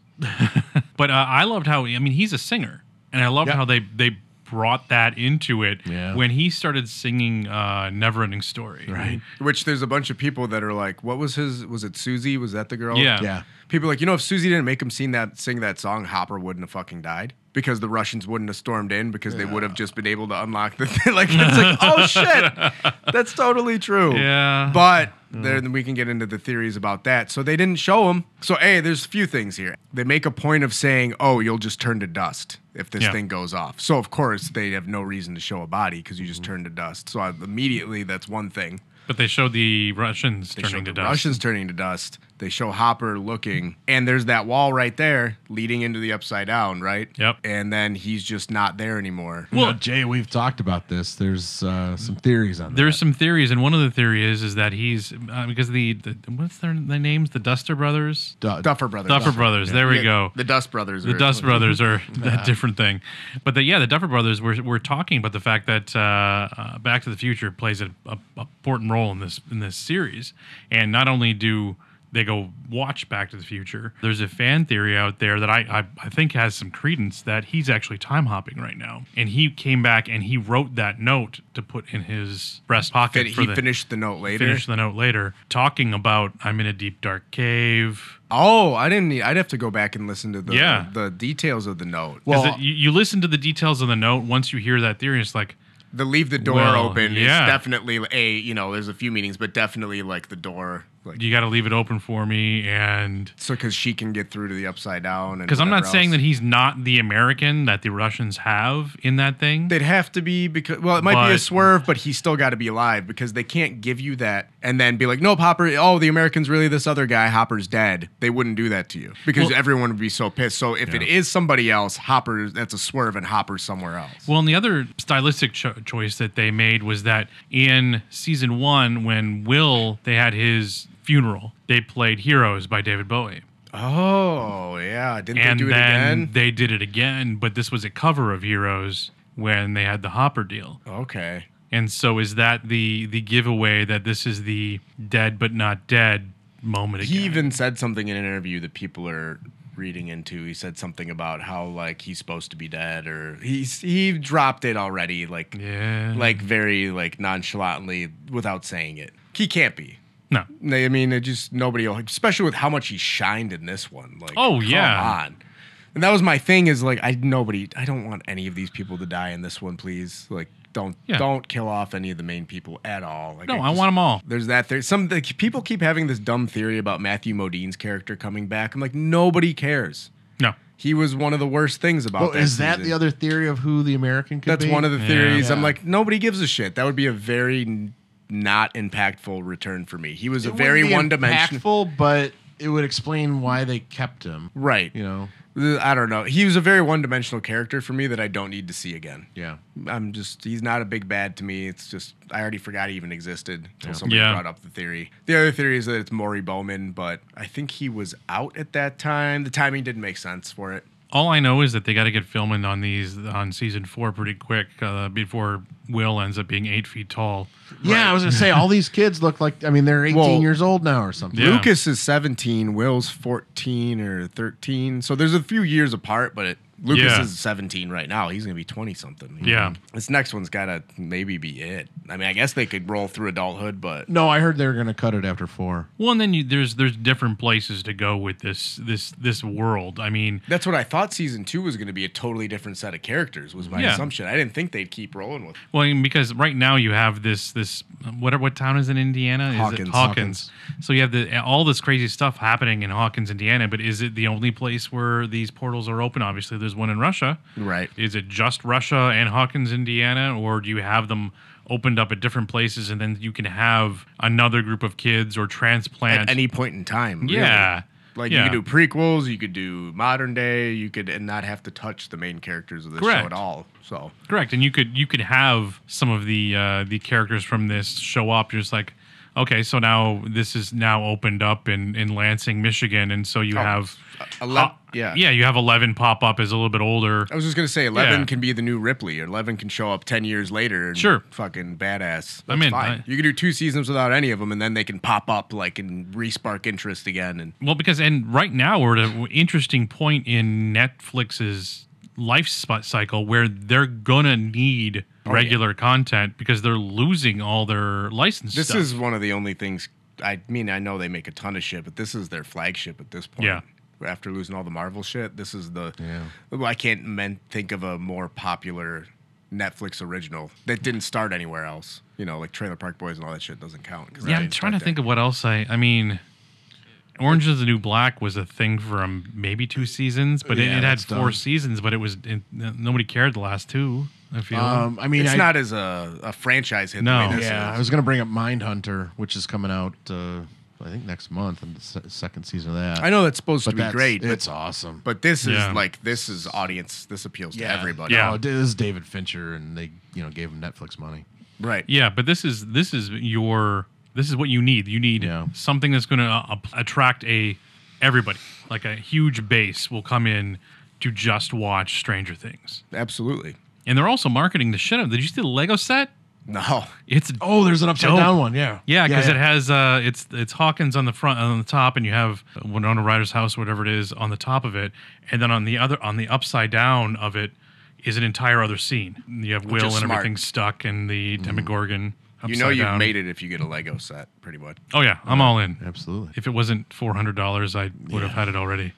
S4: But uh, I loved how I mean he's a singer, and I loved
S5: Yeah.
S4: how they they brought that into it
S5: Yeah.
S4: when he started singing uh, "Neverending Story." Right.
S3: Which there's a bunch of people that are like, what was his? Was it Susie? Was that the girl?
S4: Yeah.
S5: Yeah.
S3: People are like, you know, if Susie didn't make him sing that sing that song, Hopper wouldn't have fucking died because the Russians wouldn't have stormed in because they would have just been able to unlock the thing. like it's like, oh shit, that's totally true.
S4: Yeah.
S3: But then we can get into the theories about that. So they didn't show him. So hey, there's a few things here. They make a point of saying, oh, you'll just turn to dust if this
S4: Yeah.
S3: thing goes off. So of course they have no reason to show a body because you
S4: Mm-hmm.
S3: just turn to dust. So I, immediately that's one thing.
S4: But they showed the Russians
S3: They
S4: turning
S3: show
S4: to
S3: the
S4: dust.
S3: Russians turning to dust. They show Hopper looking, and there's that wall right there leading into the upside down, right?
S4: Yep.
S3: And then he's just not there anymore.
S5: Well,
S4: Well-
S5: Jay, we've talked about this. There's uh, some theories on that.
S4: There's some theories, and one of the theories is that he's uh, because the, the what's their, their names? The Duster Brothers.
S5: Du-
S3: Uh, Duffer Brothers.
S4: Duffer Brothers. There we
S3: Yeah,
S4: go.
S3: The Dust Brothers.
S4: The
S3: are-
S4: Dust Brothers are a different thing, but the, yeah, the Duffer Brothers were, were talking about the fact that uh, uh, Back to the Future plays a, a, a important role in this in this series, and not only do they go watch Back to the Future, there's a fan theory out there that I I, I think has some credence that he's actually time hopping right now, and he came back and he wrote that note to put in his breast pocket.
S3: Fin-
S4: for
S3: he
S4: the,
S3: finished the note later.
S4: finished the note later, talking about I'm in a deep dark cave.
S3: Oh, I didn't. Need, I'd have to go back and listen to the
S4: Yeah.
S3: the details of the note.
S5: Well-
S4: Is it- you, you listen to the details of the note once you hear that theory, it's like,
S3: the leave the door
S4: Well,
S3: open
S4: yeah.
S3: is definitely a. You know, there's a few meanings, but definitely like the door, like
S4: you got to leave it open for me. And
S3: so because she can get through to the upside down. and
S4: because I'm not
S3: whatever
S4: saying
S3: else.
S4: that he's not the American that the Russians have in that thing.
S3: They'd have to be because well, it might be a
S4: But-
S3: swerve, but he's still got to be alive because they can't give you that and then be like, nope, Hopper. Oh, the American's really this other guy. Hopper's dead. They wouldn't do that to you because
S4: Well-
S3: everyone would be so pissed. So if it is somebody else, Hopper, that's a swerve, and Hopper's somewhere else.
S4: well, and the other stylistic cho- choice that they made was that in season one, when Will, they had his funeral, they played Heroes by David Bowie.
S3: Oh yeah, didn't
S4: and
S3: they do it
S4: then
S3: again?
S4: they did it again, but this was a cover of Heroes when they had the Hopper deal.
S3: okay.
S4: And so is that the the giveaway that this is the dead but not dead moment again?
S3: He even said something in an interview that people are reading into. He said something about how like he's supposed to be dead, or he's he dropped it already. Like
S4: yeah.
S3: like very like nonchalantly without saying it. He can't be.
S4: no.
S3: I mean, it just nobody, will- especially with how much he shined in this one. Like,
S4: Oh,
S3: come
S4: yeah.
S3: on. And that was my thing is like I nobody I don't want any of these people to die in this one, please. Like don't
S4: Yeah.
S3: don't kill off any of the main people at all. Like,
S4: No, I
S3: just-
S4: want them all.
S3: There's that theory. Some the, people keep having this dumb theory about Matthew Modine's character coming back. I'm like nobody cares.
S4: No.
S3: He was one of the worst things about.
S5: Well,
S3: that
S5: is that
S3: season.
S5: the other theory of who the American could
S3: That's
S5: be?
S3: one of the
S4: Yeah.
S3: theories. I'm
S5: Yeah.
S3: like, nobody gives a shit. That would be a very n- not impactful return for me. He was a very one dimensional.
S5: Impactful, but it would explain why they kept him.
S3: Right.
S5: You know.
S3: Uh, I don't know. He was a very one dimensional character for me that I don't need to see again.
S5: Yeah.
S3: I'm just, he's not a big bad to me. It's just, I already forgot he even existed until somebody
S4: Yeah.
S3: brought up the theory. The other theory is that it's Maury Bowman, but I think he was out at that time. The timing didn't make sense for it.
S4: All I know is that they got to get filming on these on season four pretty quick uh, before Will ends up being eight feet tall.
S5: Yeah, I was gonna say all these kids look like. I mean, they're 18
S3: Well,
S5: years old now or something.
S4: Yeah.
S3: Lucas is 17, Will's 14 or 13. So there's a few years apart, but it, Lucas
S4: Yeah.
S3: is 17 right now. He's going to be 20 something.
S4: Yeah.
S3: This next one's got to maybe be it. I mean, I guess they could roll through adulthood, but
S5: No, I heard they were gonna cut it after four.
S4: Well, and then you, there's there's different places to go with this this this world. I mean,
S3: that's what I thought season two was going to be a totally different set of characters, was my
S4: Yeah.
S3: assumption. I didn't think they'd keep rolling with
S4: Well, I mean, because right now you have this this what what town is in Indiana? Is
S3: Hawkins.
S4: it Hawkins? So you have the all this crazy stuff happening in Hawkins, Indiana. But is it the only place where these portals are open? Obviously, there's one in Russia.
S3: Right.
S4: Is it just Russia and Hawkins, Indiana, or do you have them opened up at different places, and then you can have another group of kids or transplant.
S3: at any point in time. really.
S4: yeah,
S3: Like
S4: yeah.
S3: you could do prequels, you could do modern day, you could and not have to touch the main characters of the show
S4: Correct.
S3: at all. So
S4: Correct, and you could you could have some of the uh, the characters from this show up. You're just like, okay, so now this is now opened up in in Lansing, Michigan, and so you have
S3: a lot,
S4: uh,
S3: Oh, yeah. Oh.
S4: yeah, you have Eleven pop up as a little bit older.
S3: I was just gonna say Eleven
S4: Yeah.
S3: can be the new Ripley, or Eleven can show up ten years later and
S4: Sure.
S3: fucking badass. That's
S4: I'm in.
S3: fine.
S4: I-
S3: you can do two seasons without any of them, and then they can pop up like and re-spark interest again. And
S4: Well, because and right now we're at an interesting point in Netflix's life spot cycle where they're gonna need
S3: Oh,
S4: regular content because they're losing all their license.
S3: this
S4: stuff.
S3: is one of the only things. I mean, I know they make a ton of shit, but this is their flagship at this point.
S4: Yeah.
S3: After losing all the Marvel shit, this is the. Well, I can't men- think of a more popular Netflix original that didn't start anywhere else. You know, like Trailer Park Boys and all that shit doesn't count. 'cause that
S4: Yeah, I'm
S3: didn't
S4: trying to
S3: start
S4: think of what else I. I mean, Orange is the New Black was a thing for um, maybe two seasons, but
S1: Yeah,
S4: it, it had
S1: that's
S4: four
S1: dumb.
S4: seasons, but it was it, nobody cared the last two. I feel.
S1: Um, I mean,
S3: It's
S1: I,
S3: not as a, a franchise hit. the
S4: No.
S3: way this
S1: Yeah,
S3: is.
S1: I was gonna bring up Mindhunter, which is coming out, uh, I think next month, and the se- second season of that.
S3: I know that's supposed
S1: but
S3: to be
S1: that's-
S3: great, but
S1: It's awesome.
S3: But this is
S4: Yeah.
S3: like this is audience. This appeals to everybody.
S4: Yeah.
S1: No, this is David Fincher, and they you know gave him Netflix money.
S3: Right.
S4: yeah, but this is this is your this is what you need. You need
S1: Yeah.
S4: something that's going to uh, attract a everybody, like a huge base will come in to just watch Stranger Things,
S3: Absolutely.
S4: and they're also marketing the shit out. Did you see the Lego set?
S3: No.
S4: It's
S1: Oh, there's an upside
S4: Dope.
S1: down one. Yeah,
S4: Yeah, because it has uh, it's it's Hawkins on the front on the top, and you have Winona Ryder's house, whatever it is, on the top of it, and then on the other on the upside down of it is an entire other scene. You have Will
S3: is
S4: and
S3: smart. Mm-hmm.
S4: everything stuck, and the Demogorgon.
S3: You
S4: Upside
S3: know you've
S4: down.
S3: made it if you get a Lego set, pretty much.
S4: Oh yeah, I'm all in.
S1: absolutely.
S4: If it wasn't four hundred dollars, I would have had it already.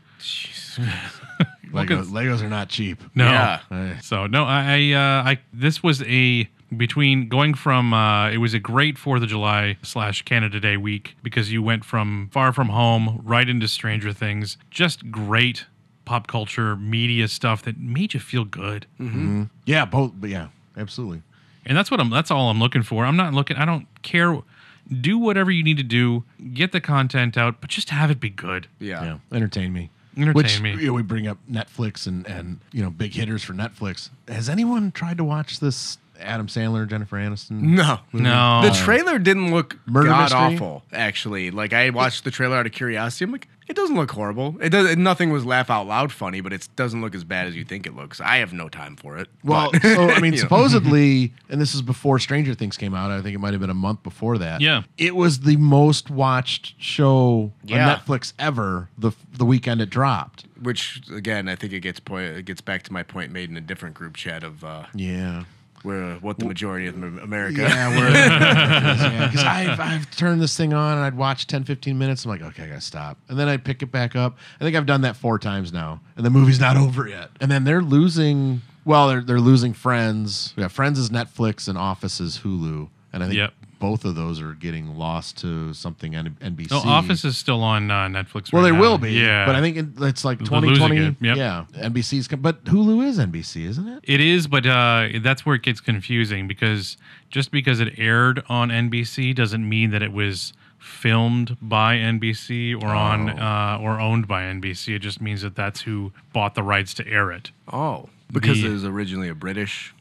S1: Lego, Legos are not cheap.
S4: No.
S3: Yeah.
S1: Hey.
S4: So no, I I, uh, I this was a between going from uh, it was a great Fourth of July slash Canada Day week because you went from Far From Home right into Stranger Things, just great pop culture media stuff that made you feel good,
S1: Hmm. Yeah, both. But yeah, absolutely.
S4: and that's what I'm. That's all I'm looking for. I'm not looking. I don't care. Do whatever you need to do. Get the content out, but just have it be good.
S3: Yeah.
S1: Yeah, entertain me.
S4: Entertain
S1: Which,
S4: me.
S1: You know, we bring up Netflix and and you know big hitters for Netflix. Has anyone tried to watch this Adam Sandler Jennifer Aniston?
S3: No.
S4: No.
S3: The trailer didn't look
S1: Murder
S3: god
S1: mystery?
S3: awful. Actually, like I watched the trailer out of curiosity. I'm like, it doesn't look horrible. It does. Nothing was laugh out loud funny, but it doesn't look as bad as you think it looks. I have no time for it.
S1: Well,
S3: But-
S1: so I mean,
S3: you know.
S1: supposedly, and this is before Stranger Things came out. I think it might have been a month before that.
S4: Yeah.
S1: it was the most watched show
S3: Yeah.
S1: on Netflix ever. The the weekend it dropped.
S3: which again, I think it gets point. It gets back to my point made in a different group chat of uh,
S1: Yeah.
S3: where uh, what the majority of America.
S1: Yeah, we're because I've, I've turned this thing on and I'd watch 10, 15 minutes. I'm like, okay, I gotta stop, and then I pick it back up. I think I've done that four times now, and the movie's not over yet. And then they're losing. Well, they're they're losing Friends. Yeah, Friends is Netflix and Office is Hulu, and I think
S4: Yep.
S1: both of those are getting lost to something on NBC.
S4: No, Oh, Office is still on uh, Netflix.
S1: Well,
S4: right
S1: they
S4: now.
S1: will be.
S4: Yeah,
S1: but I think it, it's like
S4: They're losing
S1: 2020.
S4: it, yep.
S1: Yeah, NBC's. com- But Hulu is NBC, isn't it?
S4: It is, but uh, that's where it gets confusing because just because it aired on NBC doesn't mean that it was filmed by NBC or on
S3: Oh.
S4: uh, or owned by NBC. It just means that that's who bought the rights to air it.
S3: Oh, because
S4: The-
S3: it was originally a British.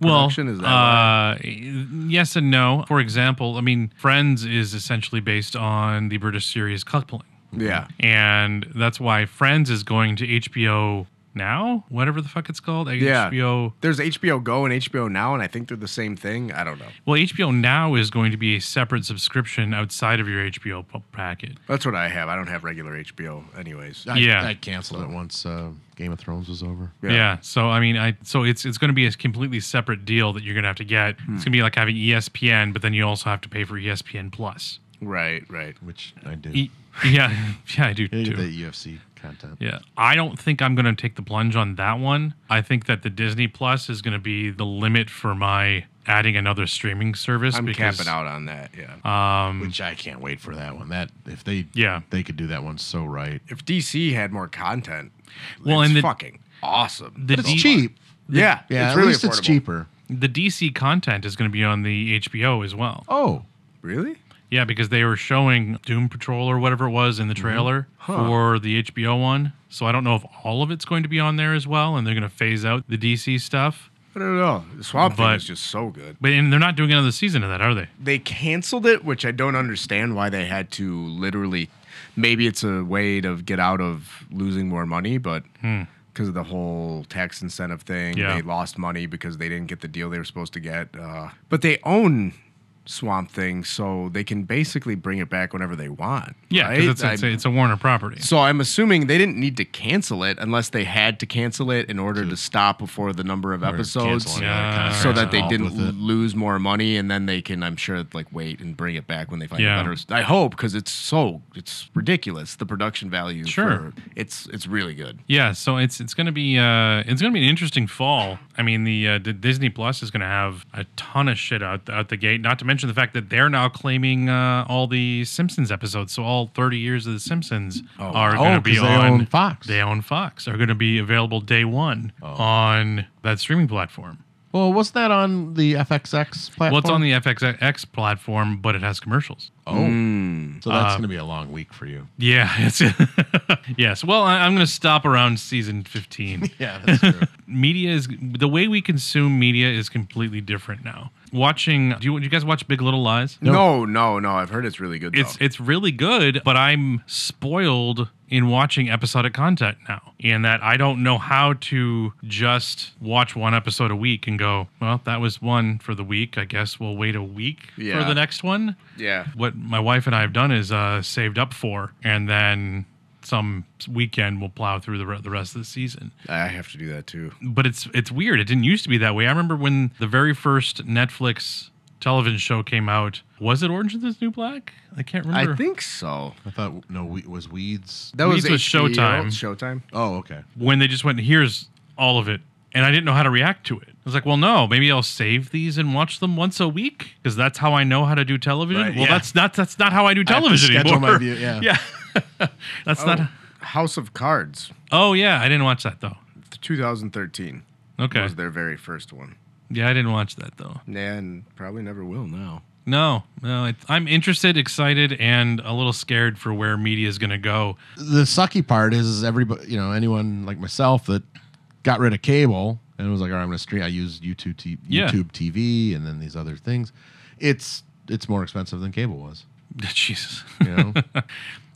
S4: Well,
S3: Production, is that
S4: uh, yes and no. For example, I mean, Friends is essentially based on the British series Coupling.
S3: Yeah.
S4: and that's why Friends is going to HBO now, whatever the fuck it's called.
S3: Yeah.
S4: HBO.
S3: There's HBO Go and HBO Now, and I think they're the same thing. I don't know.
S4: Well, HBO Now is going to be a separate subscription outside of your HBO p- packet.
S3: That's what I have. I don't have regular HBO, anyways.
S1: I,
S4: Yeah.
S1: I canceled it once uh, Game of Thrones was over.
S4: Yeah. So I mean, I so it's it's going to be a completely separate deal that you're going to have to get. It's going to be like having E ESPN, but then you also have to pay for E ESPN Plus.
S3: Right, right.
S1: Which I did.
S4: E- yeah, yeah, I do
S1: I did
S4: too.
S1: the UFC content.
S4: Yeah, I don't think I'm going to take the plunge on that one. I think that the Disney Plus is going to be the limit for my adding another streaming service.
S3: I'm
S4: because,
S3: camping out on that. Yeah.
S4: Um,
S1: Which I can't wait for that one. That if they
S4: Yeah.
S1: they could do that one so right.
S3: if DC had more content,
S4: Well,
S3: it's
S4: and the-
S3: fucking awesome.
S4: The
S1: But it's
S4: D-
S1: cheap.
S3: yeah,
S1: Yeah,
S3: it's
S1: at
S3: really
S1: least
S3: affordable.
S1: it's cheaper.
S4: the DC content is going to be on the HBO as well.
S5: Oh,
S3: Really?
S4: Yeah, because they were showing Doom Patrol or whatever it was
S3: Mm-hmm.
S4: in the trailer for the HBO one. So I don't know if all of it's going to be on there as well, and they're going to phase out the DC stuff.
S3: I don't know. The Swamp Thing
S4: But-
S3: is just so good.
S4: But and they're not doing another season of that, are they?
S3: They canceled it, which I don't understand why they had to literally. Maybe it's a way to get out of losing more money, but because of the whole tax incentive thing,
S4: Hmm. Yeah.
S3: they lost money because they didn't get the deal they were supposed to get. Uh, but they own Swamp Thing, so they can basically bring it back whenever they want.
S4: Yeah,
S3: right?
S4: because it's, it's,
S3: I-
S4: a- it's a Warner property.
S3: So I'm assuming they didn't need to cancel it unless they had to cancel it in order to stop before the number of episodes.
S5: canceling
S4: Yeah.
S5: contracts
S3: So that they
S5: involved
S3: didn't
S5: with it.
S3: lose more money, and then they can, I'm sure, like wait and bring it back when they find
S4: Yeah.
S3: a better. I hope because it's so it's ridiculous the production value.
S4: Sure.
S3: for- it's it's really good.
S4: Yeah, so it's it's gonna be uh, it's gonna be an interesting fall. I mean, the, uh, the Disney Plus is gonna have a ton of shit out out the gate. Not to mention the fact that they're now claiming uh, all the Simpsons episodes. So all thirty years of the Simpsons are
S5: Oh,
S4: gonna be
S5: 'cause they
S4: on
S5: own Fox. Oh.
S4: They own Fox. Are gonna be available day one on that streaming platform.
S5: well, wasn't that on the FXX platform?
S4: Well, it's on the FXX platform, but it has commercials.
S5: Oh,
S1: Mm.
S5: Uh, so that's going to be a long week for you.
S4: Yeah, it's yes. Well, I, I'm gonna stop around season fifteen.
S5: Yeah, that's true.
S4: media is the way we consume media is completely different now. Watching, do you, do you guys watch Big Little Lies?
S3: No, no, no. I've heard it's really good.
S4: It's
S3: though.
S4: it's really good, but I'm spoiled in watching episodic content now, in that I don't know how to just watch one episode a week and go, well, that was one for the week. I guess we'll wait a week
S3: Yeah.
S4: for the next one.
S3: yeah.
S4: What my wife and I have done is uh, saved up for, and then some weekend we'll plow through the re- the rest of the season
S3: I have to do that too.
S4: but it's it's weird. It didn't used to be that way. I remember when the very first Netflix television show came out. Was it Orange is the New Black? I can't remember.
S3: I think so.
S5: I thought no, we, it was weeds.
S3: That
S4: Weeds
S3: was,
S4: was
S3: HBO,
S4: Showtime.
S3: Showtime.
S5: Oh, okay.
S4: when they just went, here's all of it, and I didn't know how to react to it. I was like, well, no, maybe I'll save these and watch them once a week because that's how I know how to do television.
S1: Right,
S4: well,
S1: yeah.
S4: that's not that's not how I do
S5: have to
S4: television
S5: schedule my
S4: anymore.
S5: view- yeah.
S4: that's
S3: Oh,
S4: not.
S3: House of Cards,
S4: Oh yeah, I didn't watch that though.
S3: 2013
S4: Okay.
S3: was their very first one.
S4: Yeah, I didn't watch that though.
S3: and probably never will now.
S4: No, no. It, I'm interested, excited, and a little scared for where media is going to go.
S5: The sucky part is, is everybody, you know, anyone like myself that got rid of cable and was like, "All right, I'm going to stream." I use YouTube, t-
S4: Yeah.
S5: YouTube TV, and then these other things. It's it's more expensive than cable was.
S4: Jesus.
S5: You know,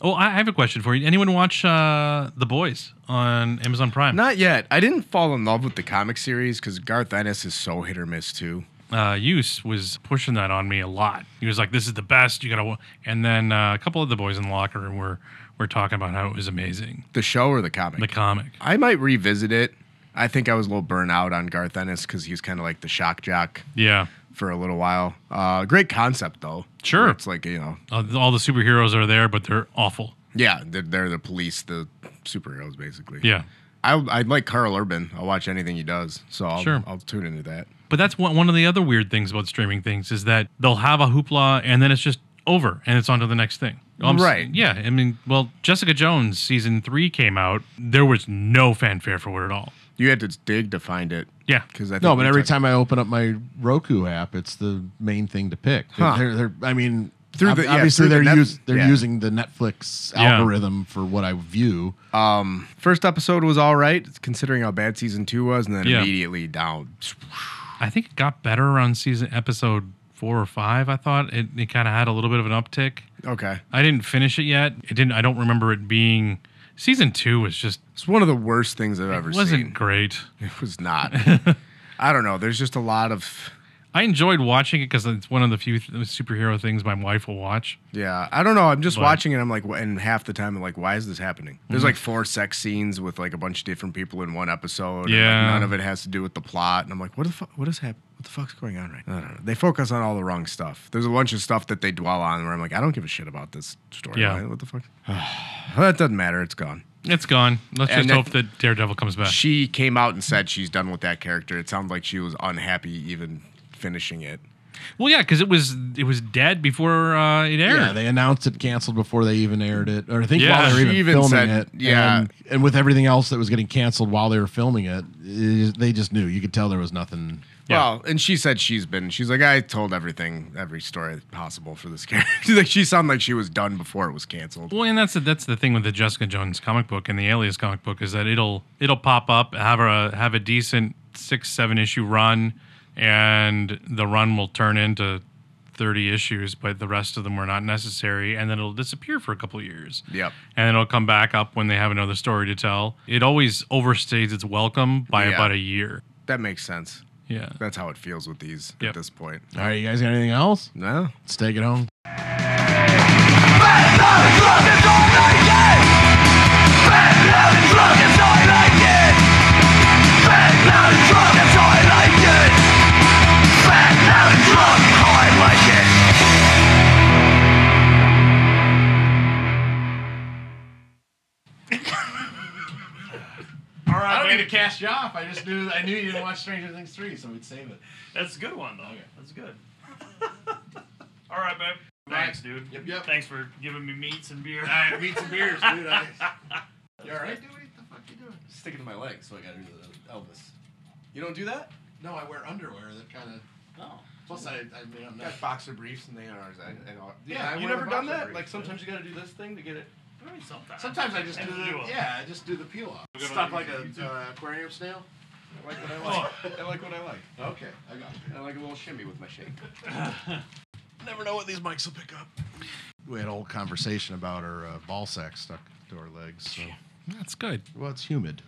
S4: Oh, I I have a question for you. Anyone watch uh, The Boys on Amazon Prime?
S3: Not yet. I didn't fall in love with the comic series because Garth Ennis is so hit or miss too.
S4: Uh, Use was pushing that on me a lot. He was like, "This is the best. You gotta." Wa-. And then uh, a couple of the boys in the locker room were were talking about how it was amazing.
S3: The show or the comic?
S4: The comic.
S3: I might revisit it. I think I was a little burnt out on Garth Ennis because he was kind of like the shock jock
S4: Yeah.
S3: for a little while. Uh, great concept though.
S4: Sure.
S3: Where It's like you know,
S4: Uh, all the superheroes are there, but they're awful.
S3: yeah, they're, they're the police, the superheroes basically.
S4: Yeah.
S3: I I like Carl Urban. I'll watch anything he does, so I'll,
S4: Sure.
S3: I'll tune into that.
S4: But that's one one of the other weird things about streaming things is that they'll have a hoopla and then it's just over and it's on to the next thing. Um, s-
S3: Right.
S4: yeah. I mean, well, Jessica Jones season three came out. There was no fanfare for it at all.
S3: You had to dig to find it.
S4: Yeah.
S3: Because I think
S5: no, but
S3: we
S5: every
S3: talked-
S5: time I open up my Roku app, it's the main thing to pick.
S3: Huh.
S5: They're, they're, I mean,
S3: Through
S5: through
S3: the- yeah,
S5: obviously
S3: through the
S5: they're
S3: net-
S5: use, they're
S3: yeah.
S5: using the Netflix
S4: Yeah.
S5: algorithm for what I view.
S3: first episode was all right, considering how bad season two was, and then
S4: Yeah.
S3: immediately down.
S4: I think it got better around season episode four or five. I thought it, it kind of had a little bit of an uptick.
S3: Okay.
S4: I didn't finish it yet. It didn't. I don't remember it being. Season two was just
S3: It's one of the worst things I've ever
S4: wasn't
S3: seen.
S4: great.
S3: It was not. I don't know. There's just a lot of.
S4: I enjoyed watching it because it's one of the few th- superhero things my wife will watch.
S3: Yeah, I don't know. I'm just
S4: But- Mm-hmm.
S3: watching it. I'm like, wh- and half the time, I'm like, why is this happening? There's like four sex scenes with like a bunch of different people in one episode. and, like,
S4: Yeah.
S3: none of it has to do with the plot. And I'm like, what the fuck? What is happening? What the fuck's going on right now? I don't know. They focus on all the wrong stuff. There's a bunch of stuff that they dwell on where I'm like, I don't give a shit about this story.
S4: Yeah.
S3: Why- What the fuck? that doesn't matter. It's gone.
S4: It's gone. Let's
S3: And
S4: just
S3: that-
S4: hope that Daredevil comes back.
S3: she came out and said she's done with that character. It sounds like she was unhappy even finishing it.
S4: Well, yeah, because it was it was dead before uh, it aired.
S1: Yeah, they announced it canceled before they even aired it, or I think
S4: Yeah,
S1: while they were even,
S4: she
S3: even
S1: filming
S3: said-
S1: it.
S3: yeah.
S1: and, and with everything else that was getting canceled while they were filming it, i- they just knew. You could tell there was nothing.
S4: Yeah.
S3: Well, and she said she's been. She's like, I told everything, every story possible for this character. like she sounded like she was done before it was canceled.
S4: Well, and that's the, that's the thing with the Jessica Jones comic book and the Alias comic book is that it'll it'll pop up have a have a decent six seven issue run, and the run will turn into thirty issues, but the rest of them were not necessary, and then it'll disappear for a couple of years.
S3: Yep.
S4: and then it'll come back up when they have another story to tell. It always overstays its welcome by
S3: Yeah.
S4: about a year.
S3: That makes sense.
S4: Yeah.
S3: That's how it feels with these
S4: Yep.
S3: at this point.
S1: All right, you guys got anything else?
S3: No,
S1: Let's take it home.
S6: All right, wait,
S1: cast you off. I just knew I knew you didn't watch Stranger Things three, so we'd save it.
S6: that's a good one though. That's good. All right, babe. Thanks, dude.
S1: Yep, yep.
S6: Thanks for giving me meats and beer.
S1: meats and beers, dude. I, you all right?
S7: Sticking to my leg, so I got to do the Elvis. You don't do that?
S1: No, I wear underwear that kind of.
S7: No.
S1: Plus, I, I mean, I'm
S7: got boxer briefs and they are. I, I don't,
S1: Yeah,
S7: yeah,
S1: I
S7: you
S1: wear
S7: never
S1: the
S7: done
S1: boxer
S7: that?
S1: briefs,
S7: Like
S1: yeah.
S7: sometimes you got to do this thing to get it.
S6: I mean, sometimes.
S1: Sometimes I just do
S6: Every
S1: the
S6: little-
S1: yeah, I just do the peel off
S6: We're gonna
S1: stuff
S6: like
S1: like a uh, aquarium snail. Oh.
S7: I like what I like. I like what I like.
S1: Okay, I got you.
S7: I like a little shimmy with my shake.
S1: Never know what these mics will pick up. We had a whole conversation about her uh, ball sack stuck to our legs. So.
S4: That's good.
S1: Well, it's humid.